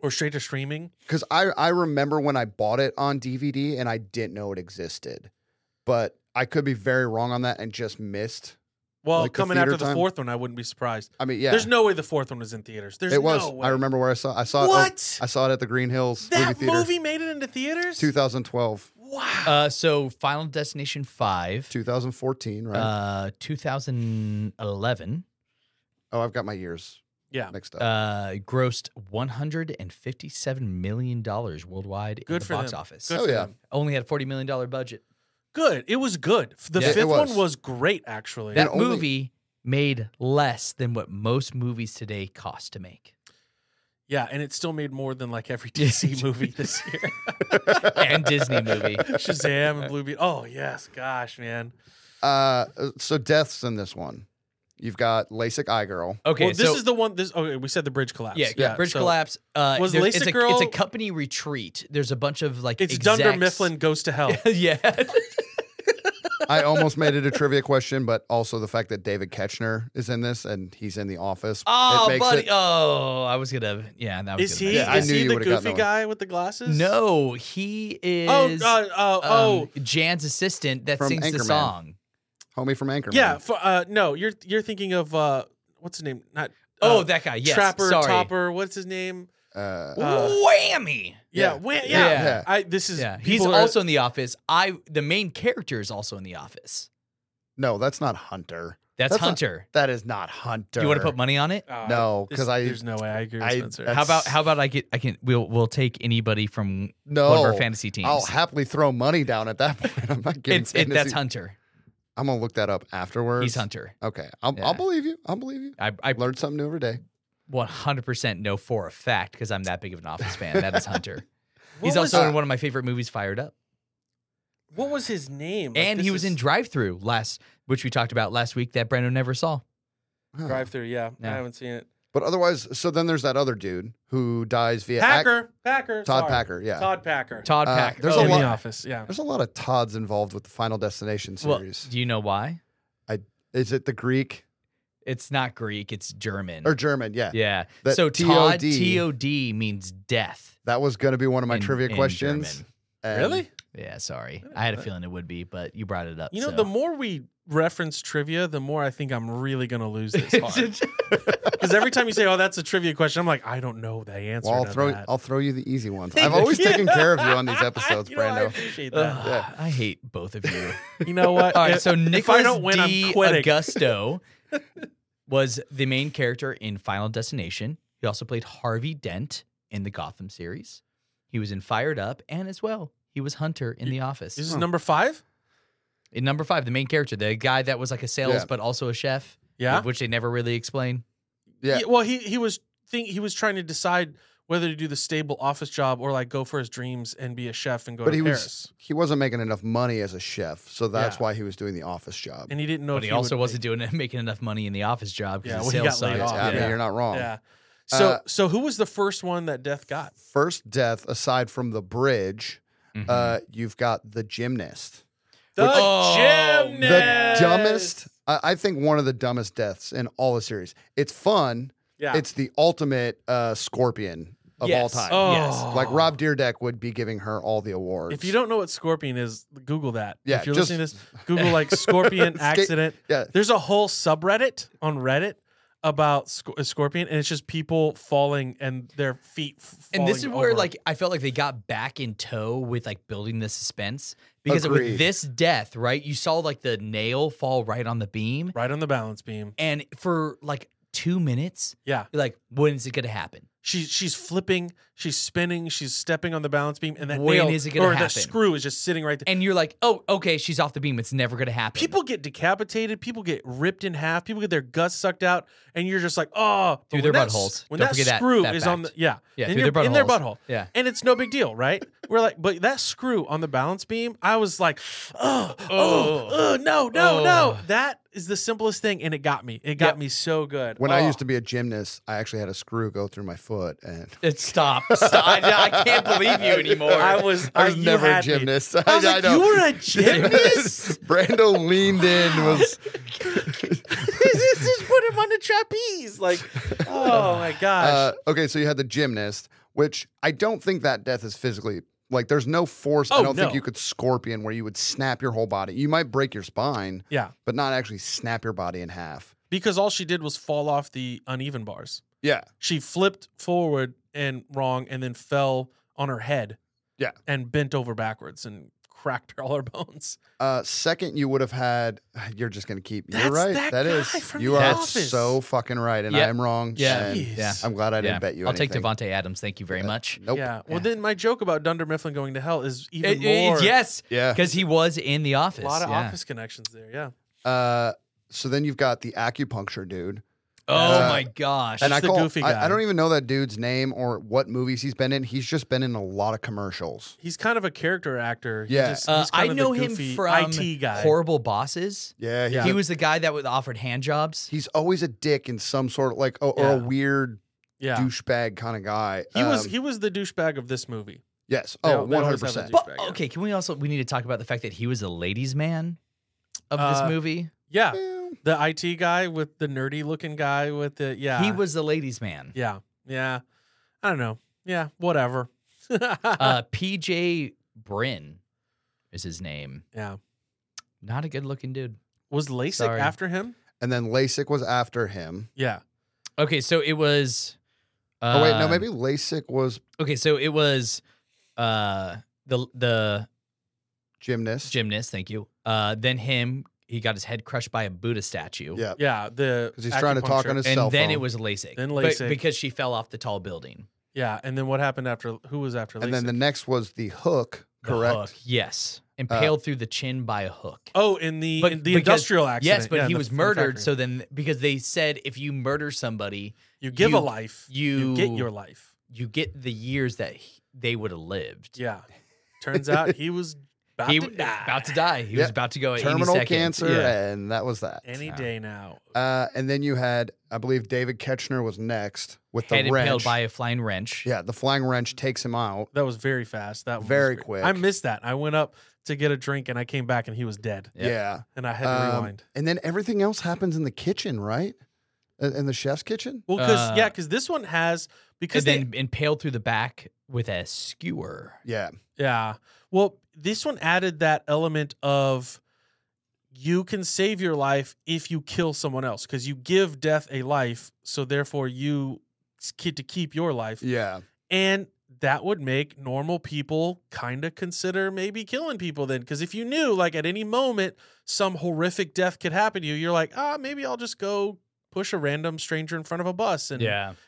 or straight to streaming.
because I I remember when I bought it on DVD and I didn't know it existed, but I could be very wrong on that and just missed.
Well,
Like the
coming after
theater
the
time?
fourth one, I wouldn't be surprised.
I mean, yeah,
There's no way the fourth one was in theaters. There's
it was.
No way.
I remember where I saw I saw it. Oh,
What?
I saw it at the Green Hills
that
movie theater,
movie made it into theaters.
2012,
wow.
Uh, so Final Destination Five,
2014. Right?
uh, 2011,
oh, I've got my years
yeah.
mixed up.
uh, grossed 157 million dollars worldwide in
Good
the
for
box
them.
office.
Good
Oh,
for
yeah.
them.
Only had 40 million dollar budget.
Good. It was good. The
Yeah,
it
fifth
was.
one was great, actually.
That
only-
movie made less than what most movies today cost to make.
yeah, and it still made more than like every *laughs* DC movie this
*laughs*
year.
And Disney movie.
*laughs*
Shazam and Blue Beetle. Oh yes, gosh, man.
Uh, so deaths in this one. You've got LASIK eye girl.
Okay,
well, this
so
is the one. This okay. We said the bridge collapse.
Yeah, Bridge
so
Collapse. Uh,
Was
there's- it's
LASIK
a,
Girl-
It's a company retreat. There's a bunch of like.
It's
execs.
Dunder Mifflin goes to hell.
*laughs*
*laughs*
yeah.
I almost made it a trivia question, but also the fact that David Ketchner is in this and he's in the office. it
Oh,
makes
buddy.
it-
Oh, I was gonna. Yeah, that was.
Is
gonna
he?
mention
Yeah, I
is
knew
he
you
the
would've gotten
goofy
that one.
guy with the
that.
glasses?
No, he
Oh,
is.
uh, uh, oh,
um, Jan's assistant that
From
sings the
Anchorman.
song.
homie from Anchorman.
yeah. For, uh, no, you're you're thinking of uh, what's his name? Not
Oh,
uh,
that guy. Yes.
Trapper
Sorry.
Topper. What's his name?
Uh,
Uh,
Whammy.
yeah,
Yeah.
wa- yeah.
Yeah.
Yeah.
I, this is.
Yeah, he's
people are-
also in the office. I the main character is also in the office.
no, that's not Hunter.
That's,
That's not-
Hunter.
That is not Hunter.
Do you want to put money on it?
Uh,
No,
this-
'cause I-
There's no way I agree with
I-
Spencer.
that's-
How about how about I get I can we'll we'll take anybody from
No,
one of our fantasy teams.
Oh, I'll happily throw money down at that *laughs* point. I'm not getting
it's it, that's
fantasy-
Hunter.
I'm gonna look that up afterwards.
He's Hunter.
Okay, I'll,
Yeah.
I'll believe you. I'll believe you.
I, I
I learned something new every day.
100% know for a fact because I'm that big of an Office fan. That is
*laughs*
Hunter.
What
He's
was-
also
that?
in one of my favorite movies, Fired Up,
What was his name? Like,
and
this
he was
is-
in Drive Through last, which we talked about last week that Brando never saw.
Huh.
drive through. Yeah, I
Yeah.
haven't seen it.
But otherwise, so then there's that other dude who dies via ac-
Packer. Packer.
Todd
sorry.
Packer. Yeah,
Todd Packer.
Todd
Uh,
Packer.
there's a
Oh,
in
lot-
the office. Yeah.
there's a lot of Todds involved with the Final Destination
Well,
series.
do you know why?
is it the Greek
It's not Greek. It's German.
Mm.
or German? Yeah,
yeah.
that
So Todd
TOD.
Tod means death.
that was gonna be one of my
in-
trivia
in
questions.
German.
and-
Yeah. Sorry, I had a feeling it would be, but you brought it up.
You know,
so. *laughs*
the more we reference trivia, the more I think I'm really going to lose this
*laughs*
hard. Because every time you say, "Oh, that's a trivia question," I'm like, I don't know the answer.
Well, I'll
to
throw
that.
I'll throw you the
*laughs*
easy ones.
Thank
I've always
you.
taken care of you on these episodes,
You know, *laughs* I
Brando.
appreciate that.
Ugh, I hate both of you.
you know what?
*laughs* All right,
If-
so Nicholas
if I don't win,
D.
I'm quitting.
Augusto was the main character in Final Destination. He also played Harvey Dent in the Gotham series. He was in Fired Up, and as well, he was Hunter in
You-
The Office.
This is number five.
in number five, the main character, the guy that was like a sales
Yeah.
but also a chef,
Yeah.
which they never really explain.
Yeah.
He- well, he he was think he was trying to decide whether to do the stable office job or like go for his dreams and be a chef and go
But
to
he was-
Paris.
He wasn't making enough money as a chef, so that's
Yeah.
why he was doing the office job.
and he didn't know.
But
if
he also
would
wasn't doing *laughs* making enough money in the office job
Yeah,
because
well,
his
he
sales
got laid
sucked.
off.
I mean,
Yeah.
you're not wrong.
Yeah. So
Oh. Uh,
so who was the first one that Death got?
First death, aside from the bridge,
Mhm.
Mm-hmm.
uh, you've got the gymnast.
The
Oh,
gymnast.
The dumbest, I, I think one of the dumbest deaths in all the series. It's fun.
Yeah.
It's the ultimate uh, scorpion of
Yes.
all time.
oh.
yes.
Like Rob Deerdeck would be giving her all the awards.
If you don't know what scorpion is, Google that.
Yeah,
if you're
just-
listening to this, Google
*laughs*
like scorpion
Sca-
accident.
yeah.
There's a whole subreddit on Reddit about sc- uh, scorpion, and it's just people falling and their feet. f-
and this is
falling
where
over.
like I felt like they got back in tow with like building the suspense because
Agreed.
with this death, right? You saw like the nail fall right on the beam,
right on the balance beam.
and for like two minutes,
Yeah,
you're like, when is it gonna happen?
she's she's flipping, she's spinning, she's stepping on the balance beam, and that
When
nail
is it gonna
or that
happen?
screw is just sitting right there.
And you're like, oh, okay, she's off the beam. It's never gonna happen.
People get decapitated. People get ripped in half. People get their guts sucked out, and you're just like, oh,
Through
But when
their
that
buttholes.
s- When
Don't
that
forget that-
screw
that
is on the
fact.
yeah,
Yeah,
in,
through
your-
their
in their
buttholes.
butthole,
Yeah.
and it's no big deal, right? *laughs* We're like, but that screw on the balance beam, I was like, *gasps* oh, oh, oh, no, no, no.
Oh.
That is the simplest thing, and it got me. It got
Yep.
me so good. Oh.
when I used to be a gymnast, I actually had a screw go through my foot, and
It, stop. *laughs* stop. I, I can't believe you
*laughs*
anymore.
I was, uh,
I was
you
never a
had me.
gymnast. *laughs*
I was like, you were a gymnast. *laughs*
Brando leaned
*sighs*
in was
Oh just, just put him on the trapeze. Like,
*laughs*
oh my gosh.
uh, okay. So you had the gymnast, which I don't think that death is physically like. There's no force. I
Oh,
don't
no.
think you could scorpion where you would snap your whole body. You might break your spine,
yeah.
but not actually snap your body in half.
Because all she did was fall off the uneven bars.
Yeah,
She flipped forward and wrong and then fell on her head.
Yeah.
And bent over backwards and cracked all her *laughs* bones.
Uh, second, you would have had. *sighs* You're just gonna keep.
That's
you're right.
that
that is.
guy from
you
The
are
Office.
so fucking right, and
Yeah.
I am wrong.
Yeah.
and
Jeez.
Yeah.
I'm glad *laughs* I didn't
Yeah.
bet you.
I'll
anything.
take Devonte Adams. Thank you very much.
Nope.
Yeah. Well,
Yeah.
then my joke about Dunder Mifflin going to hell is even
It- it-
more.
yes,
Yeah.
because he was in the
A
office.
lot of
yeah.
office connections there. Yeah.
Uh, so then you've got the acupuncture dude,
Oh
Uh,
my gosh.
and
He's
I
the
call.
goofy
I- I,
guy.
don't even know that dude's name or what movies he's been in. He's just been in a lot of commercials.
He's kind of a character actor. He
Yeah.
just- he's
Uh, I
kind of the
know him
goofy
from
IT guy.
Horrible Bosses.
Yeah,
Yeah.
He was the guy that was offered hand jobs.
He's always a dick in some sort of like, or, or
Yeah.
a weird
yeah.
douchebag kind of guy.
He was
Um,
he was the douchebag of this movie.
yes.
They-
Oh,
they
one
always
hundred
have a
percent.
But
douchebag, yeah.
okay, can we also we need to talk about the fact that he was a ladies' man of
Uh,
this movie?
Yeah, the IT guy with the nerdy looking guy with the yeah.
He was the ladies' man.
yeah yeah. I don't know. Yeah, whatever. *laughs*
Uh, PJ Bryn is his name.
yeah.
Not a good-looking dude.
Was LASIK
sorry.
after him?
And then LASIK was after him.
Yeah.
Okay, so it was. Uh,
oh wait, no, maybe LASIK was
Okay, so it was uh, the the
gymnast.
gymnast. Thank you. Uh, then him. He got his head crushed by a Buddha statue.
Yeah,
Yeah. The
because he's trying to talk
acupuncture.
on his cell
And
phone.
then it was LASIK.
Then
But-
LASIK.
because she fell off the tall building.
Yeah, and then what happened after? Who was after? LASIK?
and then the next was the hook.
The
Correct.
hook, yes. Impaled through the chin by a hook.
Uh, oh, in the
But-
in the
because-
industrial accident.
yes, but
Yeah,
he
the-
was
the
murdered.
factory.
So then, because they said if you murder somebody,
you give
you-
a life, you
you-
get your life.
you get the years that he- they would have lived. *laughs*
Yeah. Turns out he was about
he
to
was
die.
about to die. He was
Yeah.
about to go at
Terminal
any second.
cancer,
Yeah.
and that was that.
any
Yeah.
day now.
Uh, and then you had, I believe, David Ketchner was next with
Head
the
impaled
wrench.
by a flying wrench.
yeah, the flying wrench takes him out.
That was very fast. That one was
Very
great.
quick.
I missed that. I went up to get a drink and I came back and he was dead.
Yep.
Yeah,
And I had to
Um,
rewind.
and then everything else happens in the kitchen, right? Uh, In in the chef's kitchen.
Well, because
uh,
yeah, because this one has because
And
they-
then impaled through the back with a skewer.
Yeah,
yeah. Well, this one added that element of you can save your life if you kill someone else because you give death a life, so therefore you get to keep your life,
yeah.
and that would make normal people kind of consider maybe killing people then because if you knew like at any moment some horrific death could happen to you, you're like ah maybe I'll just go push a random stranger in front of a bus and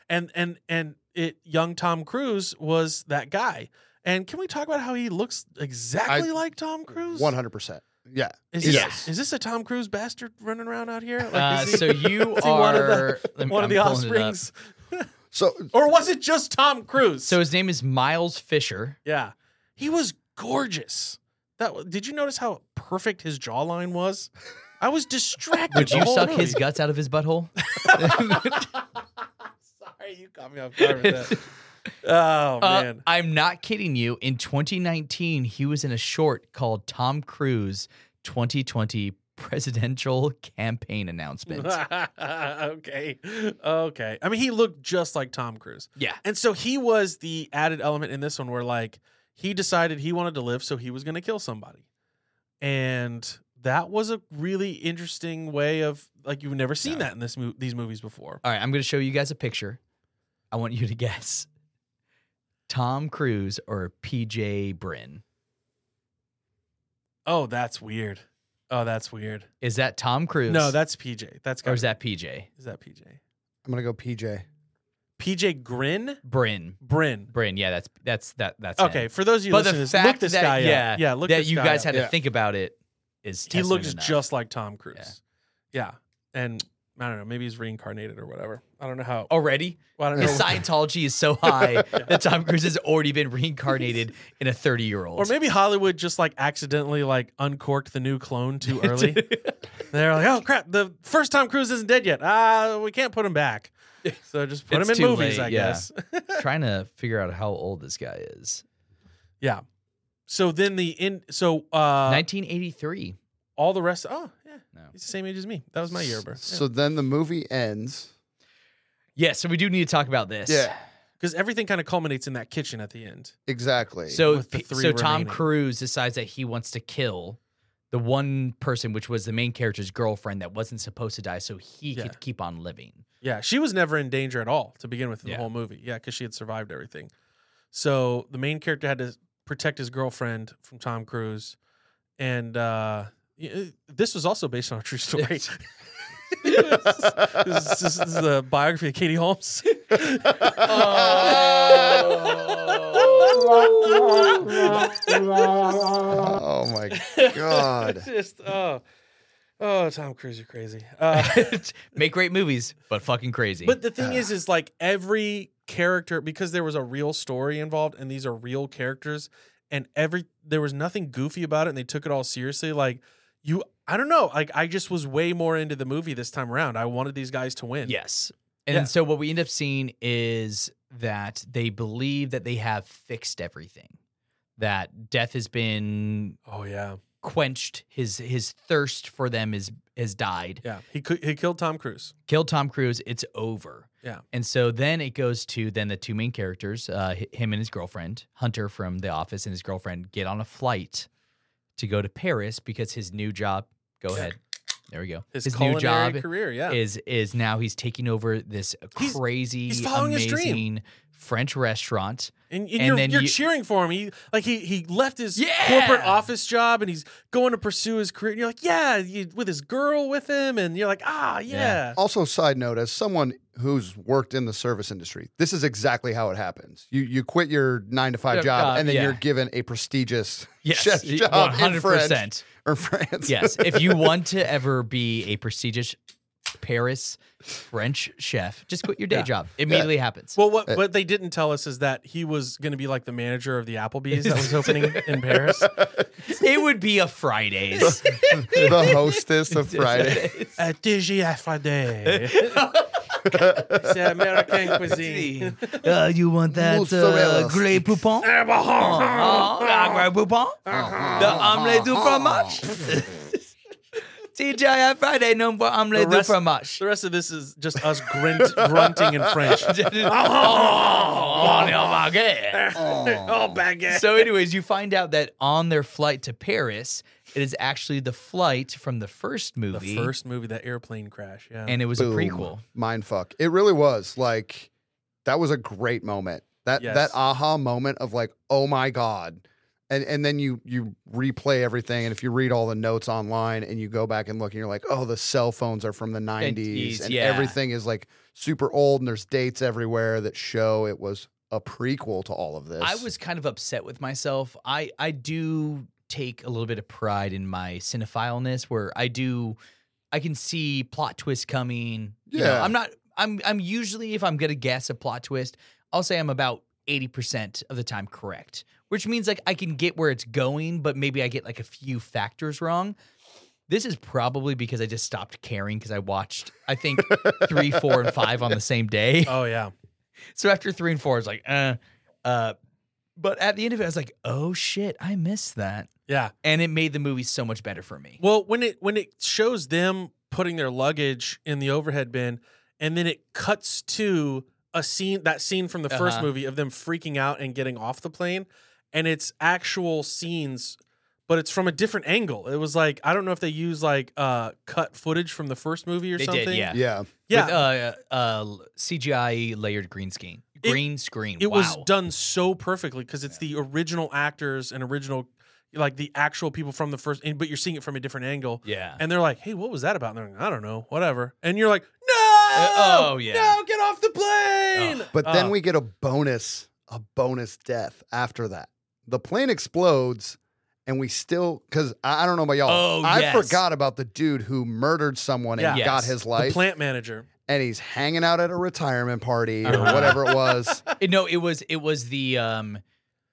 and and and it young Tom Cruise was that guy. And can we talk about how he looks exactly like Tom Cruise?
One hundred percent. Yeah,
Is this,
Yes.
is this a Tom Cruise bastard running around out here? *laughs* Like,
Uh,
is he
so you
is he
are
one of the-
let me-
one of
I'm
the
pulling it up.
offsprings.
So
Or was it just Tom Cruise?
So his name is Miles Fisher.
yeah, he was gorgeous. That did you notice how perfect his jawline was? I was distracted.
Would
the
you
whole
suck
movie.
his guts out of his butthole?
*laughs*
*laughs*
Sorry, you caught me off guard with that. *laughs* Oh
Uh,
man,
I'm not kidding you. In 2019, he was in a short called Tom Cruise 2020 Presidential
*laughs*
Campaign Announcement.
okay, okay. I mean, he looked just like Tom Cruise,
yeah.
and so he was the added element in this one where like he decided he wanted to live, so he was going to kill somebody, and that was a really interesting way of like you've never seen
Yeah.
that in this mo- these movies before.
All right, I'm going to show you guys a picture. I want you to guess Tom Cruise or PJ Brin.
Oh, that's weird. Oh, that's weird.
Is that Tom Cruise?
No, that's PJ. That's
or
gotta
is that PJ
be- is that PJ?
I'm gonna go PJ.
PJ Grin
Brin?
Brin.
Brin, yeah, that's that's that that's him.
Okay, for those of you
But the
listening, to this, look
fact
this
that-
guy
yeah,
up. Yeah, look
that
this
you
guy
guys
up.
had
Yeah.
to think about it is
he
testament
looks
enough.
just like Tom Cruise. Yeah. and I don't know, maybe he's reincarnated or whatever. I don't know how.
already.
well, I don't
The
know.
Scientology is so high that Tom Cruise has already been reincarnated in a 30 year old.
or maybe Hollywood just like accidentally like uncorked the new clone
*laughs*
too early. *laughs* They're like, oh crap, the first Tom Cruise isn't dead yet. Ah, we can't put him back. So just put
It's
him in
too
movies,
late,
I
yeah.
guess. *laughs*
trying to figure out how old this guy is.
yeah. So then the in so uh
1983.
all the rest. Oh yeah,
No.
he's the same age as me. That was my year, bro.
So then the movie ends.
Yeah, so we do need to talk about this.
Yeah.
Because everything kind of culminates in that kitchen at the end.
Exactly.
So,
With the
P-
three
so Tom
remaining.
Cruise decides that he wants to kill the one person, which was the main character's girlfriend that wasn't supposed to die, so he
Yeah.
could keep on living. *laughs*
Yeah, she was never in danger at all to begin with in
Yeah.
the whole movie. Yeah, because she had survived everything. So the main character had to protect his girlfriend from Tom Cruise, and uh, y- this was also based on a true story. this, *laughs* is, this is the biography of Katie *laughs* Holmes.
oh
*laughs*
my *laughs* god.
Just oh, oh, Tom Cruise, you're crazy. Uh,
Make great movies, but fucking crazy.
But the thing is, is like every character because there was a real story involved, and these are real characters, and every there was nothing goofy about it, and they took it all seriously. Like you, I don't know. Like I just was way more into the movie this time around. I wanted these guys to win.
Yes. And
Yeah.
so what we end up seeing is that they believe that they have fixed everything. That death has been
Oh yeah.
quenched, his his thirst for them is has died.
Yeah. He cou- he killed Tom Cruise.
Kill Tom Cruise, it's over.
Yeah.
And so then it goes to then the two main characters, uh, hi- him and his girlfriend, Hunter from The Office and his girlfriend get on a flight to go to Paris because his new job, go ahead. There we go.
His,
new
culinary
job
career. Yeah.
is is now he's taking over this
He's-
crazy
he's following his dream.
amazing French restaurant.
and, and
and
you're,
then
you're
you-
cheering for him. He like he he left his
Yeah!
corporate office job and he's going to pursue his career. And you're like, yeah, you, with his girl with him, and you're like, ah, yeah.
Also, side note, as someone who's worked in the service industry, this is exactly how it happens. You you quit your nine to
Yeah,
five job,
uh,
and then
yeah.
you're given a prestigious
Yes,
*laughs* chef job in France
100%.
or France.
Yes, if
*laughs*
you want to ever be a prestigious Paris French chef, just quit your day
Yeah.
job. Immediately happens.
Well, what what they didn't tell us is that he was going to be like the manager of the Applebee's that was opening in Paris,
it would be a
*laughs*
Fridays. *laughs*
*laughs* the hostess of Friday.
at Digi Friday. it's American cuisine.
Uh, you want that uh,
Mozzarella
grey poupon?
Eh,
Uh-huh. Uh, grey poupon?
Uh-huh.
The omelette du fromage? *laughs* TGI Friday, no more omelette du
rest-
fromage.
The rest of this is just us grunt, grunting in French. *laughs* oh, baguette.
so, anyways, you find out that on their flight to Paris, it is actually the flight from the first
the
movie,
first movie, that airplane crash. Yeah.
and it was
Boom.
a prequel.
Mind fuck. It really was like that was a great moment. That
Yes.
that aha moment of like, oh my god. And and then you you replay everything and if you read all the notes online and you go back and look and you're like, oh, the cell phones are from the 90s and
yeah.
everything is like super old and there's dates everywhere that show it was a prequel to all of this.
I was kind of upset with myself. I I do take a little bit of pride in my cinephileness, where I do, I can see plot twists coming. You know,
Yeah.
I'm not. I'm I'm usually if I'm gonna guess a plot twist, I'll say I'm about eighty percent of the time correct, which means like I can get where it's going, but maybe I get like a few factors wrong. This is probably because I just stopped caring because I watched I think three, four, and five on the same day.
Oh yeah.
So after three and four, I was like, uh, uh. But at the end of it, I was like, oh shit, I missed that,
Yeah.
and it made the movie so much better for me.
Well, when it when it shows them putting their luggage in the overhead bin and then it cuts to a scene that scene from the 1st
Uh-huh.
movie of them freaking out and getting off the plane and it's actual scenes but it's from a different angle. It was like I don't know if they use like uh cut footage from the first movie or
They did,
something.
yeah.
Yeah.
Yeah.
With, uh, uh, CGI layered green screen,
It-
green screen.
it
wow.
was done so perfectly because it's the original actors and original like the actual people from the first and- but you're seeing it from a different angle
Yeah. *laughs*
and they're like hey what was that about and they're like i don't know whatever and you're like no
oh, yeah.
no get off the plane
But then
Oh.
Uh,
we get a bonus, a bonus death after that. The plane explodes, and we still because I, I don't know about y'all.
Oh,
I
yes.
forgot about the dude who murdered someone and
Yeah.
got
Yes.
his
the
life,
plant manager
and he's hanging out at a retirement party or
Uh-huh.
whatever
*laughs*
it was.
It- no, it was it was the um.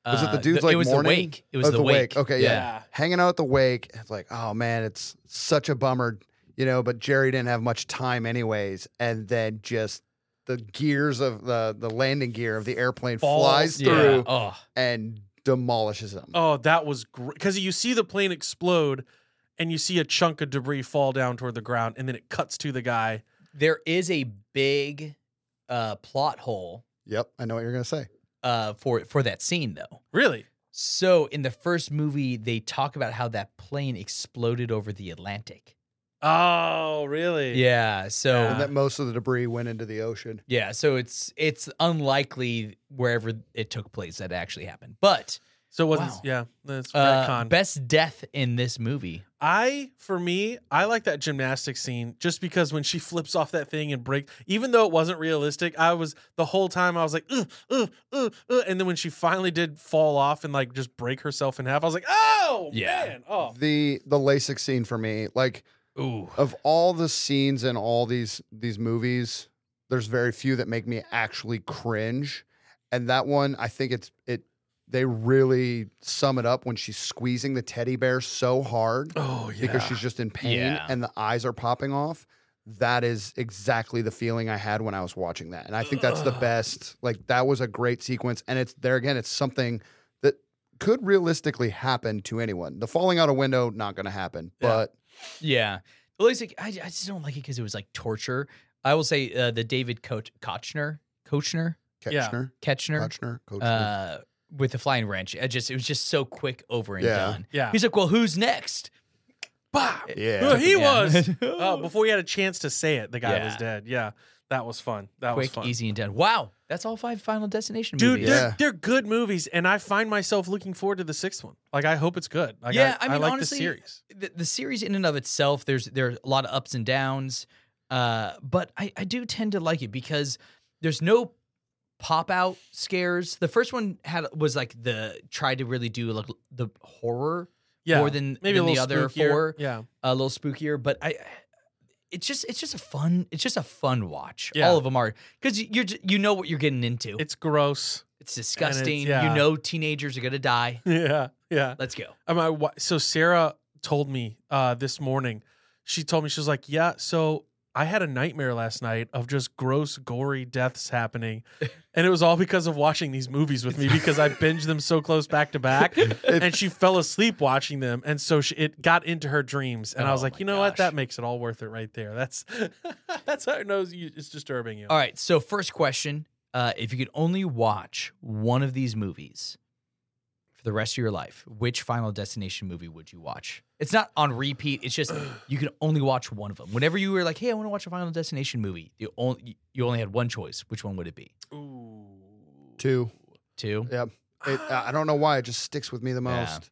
Was it
uh,
the dude's, like,
it was
morning?
the wake. It was
Oh,
the,
the
wake.
wake. Okay, yeah. hanging out at the wake. It's like, oh man, it's such a bummer, you know. But Jerry didn't have much time, anyways. And then just the gears of the the landing gear of the airplane
Falls.
flies
Yeah.
through
Oh,
and demolishes them.
oh that was great because you see the plane explode and you see a chunk of debris fall down toward the ground and then it cuts to the guy
there is a big uh plot hole
Yep, I know what you're gonna say.
uh for for that scene though.
really
So in the first movie, they talk about how that plane exploded over the Atlantic.
oh really
Yeah. So
Yeah.
And that most of the debris went into the ocean.
Yeah, so it's it's unlikely wherever it took place that actually happened. But
so it wasn't
Wow.
yeah that's
uh,
retcon.
best death in this movie.
I, for me, I like that gymnastics scene just because when she flips off that thing and break, even though it wasn't realistic, I was the whole time I was like, ugh, ugh, ugh, ugh. and then when she finally did fall off and like just break herself in half, I was like, oh
Yeah.
man, oh
The the LASIK scene for me, like
Ooh.
of all the scenes in all these these movies, there's very few that make me actually cringe. And that one, I think it's it they really sum it up when she's squeezing the teddy bear so hard
oh yeah,
because she's just in pain
Yeah.
and the eyes are popping off. That is exactly the feeling I had when I was watching that. And I think that's the
Ugh.
best. Like that was a great sequence. And it's there again, it's something that could realistically happen to anyone. The falling out a window, not gonna happen.
Yeah.
But
Yeah. Well, it's like, I, I just don't like it because it was like torture. I will say uh, the David Koch- Kochner, Kochner,
Yeah.
Ketchner,
Ketchner,
Kochner, Kochner.
uh, with the flying wrench. It just it was just so quick over and
Yeah.
done.
yeah,
He's like, well, who's next?
bah, Who
yeah.
he
Yeah. *laughs*
was. oh, before he had a chance to say it, the guy was
Yeah.
dead. Yeah, that was fun. That was
quick,
fun.
easy, and done. Wow, that's all five Final Destination
Dude,
movies.
they're,
Yeah.
they're good movies, and I find myself looking forward to the sixth one. Like, I hope it's good. Like,
Yeah,
I,
I
I
mean,
like
honestly,
the series.
the, the series in and of itself there's there are a lot of ups and downs uh but i i do tend to like it because there's no pop out scares the first one had was like the tried to really do like the horror
Yeah,
more than
maybe
than
a
the
little
other
spookier.
four
Yeah,
a little spookier but i it's just it's just a fun it's just a fun watch
Yeah.
all of them are because you're j- you know what you're getting into it's,
it's gross.
disgusting
yeah.
you know teenagers are gonna die
*laughs* Yeah, yeah.
let's go
Am I, wa- so Sarah told me uh, this morning. She told me she was like, "Yeah, so I had a nightmare last night of just gross, gory deaths
*laughs*
happening, and it was all because of watching these movies with me because I binged them so close back to *laughs*
*laughs*
back, and she fell asleep watching them, and so she, it got into her dreams, and I was
Oh
like,
my
you know what,
gosh.
that makes it all worth it right there. That's *laughs* that's how it knows you, it's disturbing you.
All right. So first question: uh, If you could only watch one of these movies for the rest of your life, which Final Destination movie would you watch? It's not on repeat.
*clears throat*
It's just you can only watch one of them. Whenever you were like, "Hey, I want to watch a Final Destination movie," you only you only had one choice. Which one would it be?
Ooh.
Two.
Two.
Yep. It,
uh,
I I don't know why it just sticks with me the
Yeah.
most.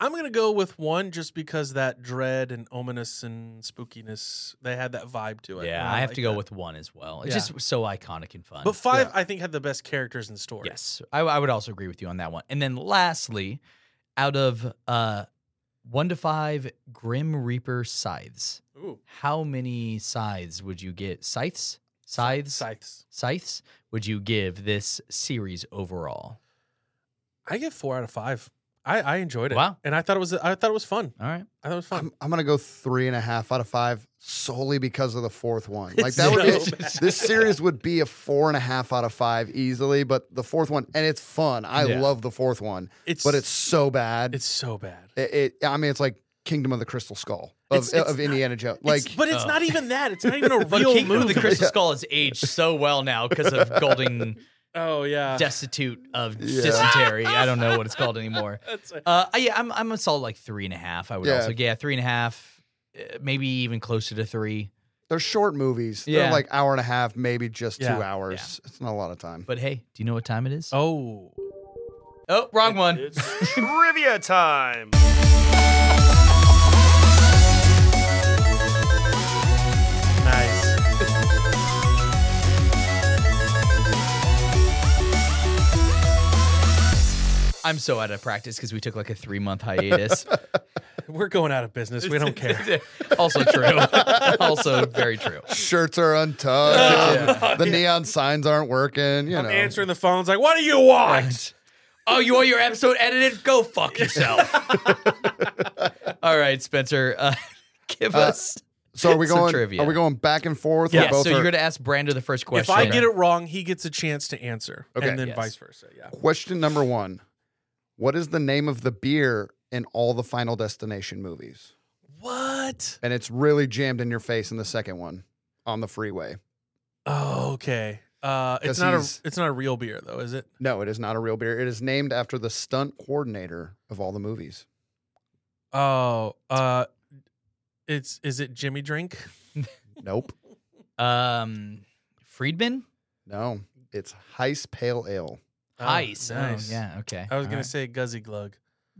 I'm gonna go with one just because that dread and ominous and spookiness they had that vibe to it. and
Yeah, I have
like
to go
that.
with one as well. It's
Yeah.
just so iconic and fun.
But five,
Yeah.
I think, had the best characters and story.
Yes, I, I would also agree with you on that one. And then lastly, out of uh, one to five, Grim Reaper scythes.
Ooh.
how many scythes would you get? Scythes? scythes,
Scythes.
scythes would you give this series overall?
I give four out of five. I, I enjoyed it.
Wow.
And I thought it was I thought it was fun.
All right.
I thought it was fun.
I'm, I'm gonna go three and a half out of five solely because of the
*laughs*
fourth one. Like
It's
that would
so
be,
bad.
this series would be a four and a half out of five easily, but the fourth one and it's fun. I
Yeah.
love the fourth one,
It's
but it's so bad.
it's so bad.
It, it I mean, it's like Kingdom of the Crystal Skull of,
It's- it's
of Indiana Jones.
Like,
Like
but it's
Oh.
not even that. It's not even a
*laughs* But
real
Kingdom of
movie.
the Crystal Skull has aged so well now because of Golding
*laughs* oh yeah,
destitute of
Yeah.
dysentery. I don't know what it's called anymore.
*laughs* That's right.
Uh, I- yeah, I'm I'm a solid like three and a half. I would
Yeah.
also yeah three and a half, uh, maybe even closer to three.
they're short movies.
Yeah.
They're like hour and a half, maybe just
Yeah.
two hours. It's not a lot of time.
But hey, do you know what time it is?
Oh,
Oh, wrong one.
It's trivia time.
nice.
I'm so out of practice because we took like a
*laughs*
three month hiatus.
We're going out of business. We
*laughs*
don't care.
also true.
*laughs*
also very true.
*laughs* Shirts are untucked. um, The neon signs aren't working. You know,
Answering the phones like, "What do you want?"
Oh, you want your episode edited? Go fuck yourself. All right, Spencer, uh, *laughs* give us.
so are we
some
going?
trivia.
Are we going back and forth? or
Yeah,
both
so
are-
you're gonna ask Brando the first
If
question.
I get it wrong, he gets a chance to answer,
Okay.
and then
Yes.
vice versa. Yeah.
Question number one What is the name of the beer in all the Final Destination movies?
What?
And it's really jammed in your face in the second one on the freeway.
Oh, okay. Uh, it's
'Cause
not
he's-
a it's not a real beer though, is it?
No, it is not a real beer. It is named after the stunt coordinator of all the movies.
Oh, uh, it's is it Jimmy Drink?
Nope.
um, Friedman,
No, it's Heis Pale Ale.
Oh,
Heist.
nice.
Oh, yeah, okay.
I was
All
gonna
right. *laughs*
say Guzzy Glug.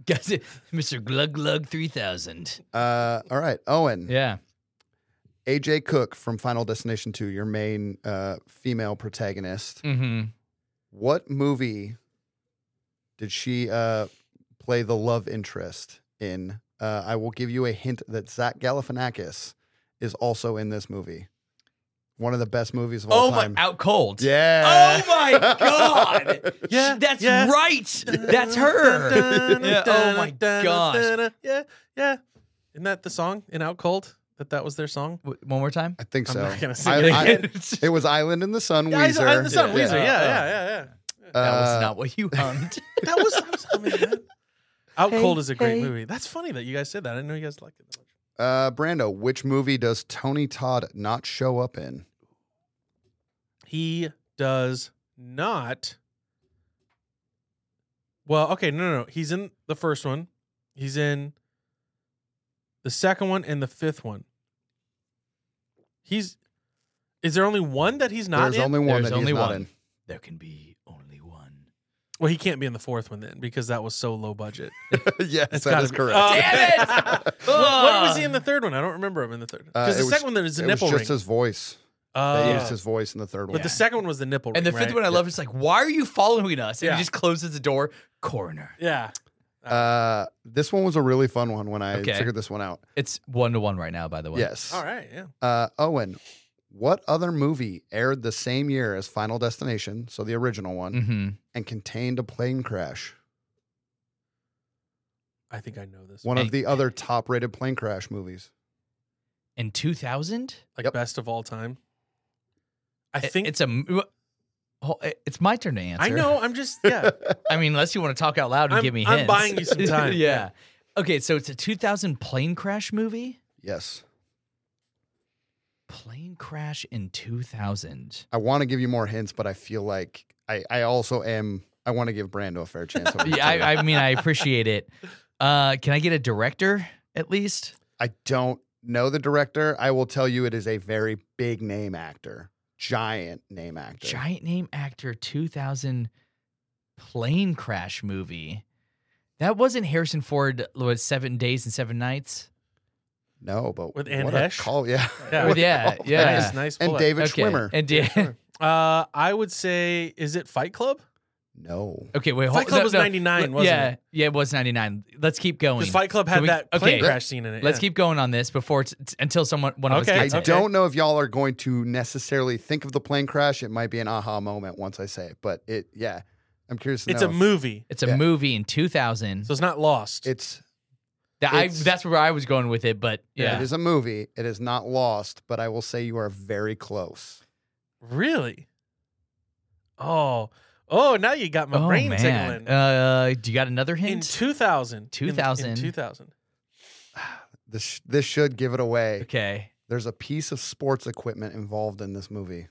Guess it- Mr. Glug Glug 3000.
Uh, all right, Owen.
Yeah.
AJ Cook from Final Destination 2, your main uh, female protagonist.
Mm-hmm.
What movie did she uh, play the love interest in? Uh, I will give you a hint that Zach Galifianakis is also in this movie. One of the best movies of all
Oh,
time.
my. Out cold.
yeah.
Oh, my
*laughs*
God.
Yeah,
That's
yeah.
right.
*laughs*
That's her.
*laughs*
Dun, dun,
*laughs* Yeah, oh,
dun,
my
dun,
gosh.
dun, Yeah, yeah. Isn't that the song in Out Cold? That that was their song.
W- One more time.
I think
I'm
so.
not gonna sing
I-
it
I-
again.
*laughs* it was Island in the Sun,
Yeah, I-
Weezer.
I- the Sun,
Yeah.
Weezer. Yeah,
Yeah.
yeah, yeah. yeah.
that
Uh,
was not what you hummed.
*laughs*
That was, that was I mean, that- Out
Hey,
Cold is a great
hey.
movie. That's funny that you guys said that. I didn't know you guys liked it that much.
Uh, Brando, which movie does Tony Todd not show up in?
He does not. Well, okay, no, no, no. He's in the first one. He's in the second one and the fifth one. He's. Is there only one that he's not
There's
in?
only one
There's
that he's
only
not
one.
in. *laughs*
there can be only one.
well, he can't be in the fourth one then because that was so low
*laughs*
budget.
yes,
It's
that
gotta
is
be-
correct.
Oh.
Damn it!
*laughs* What- what was he in the third one? I don't remember him in the third.
Uh,
Because
it
the
was-
second one there is a
it was
nipple
just
ring.
his voice.
Uh,
they used his voice in the third
But
one.
the second one was the nipple
And the
ring.
fifth
right?
one I love is like, why are you following us? And
Yeah.
he just closes the door. Coroner.
Yeah.
uh, this one was a really fun one when I
Okay.
figured this one out.
It's one to one right now, by the way.
Yes.
All right. Yeah.
Uh, Owen, what other movie aired the same year as Final Destination, so the original one,
Mm-hmm.
and contained a plane crash?
I think I know this.
One
Hey.
of the other top-rated plane crash movies.
In 2000?
like
Yep.
best of all time. I
I
think
it's a. m- oh, it- It's my turn to answer.
I know. I'm just
*laughs*
yeah.
I mean, unless you want to talk out loud and
I'm-
give me
I'm
hints.
buying you
*laughs*
some time.
yeah. Okay, so it's a 2000 plane crash movie.
Yes.
Plane crash in 2000.
I want to give you more hints, but I feel like I, I also am. I want to give Brando a fair chance.
*laughs*
over
Yeah,
two.
I, I mean, I appreciate it. Uh, can I get a director at least?
I don't know the director. I will tell you, it is a very big name actor, giant name actor.
Giant name actor 2000 plane crash movie. That wasn't Harrison Ford. What Seven Days and Seven Nights?
No, but
With Anne
what a
Hesh?
Call, yeah,
Yeah.
*laughs* What
*laughs*
a
Yeah,
call.
yeah.
Nice, nice.
And
pull.
David Schwimmer.
And yeah,
Uh, I would say, is it Fight Club?
No.
*laughs* Okay, wait.
Fight
hold-
Club
no,
was
no.
99, wasn't
yeah,
it?
Yeah, it was 99. Let's keep going.
Because Fight Club had
Can we-
that plane
okay.
crash scene in it.
Let's
yeah.
keep going on this before it's, it's- until someone one of
Okay,
us
I
gets it.
don't know if y'all are going to necessarily think of the plane crash. It might be an aha moment once I say it, but it, yeah, I'm curious. To
It's
know
a
if-
movie,
It's a
Yeah.
movie in 2000.
so it's not lost.
It's
that I,
it's-
that's where I was going with it, but yeah.
it is a movie. It is not lost, but I will say you are very close.
really? Oh, oh! Now you got my
oh,
brain
man.
tickling.
Uh, do you got another
in
hint?
2000. In-
2000.
In 2000.
This sh- this should give it away.
okay.
There's a piece of sports equipment involved in this movie.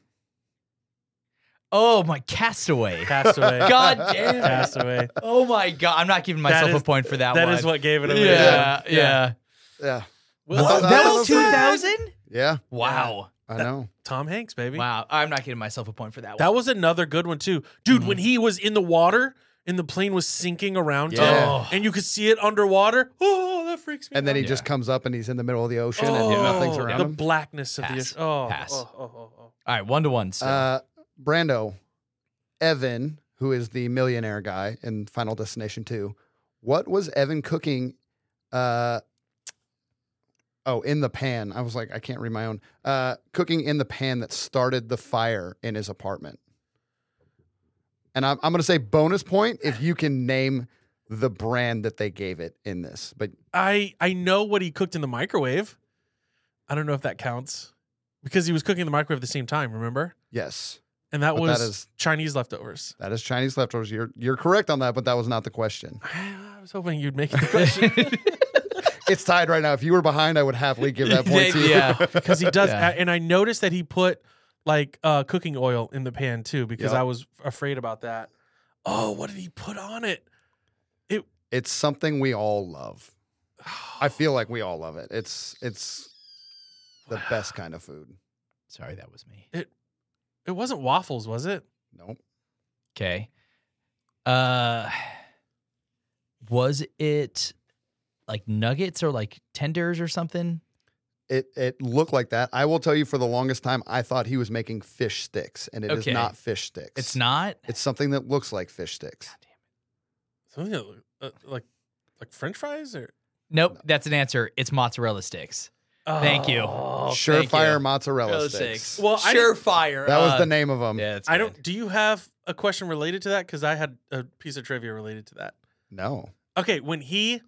Oh, my
*laughs*
Castaway.
Castaway.
*laughs* God damn it.
Castaway.
Oh my god! I'm not giving myself
is-
a point for that,
That
one.
is what gave it
Yeah,
away.
yeah.
Yeah,
Well,
What?
uh,
That was
2000.
yeah,
Wow.
*laughs*
I
That-
know.
Tom Hanks, baby.
Wow. I'm not giving myself a point for that one.
That was another good one too, dude. When he was in the water and the plane was sinking around
Yeah.
him, and you could see it underwater. Oh, that freaks me.
And then
out.
he just comes up and he's in the middle of the ocean
oh,
and nothing's around
the
him.
blackness of the
Pass.
ocean. Oh,
Pass.
oh, oh, oh, oh.
All right, one to one. So
Uh, Brando, Evan, who is the millionaire guy in Final Destination 2, what was Evan cooking? Uh, oh, in the pan. I was like, I can't read my own. Uh, cooking in the pan that started the fire in his apartment. And I'm, I'm going to say bonus point if you can name the brand that they gave it in this. But
I I know what he cooked in the microwave. I don't know if that counts because he was cooking in the microwave at the same time. Remember,
yes,
and that
But
was
that is-
Chinese leftovers. *sighs*
that is Chinese leftovers. You're, you're correct on that, but that was not the question.
I was hoping you'd
*laughs*
make it the question
It's tied right now. If you were behind, I would happily give
*laughs*
that point to you.
yeah.
because
*laughs*
he does.
Yeah.
And I noticed that he put like uh, cooking oil in the pan too because
Yep.
I was afraid about that. Oh, what did he put on it?
it's something we all love. I feel like we all love it. It's it's the best kind of food.
Sorry, that was me.
It wasn't waffles, was it?
Nope.
Okay. Uh, was it like nuggets or like tenders or something?
It it looked like that. I will tell you for the longest time I thought he was making fish sticks and it is
Okay.
not fish sticks.
It's not.
It's something that looks like fish sticks.
Something that looked, uh, like like French fries or.
Nope, that's an answer. It's mozzarella sticks. Thank you.
Oh,
thank
Surefire
you.
mozzarella sticks.
Well, I didn't-
surefire.
that was
uh,
the name of them.
Yeah, that's
I
good.
don't. Do you have a question related to that? Because I had a piece of trivia related to that.
No.
Okay, when he,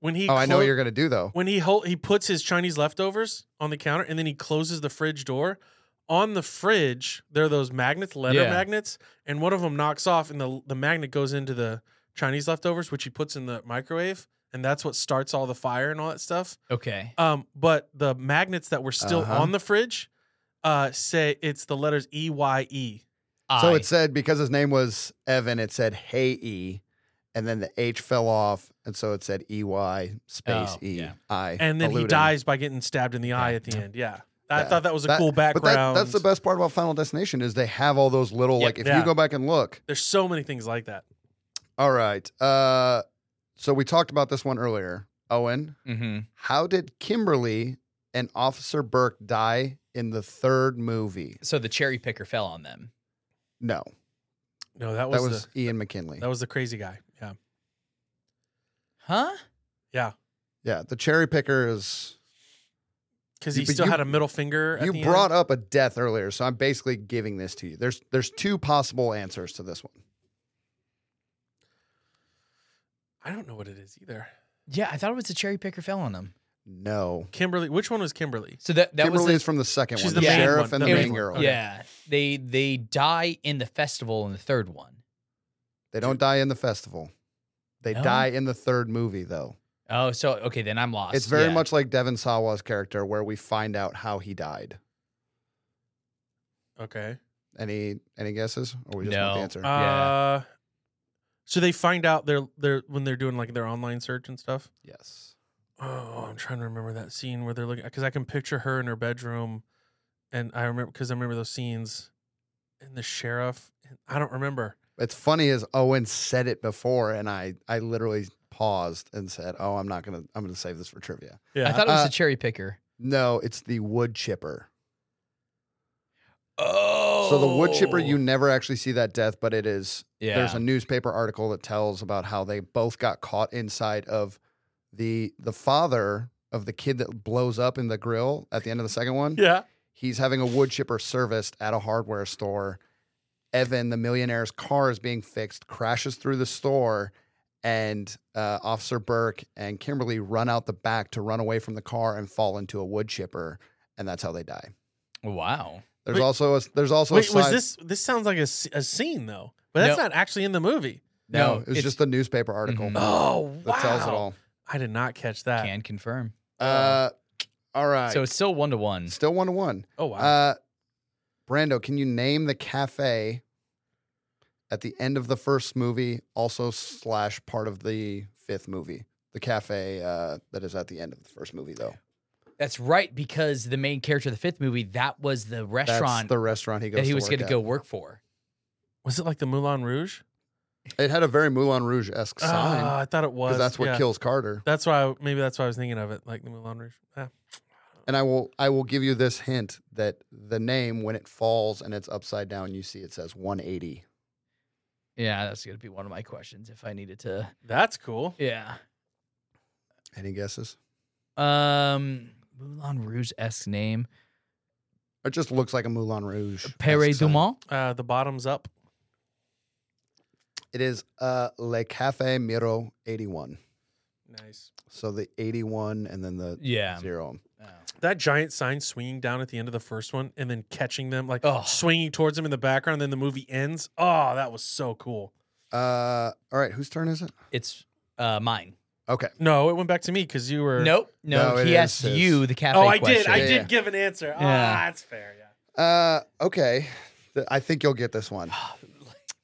when he,
Oh, I know what
clo-
you're gonna do though.
when he hol- he puts his Chinese leftovers on the counter and then he closes the fridge door. On the fridge, there are those magnets, letter
Yeah.
magnets, and one of them knocks off, and the the magnet goes into the Chinese leftovers, which he puts in the microwave, and that's what starts all the fire and all that stuff.
Okay.
Um, but the magnets that were still
Uh-huh.
on the fridge, uh, say it's the letters E Y E.
So
I.
it said because his name was Evan, it said Hey E, and then the H fell off, and so it said E Y space
Oh,
E I.
yeah.
and then he
alluding.
dies by getting stabbed in the eye
Yeah.
at the end. Yeah, I
Yeah.
thought that was a
That-
cool
But
background.
that, that's the best part about Final Destination is they have all those little
Yep.
like if
Yeah.
you go back and look.
There's so many things like that.
All right. Uh so we talked about this one earlier. Owen,
Mm-hmm.
how did Kimberly and Officer Burke die in the third movie?
So the cherry picker fell on them.
No.
No, that was,
That was
the,
Ian McKinley.
that was the crazy guy. Yeah,
Huh?
yeah,
Yeah, the cherry picker is
because
You-
he
but
still
you-
had a middle finger. at
you
the
brought
end.
up a death earlier, so I'm basically giving this to you. There's there's two possible answers to this one.
I don't know what it is either.
Yeah, I thought it was the cherry picker fell on them.
No.
Kimberly, which one was Kimberly?
So that that
Kimberly
was
is from the second
She's
one.
the
The
main
sheriff
one,
and
the
the,
main
main
one.
girl.
Okay.
yeah. They they die in the festival in the third one.
They don't die in the festival. They
No?
die in the third movie, though.
Oh, so okay, then I'm lost.
It's very
Yeah.
much like Devin Sawa's character, where we find out how he died.
Okay.
Any any guesses? Or we just want
No.
the answer?
Yeah.
Uh, so they find out they're they're when they're doing like their online search and stuff.
yes.
Oh, I'm trying to remember that scene where they're looking because I can picture her in her bedroom, and I remember because I remember those scenes, and the sheriff. And I don't remember.
It's funny as Owen said it before, and I I literally paused and said, "Oh, I'm not gonna I'm gonna save this for trivia."
Yeah,
I thought it was
Uh,
the cherry picker.
No, it's the wood chipper.
Oh,
So the wood chipper, you never actually see that death, but it is.
yeah.
There's a newspaper article that tells about how they both got caught inside of the the father of the kid that blows up in the grill at the end of the second one.
Yeah.
He's having a wood chipper serviced at a hardware store. Evan, the millionaire's car is being fixed, crashes through the store, and uh, Officer Burke and Kimberly run out the back to run away from the car and fall into a wood chipper, and that's how they die.
wow.
There's
Wait-
also a, there's also a
Wait,
side,
was this this sounds like a, s- a scene though, but that's
No.
not actually in the movie.
no, it was
it's-
just a newspaper article
Mhm.
Oh wow!
that tells it all.
I did not catch that.
can confirm.
Uh, all right,
So it's still one to one.
still one to one.
oh wow!
Uh, Brando, can you name the cafe at the end of the first movie, also slash part of the fifth movie? The cafe uh, that is at the end of the first movie, though.
That's right, because the main character of the fifth movie, that was the
That's
restaurant
the restaurant he goes.
that he
to
was
work
going to
at.
go work for.
was it like the Moulin Rouge?
It had a very Moulin Rouge esque
Ah,
sign
I thought it was.
because that's what
yeah.
kills Carter.
That's why. I, maybe that's why I was thinking of it, like the Moulin Rouge. Ah.
And I will I will give you this hint that the name when it falls and it's upside down, you see it says 180.
Yeah, that's going to be one of my questions if I needed to.
That's cool.
Yeah.
Any guesses?
Um, Moulin Rouge esque name.
It just looks like a Moulin Rouge.
Perret Dumont.
Uh, the bottoms up.
It is uh, Le Cafe Miro 81.
Nice.
So the 81 and then the
Yeah.
zero.
That giant sign swinging down at the end of the first one, and then catching them, like
Oh.
swinging towards them in the background. Then the movie ends. Oh, that was so cool.
Uh, all right, whose turn is it?
It's uh, mine.
Okay.
No, it went back to me because you were.
Nope.
No,
No,
it
he
is
asked
his.
you the cafe
Oh, I
question.
did. I
Yeah,
did
yeah.
give an answer. Ah,
Yeah.
that's fair. Yeah.
Uh, okay. Th- I think you'll get this one.
Oh,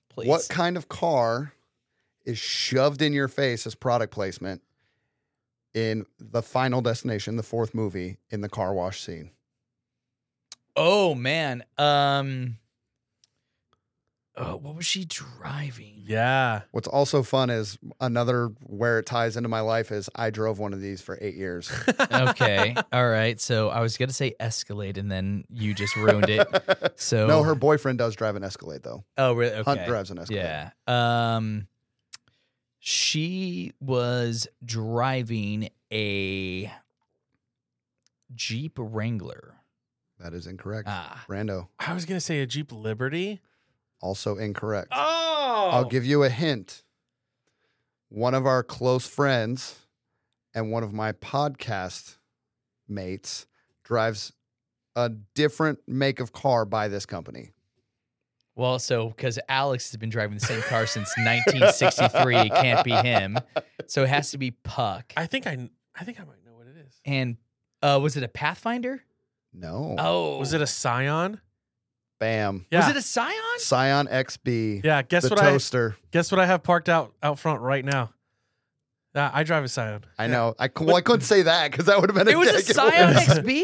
Please.
What kind of car is shoved in your face as product placement in the final destination, the fourth movie, in the car wash scene?
Oh man. Um. Oh, what was she *laughs* driving?
Yeah.
What's also fun is another where it ties into my life is I drove one of these for eight years.
okay. All right. So I was gonna say Escalade, and then you just ruined it. *laughs* So
Oh.
No, her boyfriend does drive an Escalade though.
Oh, really? Okay.
Hunt drives an Escalade.
yeah. Um. She was driving a Jeep Wrangler.
That is incorrect.
Ah.
Brando,
I was gonna say a Jeep Liberty.
also incorrect.
Oh,
I'll give you a hint. One of our close friends and one of my podcast mates drives a different make of car by this company.
Well, so because Alex has been driving the same car since 1963, it can't be him. So it has to be Puck.
I think I, I think I might know what it is.
and uh, was it a Pathfinder?
No.
Oh,
Was it a Scion?
Bam.
Yeah,
was it a Scion?
*laughs* Scion XB.
yeah. Guess
the
what
toaster.
I guess what I have parked out out front right now. Nah, I drive a Scion.
I, know. I, c- well, I couldn't say that because that would have been
It
a
was a
dick.
Scion
was.
XB.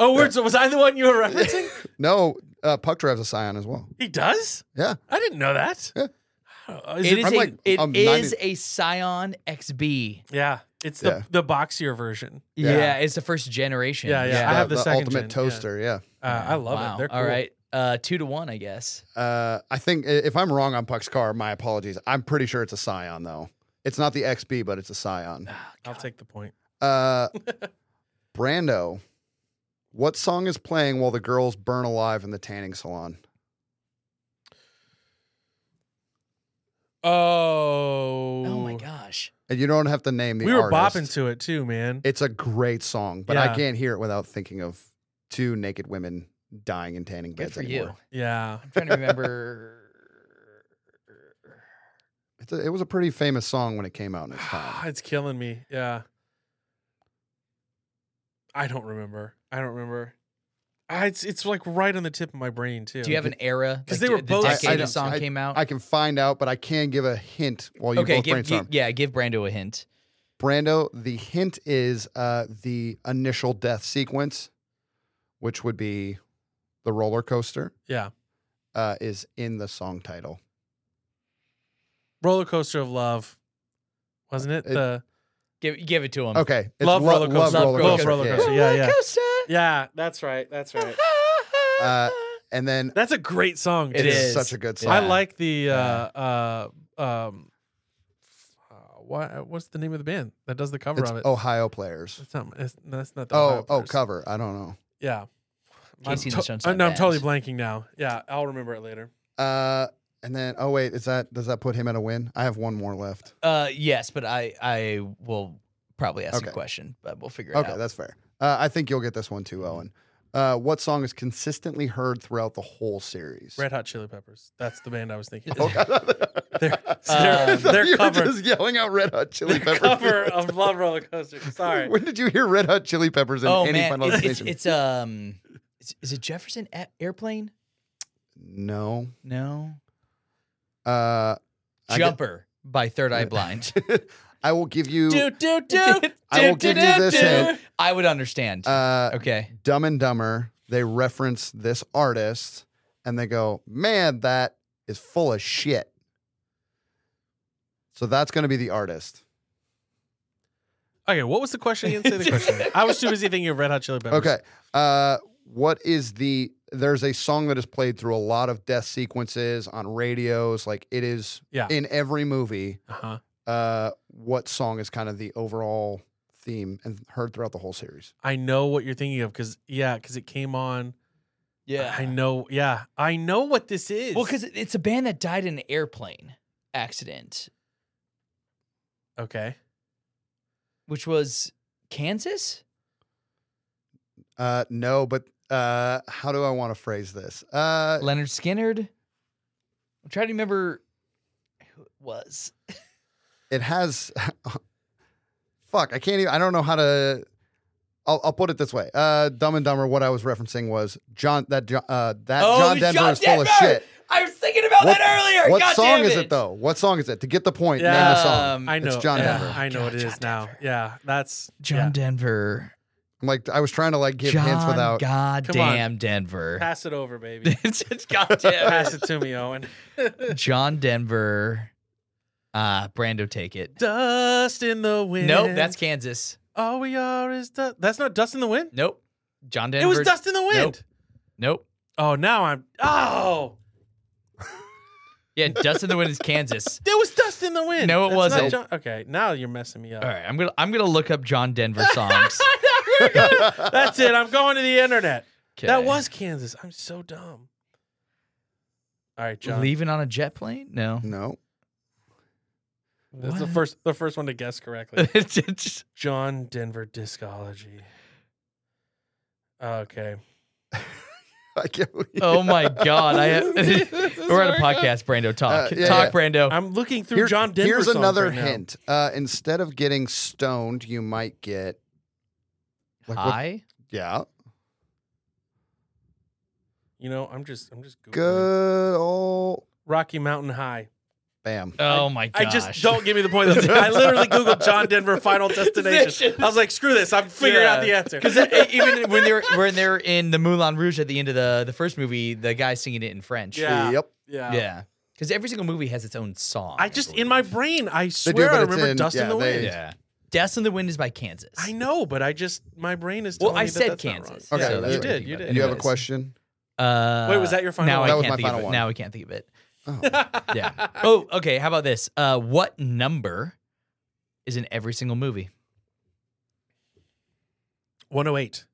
Oh, we're, so was I the one you were
*laughs*
referencing?
No, uh, Puck drives a Scion as well.
he does.
Yeah.
I didn't know that.
Yeah.
Oh, is
It is
I'm
a,
like,
it
I'm
is a Scion XB.
yeah. It's
Yeah.
the the boxier version.
Yeah.
Yeah.
it's the first generation.
Yeah, yeah. I
The-
have the
the
second
ultimate
gen, yeah.
toaster. Yeah.
Uh, I love
Wow.
it. They're cool.
All right, uh, two to one, I guess.
Uh, I think i- if I'm wrong on Puck's car, my apologies. I'm pretty sure it's a Scion though. It's not the XB, but it's a Scion.
I'll take the point.
Ah.
Uh,
*laughs*
Brando, what song is playing while the girls burn alive in the tanning salon?
Oh.
Oh my gosh.
And you don't have to name the.
We were
artist.
bopping to it too, man.
It's a great song, but
Yeah.
I can't hear it without thinking of two naked women dying in tanning
Good
beds
for
anymore.
you.
yeah.
I'm trying
*laughs*
to remember.
It's a, it was a pretty famous song when it came out
*sighs*
in its
*sighs*
time.
it's killing me. Yeah. I don't remember. I don't remember. I, it's it's like right on the tip of my brain too.
Do you have an era?
'Cause
Like,
they were
the
both- I-
decade
I
the
don't-
song came out.
I can find out, but I can give a hint while you
okay,
both
give,
brainstorm.
gi- yeah, give Brando a hint.
Brando, the hint is uh, the initial death sequence, which would be the roller coaster,
yeah
uh, is in the song title.
roller coaster of love? Wasn't it,
It-
the
Give give it to him.
Okay. It's
Love
Lo-
Roller Coaster.
Love Roller
Roller
Coaster,
Coaster? Yeah, yeah,
Coaster. *laughs*
yeah. That's right. That's right.
Uh, and then
That's a great song.
It
too.
it's
is.
such a good
Yeah.
song.
I like the uh, uh, um, uh, what what's the name of the band that does the cover
it's
of it?
Ohio players.
that's not it's, that's not the Ohio
Oh, oh,
Players.
cover. I don't know.
yeah.
Casey and the Sunshine
uh, no, I'm
Band.
totally blanking now. Yeah, I'll remember it later.
Uh, and then oh wait, is that does that put him at a win? I have one more left.
Uh, yes, but I I will probably ask
Okay.
a question, but we'll figure it
Okay,
out.
that's fair. Uh, I think you'll get this one too, Owen. Uh, what song is consistently heard throughout the whole series? *laughs*
Red Hot Chili Peppers. That's the band I was thinking.
Oh,
*laughs*
God. *laughs*
Their, their,
Uh,
their
you
cover,
were just yelling out Red Hot Chili
their
Peppers.
cover of Love Roller Coaster. Sorry.
When did you hear Red Hot Chili Peppers in
oh
any
man,
Final
it's, it's,
Destination?
it's um, it's, is it Jefferson A- Airplane?
no.
No,
Uh, I get-
Jumper by Third Eye
*laughs*
Blind.
I will give you.
do do do.
I will
do,
give
do,
you this
do.
hint.
I would understand.
Uh,
okay.
Dumb and Dumber. They reference this artist, and they go, "Man, that is full of shit." So that's going to be the artist.
Okay, what was the question again? Say the
*laughs*
question. again. I was too busy thinking of Red Hot Chili Peppers.
Okay. Uh, what is the? There's a song that is played through a lot of death sequences on radios. Like it is
Yeah.
in every movie.
Uh-huh.
uh, what song is kind of the overall theme and heard throughout the whole series?
I know what you're thinking of because yeah, because it came on.
Yeah.
I know. Yeah, I know what this is.
Well, because it's a band that died in an airplane accident,
okay,
which was Kansas.
Uh, no, but uh, how do I want to phrase this? Uh,
Leonard Skinnerd. I'm trying to remember who it was.
it has. *laughs* fuck, I can't even. I don't know how to. I'll, I'll put it this way. Uh, Dumb and Dumber. What I was referencing was John. That John. Uh, that
Oh,
John Denver is full of shit.
I was thinking about
What-
that earlier.
What
God
song
damn
is it though? What song is it? To get the point, name
Yeah.
the song.
Um,
I know.
It's John
yeah,
Denver.
I know
God,
what it is
John
now.
Denver.
Yeah, that's
John
yeah.
Denver.
I'm like, I was trying to like give
John
hints without.
*laughs*
goddamn Denver.
Pass it over,
*laughs*
baby.
it's it's goddamn
Pass it to me, Owen.
*laughs* John Denver. Uh, Brando, take it.
Dust in the wind.
Nope, that's Kansas.
all we are is dust. That's not dust in the wind.
Nope, John Denver.
It was dust in the wind.
Nope. Nope.
Oh, now I'm. Oh,
Yeah, Dust in the Wind is Kansas.
there was dust in the wind.
No, it
That's not
wasn't.
John- okay, now you're messing me up.
All right, I'm gonna I'm gonna look up John Denver songs.
That's it. I'm going to the internet. *laughs* That
Okay.
was Kansas. I'm so dumb. All right, John.
leaving on a jet plane. No,
no. *laughs*
That's the
What?
first the first one to guess correctly.
*laughs* It's just-
John Denver discology. Okay.
I can't believe-
oh my god!
*laughs*
I *laughs* we're at a podcast. Brando, talk,
Uh, yeah,
talk,
yeah.
Brando.
I'm looking through
Here-
John Denver.
Here's
songs
another
right now.
hint. Uh, instead of getting stoned, you might get like what-
Hi.
yeah,
You know, I'm just I'm just Googling.
good old
Rocky Mountain High.
bam.
Uh,
Oh my gosh!
I just don't give me the point. Of this. I
*laughs*
literally googled John Denver
*laughs*
Final Destination.
Destination.
I was like, screw this. I'm figuring out the
Yeah.
answer.
Because e- even
*laughs*
when they're when they're in the Moulin Rouge at the end of the the first movie, the guy's singing it in French.
Yeah.
Yep.
yeah.
yeah. Because every single movie has its own song.
I just in
Oh, believe.
my brain, I swear
but
I
it's
remember
in-
Dust in
yeah,
the
they-
Wind.
yeah. Death in the Wind is by Kansas.
I know, but I just my brain is.
Well,
telling
I
me that
said
that's not
Kansas.
wrong.
Okay,
Yeah,
so
you
that's-
did. You did.
Anyways.
You have a question?
Uh,
Wait, was that your final
Now
one?
I
That was
can't
my
think
final
of it.
one.
Now I can't think
*laughs*
of it. *laughs*
Oh.
Yeah. oh, okay. How about this? Uh, what number is in every single movie?
108.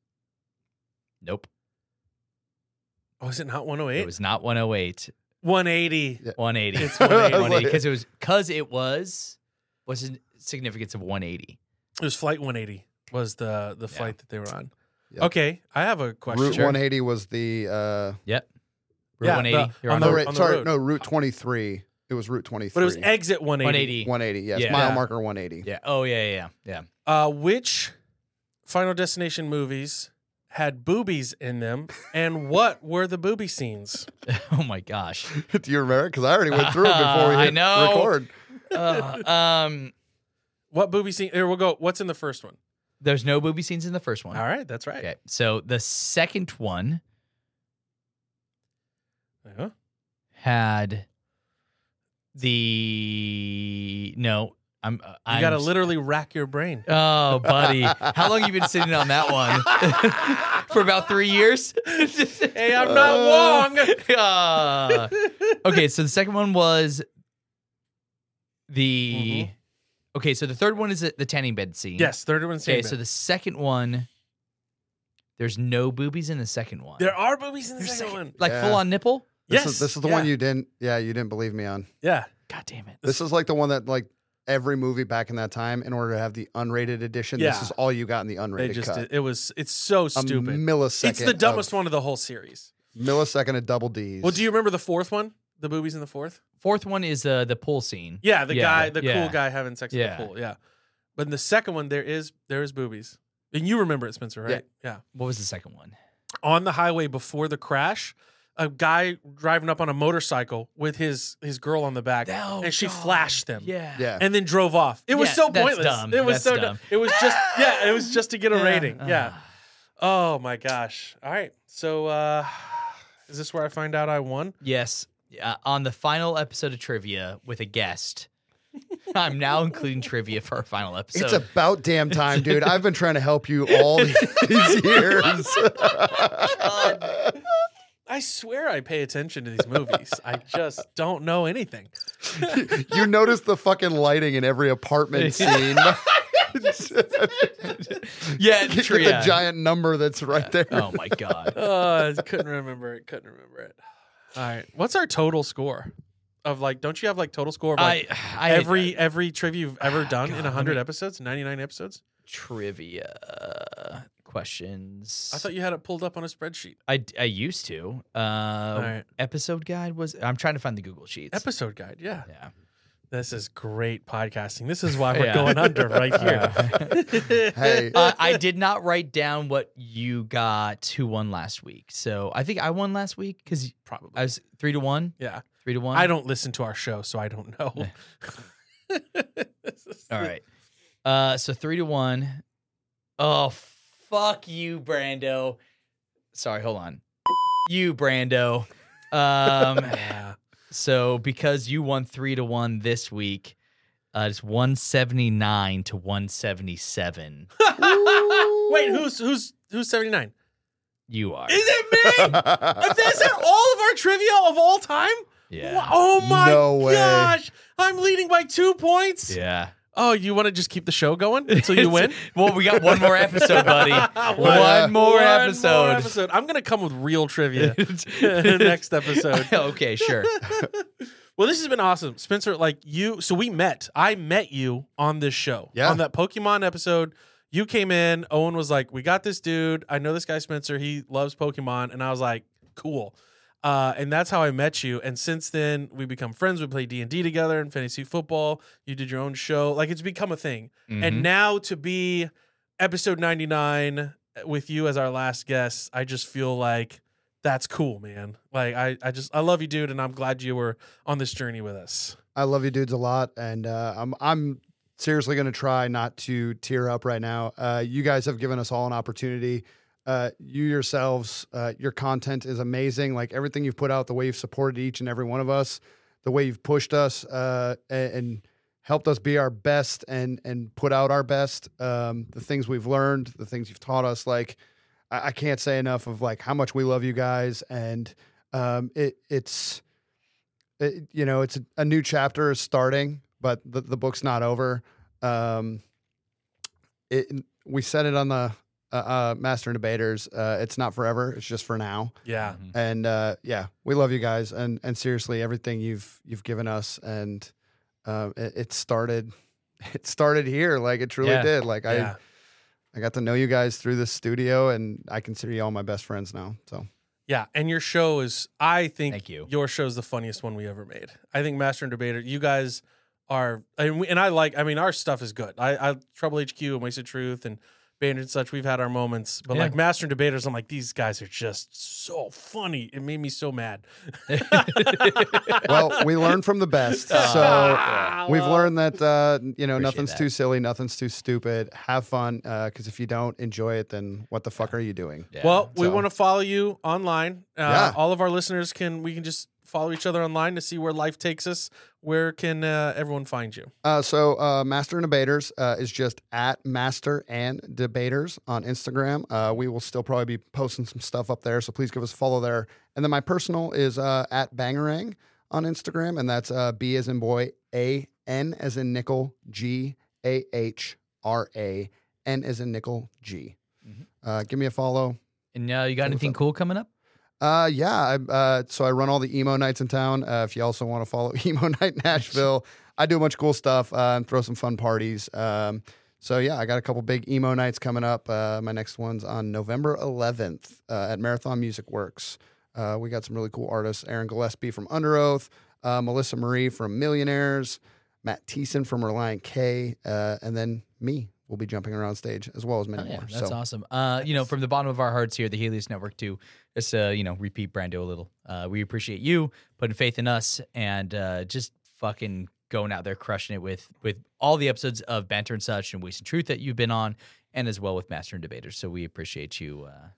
Nope.
Oh, is it not
It
108?
was not 108.
180.
180.
*laughs* It's 180.
180 because it was because it was what's the significance of 180?
It was flight 180 was the the flight that they were on.
Yep.
Okay, I have a question.
Route 180 was the uh,
Yep. Route
Yeah,
180.
the-
You're
on
on
no,
the
the-
right, sorry,
road.
no Route 23. It was Route 23.
But it was exit 180.
180.
180. Yes,
Yeah.
mile marker 180.
Yeah. Oh yeah yeah yeah.
Uh, which Final Destination movies had boobies in them, and what were the booby scenes?
yeah. *laughs* Oh my gosh.
*laughs* Do you remember? Because I already went through it before
*laughs*
we
I
hit
know.
record.
Uh, um,
What booby scene? Here we'll go. What's in the first one?
there's no booby scenes in the first one.
All right, that's right.
Okay. So the second one
Uh-huh.
had the no. I'm. uh,
You
I'm
got to literally rack your brain. *laughs*
Oh, buddy. How long you been sitting on that one? *laughs* for about
*laughs*
three years.
Hey, I'm
*laughs*
Uh,
not wrong.
Ah. okay, so the second one was the. Okay, so the third one is the the tanning bed scene.
Yes, third one's
Okay,
okay,
so the second one, there's no boobies in the second one.
There are boobies in the
There's
second
second-
one.
like
Yeah.
full on nipple.
This
yes,
is this is the
yeah,
one you didn't yeah, you didn't believe me on.
yeah.
God damn it.
This is like the one that like every movie back in that time in order to have the unrated edition,
Yeah.
this is all you got in the
They
unrated
just
cut. Oh.
did- it was it's so
a
stupid.
millisecond.
it's the dumbest
of,
one of the whole series.
Millisecond of double D's.
Well, do you remember the fourth one? The boobies in the fourth?
Fourth one is uh, the pool scene.
Yeah, the
Yeah,
guy, the
yeah.
cool guy having sex
Yeah.
in the pool. Yeah. But in the second one, there is there is boobies. And you remember it, Spencer, right? yeah.
What was the second one?
on the highway before the crash, a guy driving up on a motorcycle with his his girl on the back,
Oh,
and she
God.
flashed them.
Yeah.
Yeah.
And then drove off. It was
Yeah,
so
that's
pointless.
dumb.
It was so
That's dumb.
It was
*laughs*
just yeah. It was just to get a
Yeah.
rating. Yeah.
Ah.
Oh my gosh. All right. So uh is this where I find out I won?
Yes. Uh, on the final episode of trivia with a guest. I'm now including trivia for our final episode.
it's about damn
*laughs*
time, dude. I've been trying to help you all these years.
I swear I pay attention to these movies.
*laughs*
I just don't know anything.
you notice the fucking lighting in every
*laughs*
apartment scene.
yeah,
Get
trivia.
*laughs* the giant number that's right there.
Oh my god.
Uh, couldn't remember it. Couldn't remember it. All right. What's our total score of like? Don't you have like total score of like *sighs*
I, I Ah,
every every trivia you've ever done
God,
in
let
hundred
me-
episodes, ninety nine episodes?
trivia questions.
I thought you had it pulled up on a spreadsheet.
I, I used to. Uh,
right.
Episode guide was. I'm trying to find the Google Sheets.
Episode guide, yeah.
yeah.
This is great podcasting. This is
*laughs*
why we're
Yeah.
going under right
*laughs*
here.
Hey,
uh, I did not write down what you got who won last week. So I think I won last week because
Probably,
I was three to one.
yeah.
Three to one.
I don't listen to our show, so I don't know. This is-
All right. Uh, so three to one. Oh, fuck you, Brando. Sorry, hold on. You, Brando. Um,
*laughs* Yeah.
so because you won three to one this week, uh, it's one seventy nine to one
*laughs*
seventy seven.
*laughs*
Wait, who's who's who's seventy nine?
You are.
Is
*laughs*
it me? Is that all of our trivia of all time?
Yeah.
Wha- Oh my
No way.
gosh! I'm leading by two points.
Yeah.
Oh, you want to just keep the show
*laughs*
going until you win?
well, we got one more episode, buddy.
*laughs* One
one more
more
episode.
episode. I'm gonna come with real
*laughs*
trivia *laughs* next episode.
okay, sure.
Well, this has been awesome, Spencer. Like you, so we met. I met you on this show.
Yeah.
On that Pokemon episode, you came in. Owen was like, "We got this dude. I know this guy Spencer. He loves Pokemon," and I was like, "Cool." Uh, and that's how I met you. And since then, we become friends. We play D and D together and fantasy football. You did your own show. Like it's become a thing. *laughs* And
Mhm.
now to be episode 99 with you as our last guest, I just feel like that's cool, man. Like I, I just I love you, dude, and I'm glad you were on this journey with us.
I love you dudes a lot, and uh, I'm I'm seriously going to try not to tear up right now. Uh, you guys have given us all an opportunity. Uh, you yourselves, uh, your content is amazing. Like everything you've put out, the way you've supported each and every one of us, the way you've pushed us uh, a- and, helped us be our best and and put out our best. Um, the things we've learned, the things you've taught us, like I, I can't say enough of like how much we love you guys, and um, it it's it, you know, it's a, a new chapter is starting, but the, the book's not over. Um, it, we said it on the uh, uh, Master and Debaters. Uh, it's not forever. It's just for now.
Yeah.
Mhm.
And uh, yeah, we love you guys, and and seriously, everything you've you've given us, and um, it, it started, *laughs* it started here. Like it truly
Yeah.
did. Like
yeah.
I I got to know you guys through this studio, and I consider you all my best friends now. So
Yeah. And your show is I think
Thank you.
your show's the funniest one we ever made. I think Master and Debater, you guys are and, we, and I like I mean our stuff is good. I, I Trouble HQ and Wasted Truth and Band and such, we've had our moments, but
Yeah.
like Master and Debaters, I'm like, these guys are just so funny. It made me so mad.
*laughs*
well, we learn from the best. So
Ah,
We've
well.
learned that uh, you know
Appreciate
nothing's
that.
too silly, nothing's too stupid. Have fun, because if you don't enjoy it, then what the fuck are you doing?
Yeah.
Well, we
So-
want to follow you online. Uh,
Yeah.
All of our listeners can we can just follow each other online to see where life takes us, where can uh, everyone find you?
Uh, so uh, Master and Debaters uh, is just at Master and Debaters on Instagram. Uh, we will still probably be posting some stuff up there, so please give us a follow there. And then my personal is uh, at Bangerang on Instagram, and that's uh, B as in boy, A N as in nickel, G A H R A N as in nickel, G.
Mhm.
Uh, give me a follow.
And uh, you got
What's
anything
up?
cool coming up?
Uh, yeah. I, uh, so I run all the emo nights in town. Uh, if you also want to follow *laughs* emo night Nashville, I do a bunch of cool stuff uh, and throw some fun parties. Um, so yeah, I got a couple big emo nights coming up. Uh, my next one's on November 11th uh, at Marathon Music Works. Uh, we got some really cool artists: Aaron Gillespie from Under Oath, uh, Melissa Marie from Millionaires, Matt Thiessen from Reliant K, uh, and then me will be jumping around stage as well as many
Oh, yeah,
more.
that's
so
awesome. Uh, you know, from the bottom of our hearts here, at the Helios Network, too, just uh, you know, repeat Brando a little. Uh, we appreciate you putting faith in us and uh, just fucking going out there crushing it with with all the episodes of Banter and Such and Waste and Truth that you've been on, and as well with Master and Debaters. So we appreciate you uh,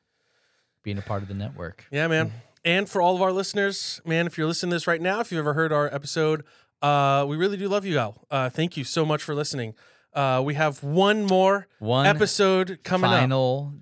being a part of the network.
Yeah, man. And for all of our listeners, man, if you're listening to this right now, if you've ever heard our episode, uh, we really do love you all. Uh, thank you so much for listening. Uh, we have one more
One
episode coming up.
final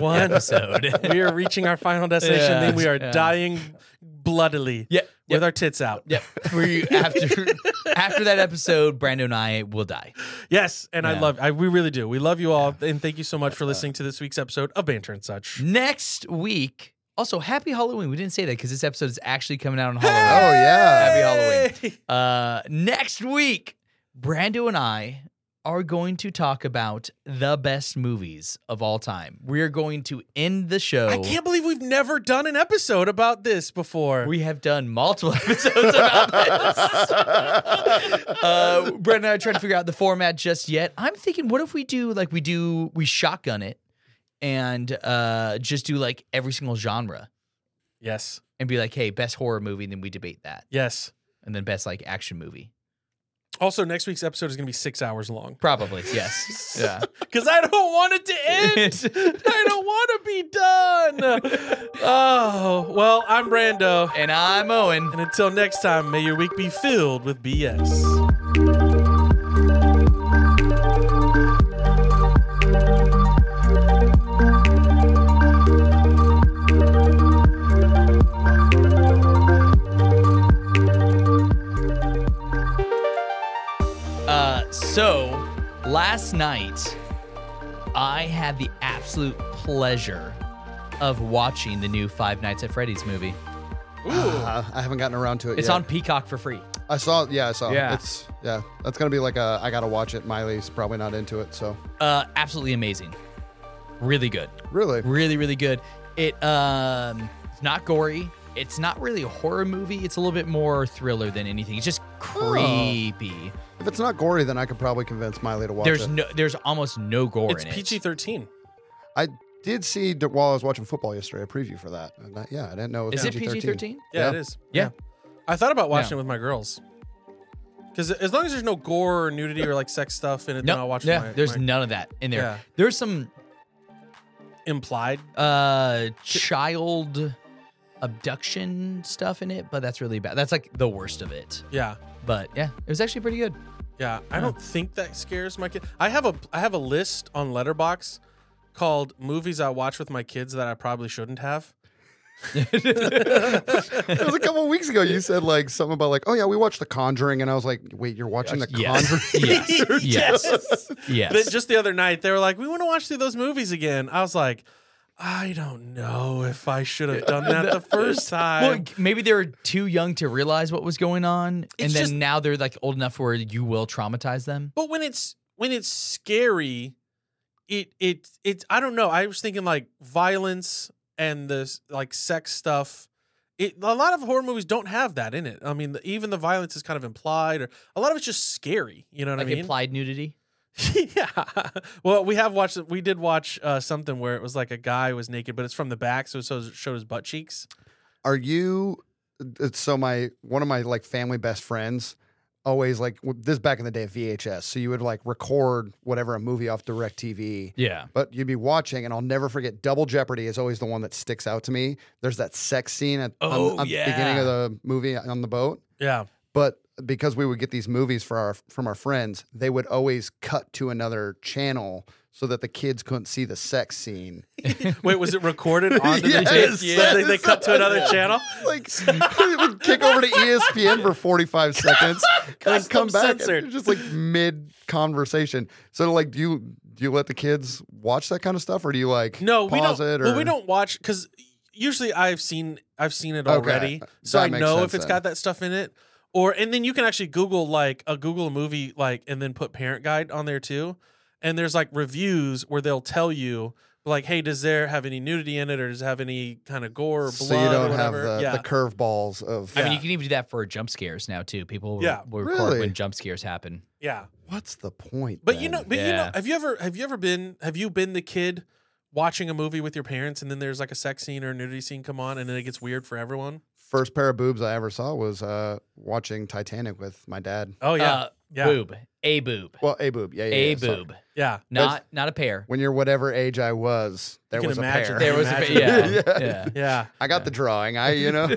*laughs* One.
episode.
*laughs* We are reaching our final destination,
Yeah.
and we are
Yeah.
dying bloodily
yep.
with our tits out.
Yep. We after after that episode, Brando and I will die.
Yes, and I
Yeah.
love. I, we really do. We love you all, and thank you so much for listening to this week's episode of Banter and Such.
Next week. Also, happy Halloween. We didn't say that because this episode is actually coming
*laughs*
out on
Oh
Halloween.
yeah.
Happy Halloween. Uh, next week, Brando and I are going to talk about the best movies of all time. We are going to end the show.
I can't believe we've never done an episode about this before.
We have done multiple *laughs* episodes about this. *laughs* uh, Brett and I are trying to figure out the format just yet. I'm thinking, what if we do like we do we shotgun it and uh, just do like every single genre
yes,
and be like, hey, best horror movie, and then we debate that,
yes.
and then best like action movie,
Also, next week's episode is going to be six hours long
probably yes, yeah. *laughs*
because I don't want it to end. I don't want to be done. Oh, well, I'm Brando.
And I'm Owen.
And until next time, may your week be filled with BS.
Uh, so last night, I had the absolute pleasure of watching the new Five Nights at Freddy's movie.
Uh, *sighs* I haven't gotten around to it.
It's
yet.
on Peacock for free.
I saw. Yeah, I saw.
Yeah.
It's yeah. That's gonna be like a. I gotta watch it. Miley's probably not into it. So
Uh, absolutely amazing. Really good.
really,
Really, really good. It um, it's not gory. It's not really a horror movie. It's a little bit more thriller than anything. It's just creepy.
if it's not gory, then I could probably convince Miley to watch
There's
it.
no, there's almost no gore
It's
in it.
PG 13.
I did see d- while I was watching football yesterday a preview for that. And that- yeah, I didn't know. It was
Is it PG thirteen?
Yeah,
Yeah.
it is.
Yeah.
I thought about watching
Yeah.
it with my girls. Because as long as there's no gore or nudity or like sex stuff in it, then I'll watch
yeah,
my,
there's
my
none of that in there.
Yeah.
There's some
implied.
uh child abduction stuff in it, but that's really bad. That's like the worst of it.
Yeah.
But yeah, it was actually pretty good.
Yeah. I don't think that scares my kid. I have a I have a list on Letterbox called movies I watch with my kids that I probably shouldn't
*laughs*
have.
*laughs* It was a couple weeks ago. You said like something about like, oh yeah, we watched The Conjuring, and I was like, wait, you're watching The
Yes.
Conjuring?
*laughs* yes. Yes. Yes.
Then just the other night, they were like, "We want to watch through those movies again." I was like, "I don't know if I should
*laughs*
have done that the first time."
Well, g- maybe they were too young to realize what was going on, and
It's
then
just-
now they're like old enough where you will traumatize them.
But when it's when it's scary, it it it I don't know. I was thinking like violence and this like sex stuff. It a lot of horror movies don't have that in it. I mean, the, even the violence is kind of implied, or a lot of it's just scary. You know what
Like
I mean?
implied nudity.
*laughs* yeah. Well, we have watched. We did watch uh, something where it was like a guy was naked, but it's from the back, so it shows, showed his butt cheeks.
Are you? it's- So my one of my like family best friends always like w- this back in the day of VHS. So you would like record whatever a movie off DirecTV.
Yeah.
But you'd be watching, and I'll never forget. Double Jeopardy is always the one that sticks out to me. There's that sex scene at on-
Oh,
on the beginning
yeah.
of the movie uh, on the boat.
Yeah.
but because we would get these movies for our from our friends, they would always cut to another channel so that the kids couldn't see the sex scene.
Wait, was it *laughs* recorded onto the tape?
*laughs* Yes,
Yeah. They, they
yes.
*laughs* cut to another
*laughs*
channel.
Like it would kick over to E ESPN for
*laughs*
45 seconds and
Custom
come back
censored.
and just like mid conversation. So like do you do you let the kids watch that kind of stuff or do you like
No, we
pause
don't.
it or
Well, we don't watch because usually I've seen I've seen it
Okay,
already, so
that
I
makes
know if
sense
it's
then.
got that stuff in it. Or and then you can actually Google like a Google a movie like and then put parent guide on there too, and there's like reviews where they'll tell you like, hey, does there have any nudity in it or does it have any kind of gore or blood?
so you
or
don't have
whatever?
the,
yeah.
the curveballs of
I mean,
Yeah.
you can even do that for jump scares now too. People will,
Yeah.
will record
Really?
when jump scares happen.
yeah.
what's the point?
But you
then?
know, but you know,
Yeah.
have you ever have you ever been have you been the kid watching a movie with your parents and then there's like a sex scene or a nudity scene come on and then it gets weird for everyone?
first pair of boobs I ever saw was uh, watching Titanic with my dad.
Oh yeah,
Uh,
yeah,
Boob, a boob,
Well, a boob, yeah, yeah,
a
yeah, sorry.
boob.
yeah.
Not not a pair.
when you're whatever age I was, there
can
was a
imagine
pair.
that.
There was a pair.
Imagine.
Yeah,
Yeah.
yeah.
Yeah.
I got the drawing.
*laughs*
I, you know,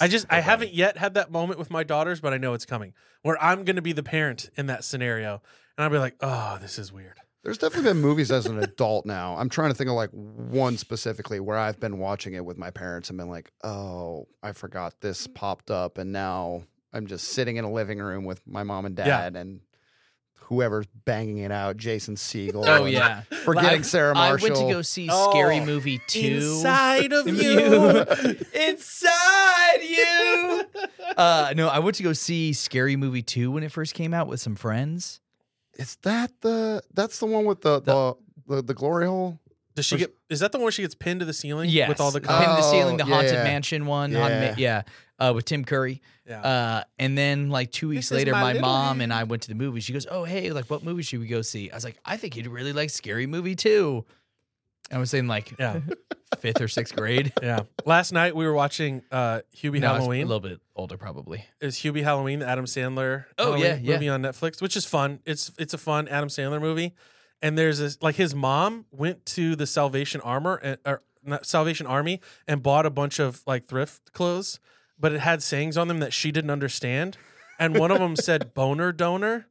I just I haven't yet had that moment with my daughters, but I know it's coming. Where I'm going to be the parent in that scenario, and I'll be like, "Oh, this is weird."
there's definitely been movies as an adult now. I'm trying to think of like one specifically where I've been watching it with my parents and been like, oh, I forgot this popped up, and now I'm just sitting in a living room with my mom and
Yeah.
dad and whoever's banging it out, Jason Segel.
Oh
and
yeah.
*laughs* forgetting
I-
Sarah Marshall.
I went to go see
Oh,
Scary Movie *laughs* Two.
Inside
*laughs*
of you.
you. Inside you. *laughs* Uh, no, I went to go see Scary Movie Two when it first came out with some friends.
Is that the? That's the one with the the the, the, glory hole.
*laughs* Does she get? Is that the one where she gets pinned to the ceiling?
Yes, Uh,
With all the
Pin in
cops.
the
Oh,
ceiling, the haunted
yeah.
mansion one. Yeah,
Yeah.
yeah. Uh, with Tim Curry.
yeah.
Uh, and then like two weeks
This is
later,
my
my,
little
mom
hand.
and I went to the movie. She goes, "Oh hey, like what movie should we go see?" I was like, "I think you'd really like Scary Movie 2. I was in like
yeah.
fifth or sixth *laughs* grade.
Yeah. Last night we were watching uh Hubie
No, I was a
Halloween.
little bit older probably.
is Hubie Halloween, the Adam Sandler
Oh,
Halloween
yeah, yeah.
movie on Netflix, which is fun. It's it's a fun Adam Sandler movie. And there's this like his mom went to the Salvation Armor and or not Salvation Army and bought a bunch of like thrift clothes, but it had sayings on them that she didn't understand. And one of
*laughs*
them said boner donor.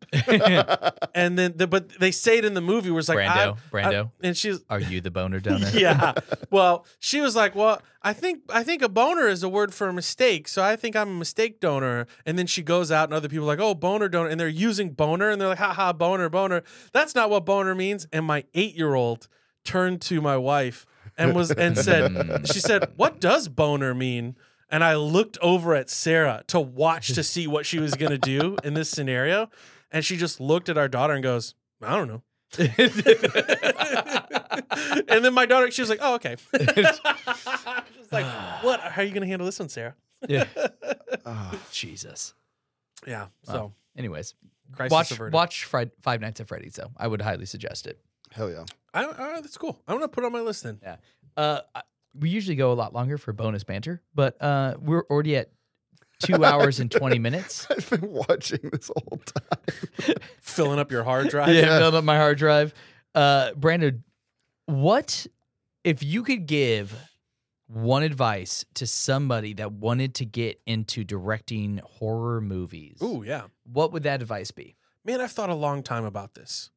and then the, but they say it in the movie where it's like
Brando,
I- I-
Brando.
and she's
Are you the boner donor?
yeah. Well, she was like, "Well, I think I think a boner is a word for a mistake, so I think I'm a mistake donor." And then she goes out, and other people are like, "Oh, boner donor," and they're using boner, and they're like, "Ha ha, boner, boner." That's not what boner means. And my eight year old turned to my wife and was and said, "She said, what does boner mean?" And I looked over at Sarah to watch to see what she was gonna do in this scenario, and she just looked at our daughter and goes, "I don't know." and then my daughter, she was like, "Oh,
*laughs*
okay." *laughs* She's like, "What? How are you going to handle this one, Sarah?"
*laughs* yeah. Oh,
Ah.
Jesus. Oh.
Yeah. So,
Wow. Anyways,
crisis
watch
averted.
watch Fri- Five Nights at Freddy's though. I would highly suggest it.
Hell yeah.
I, I, that's cool. I'm going to put it on my list then.
Yeah. Uh, I- we usually go a lot longer for bonus banter, but uh, we're already at two hours and twenty minutes.
*laughs* I've been watching this whole time.
Filling up your hard drive.
*laughs* yeah, filled up my hard drive. Uh, Brandon, what if you could give one advice to somebody that wanted to get into directing horror movies?
Ooh, yeah.
What would that advice be?
Man, I've thought a long time about this.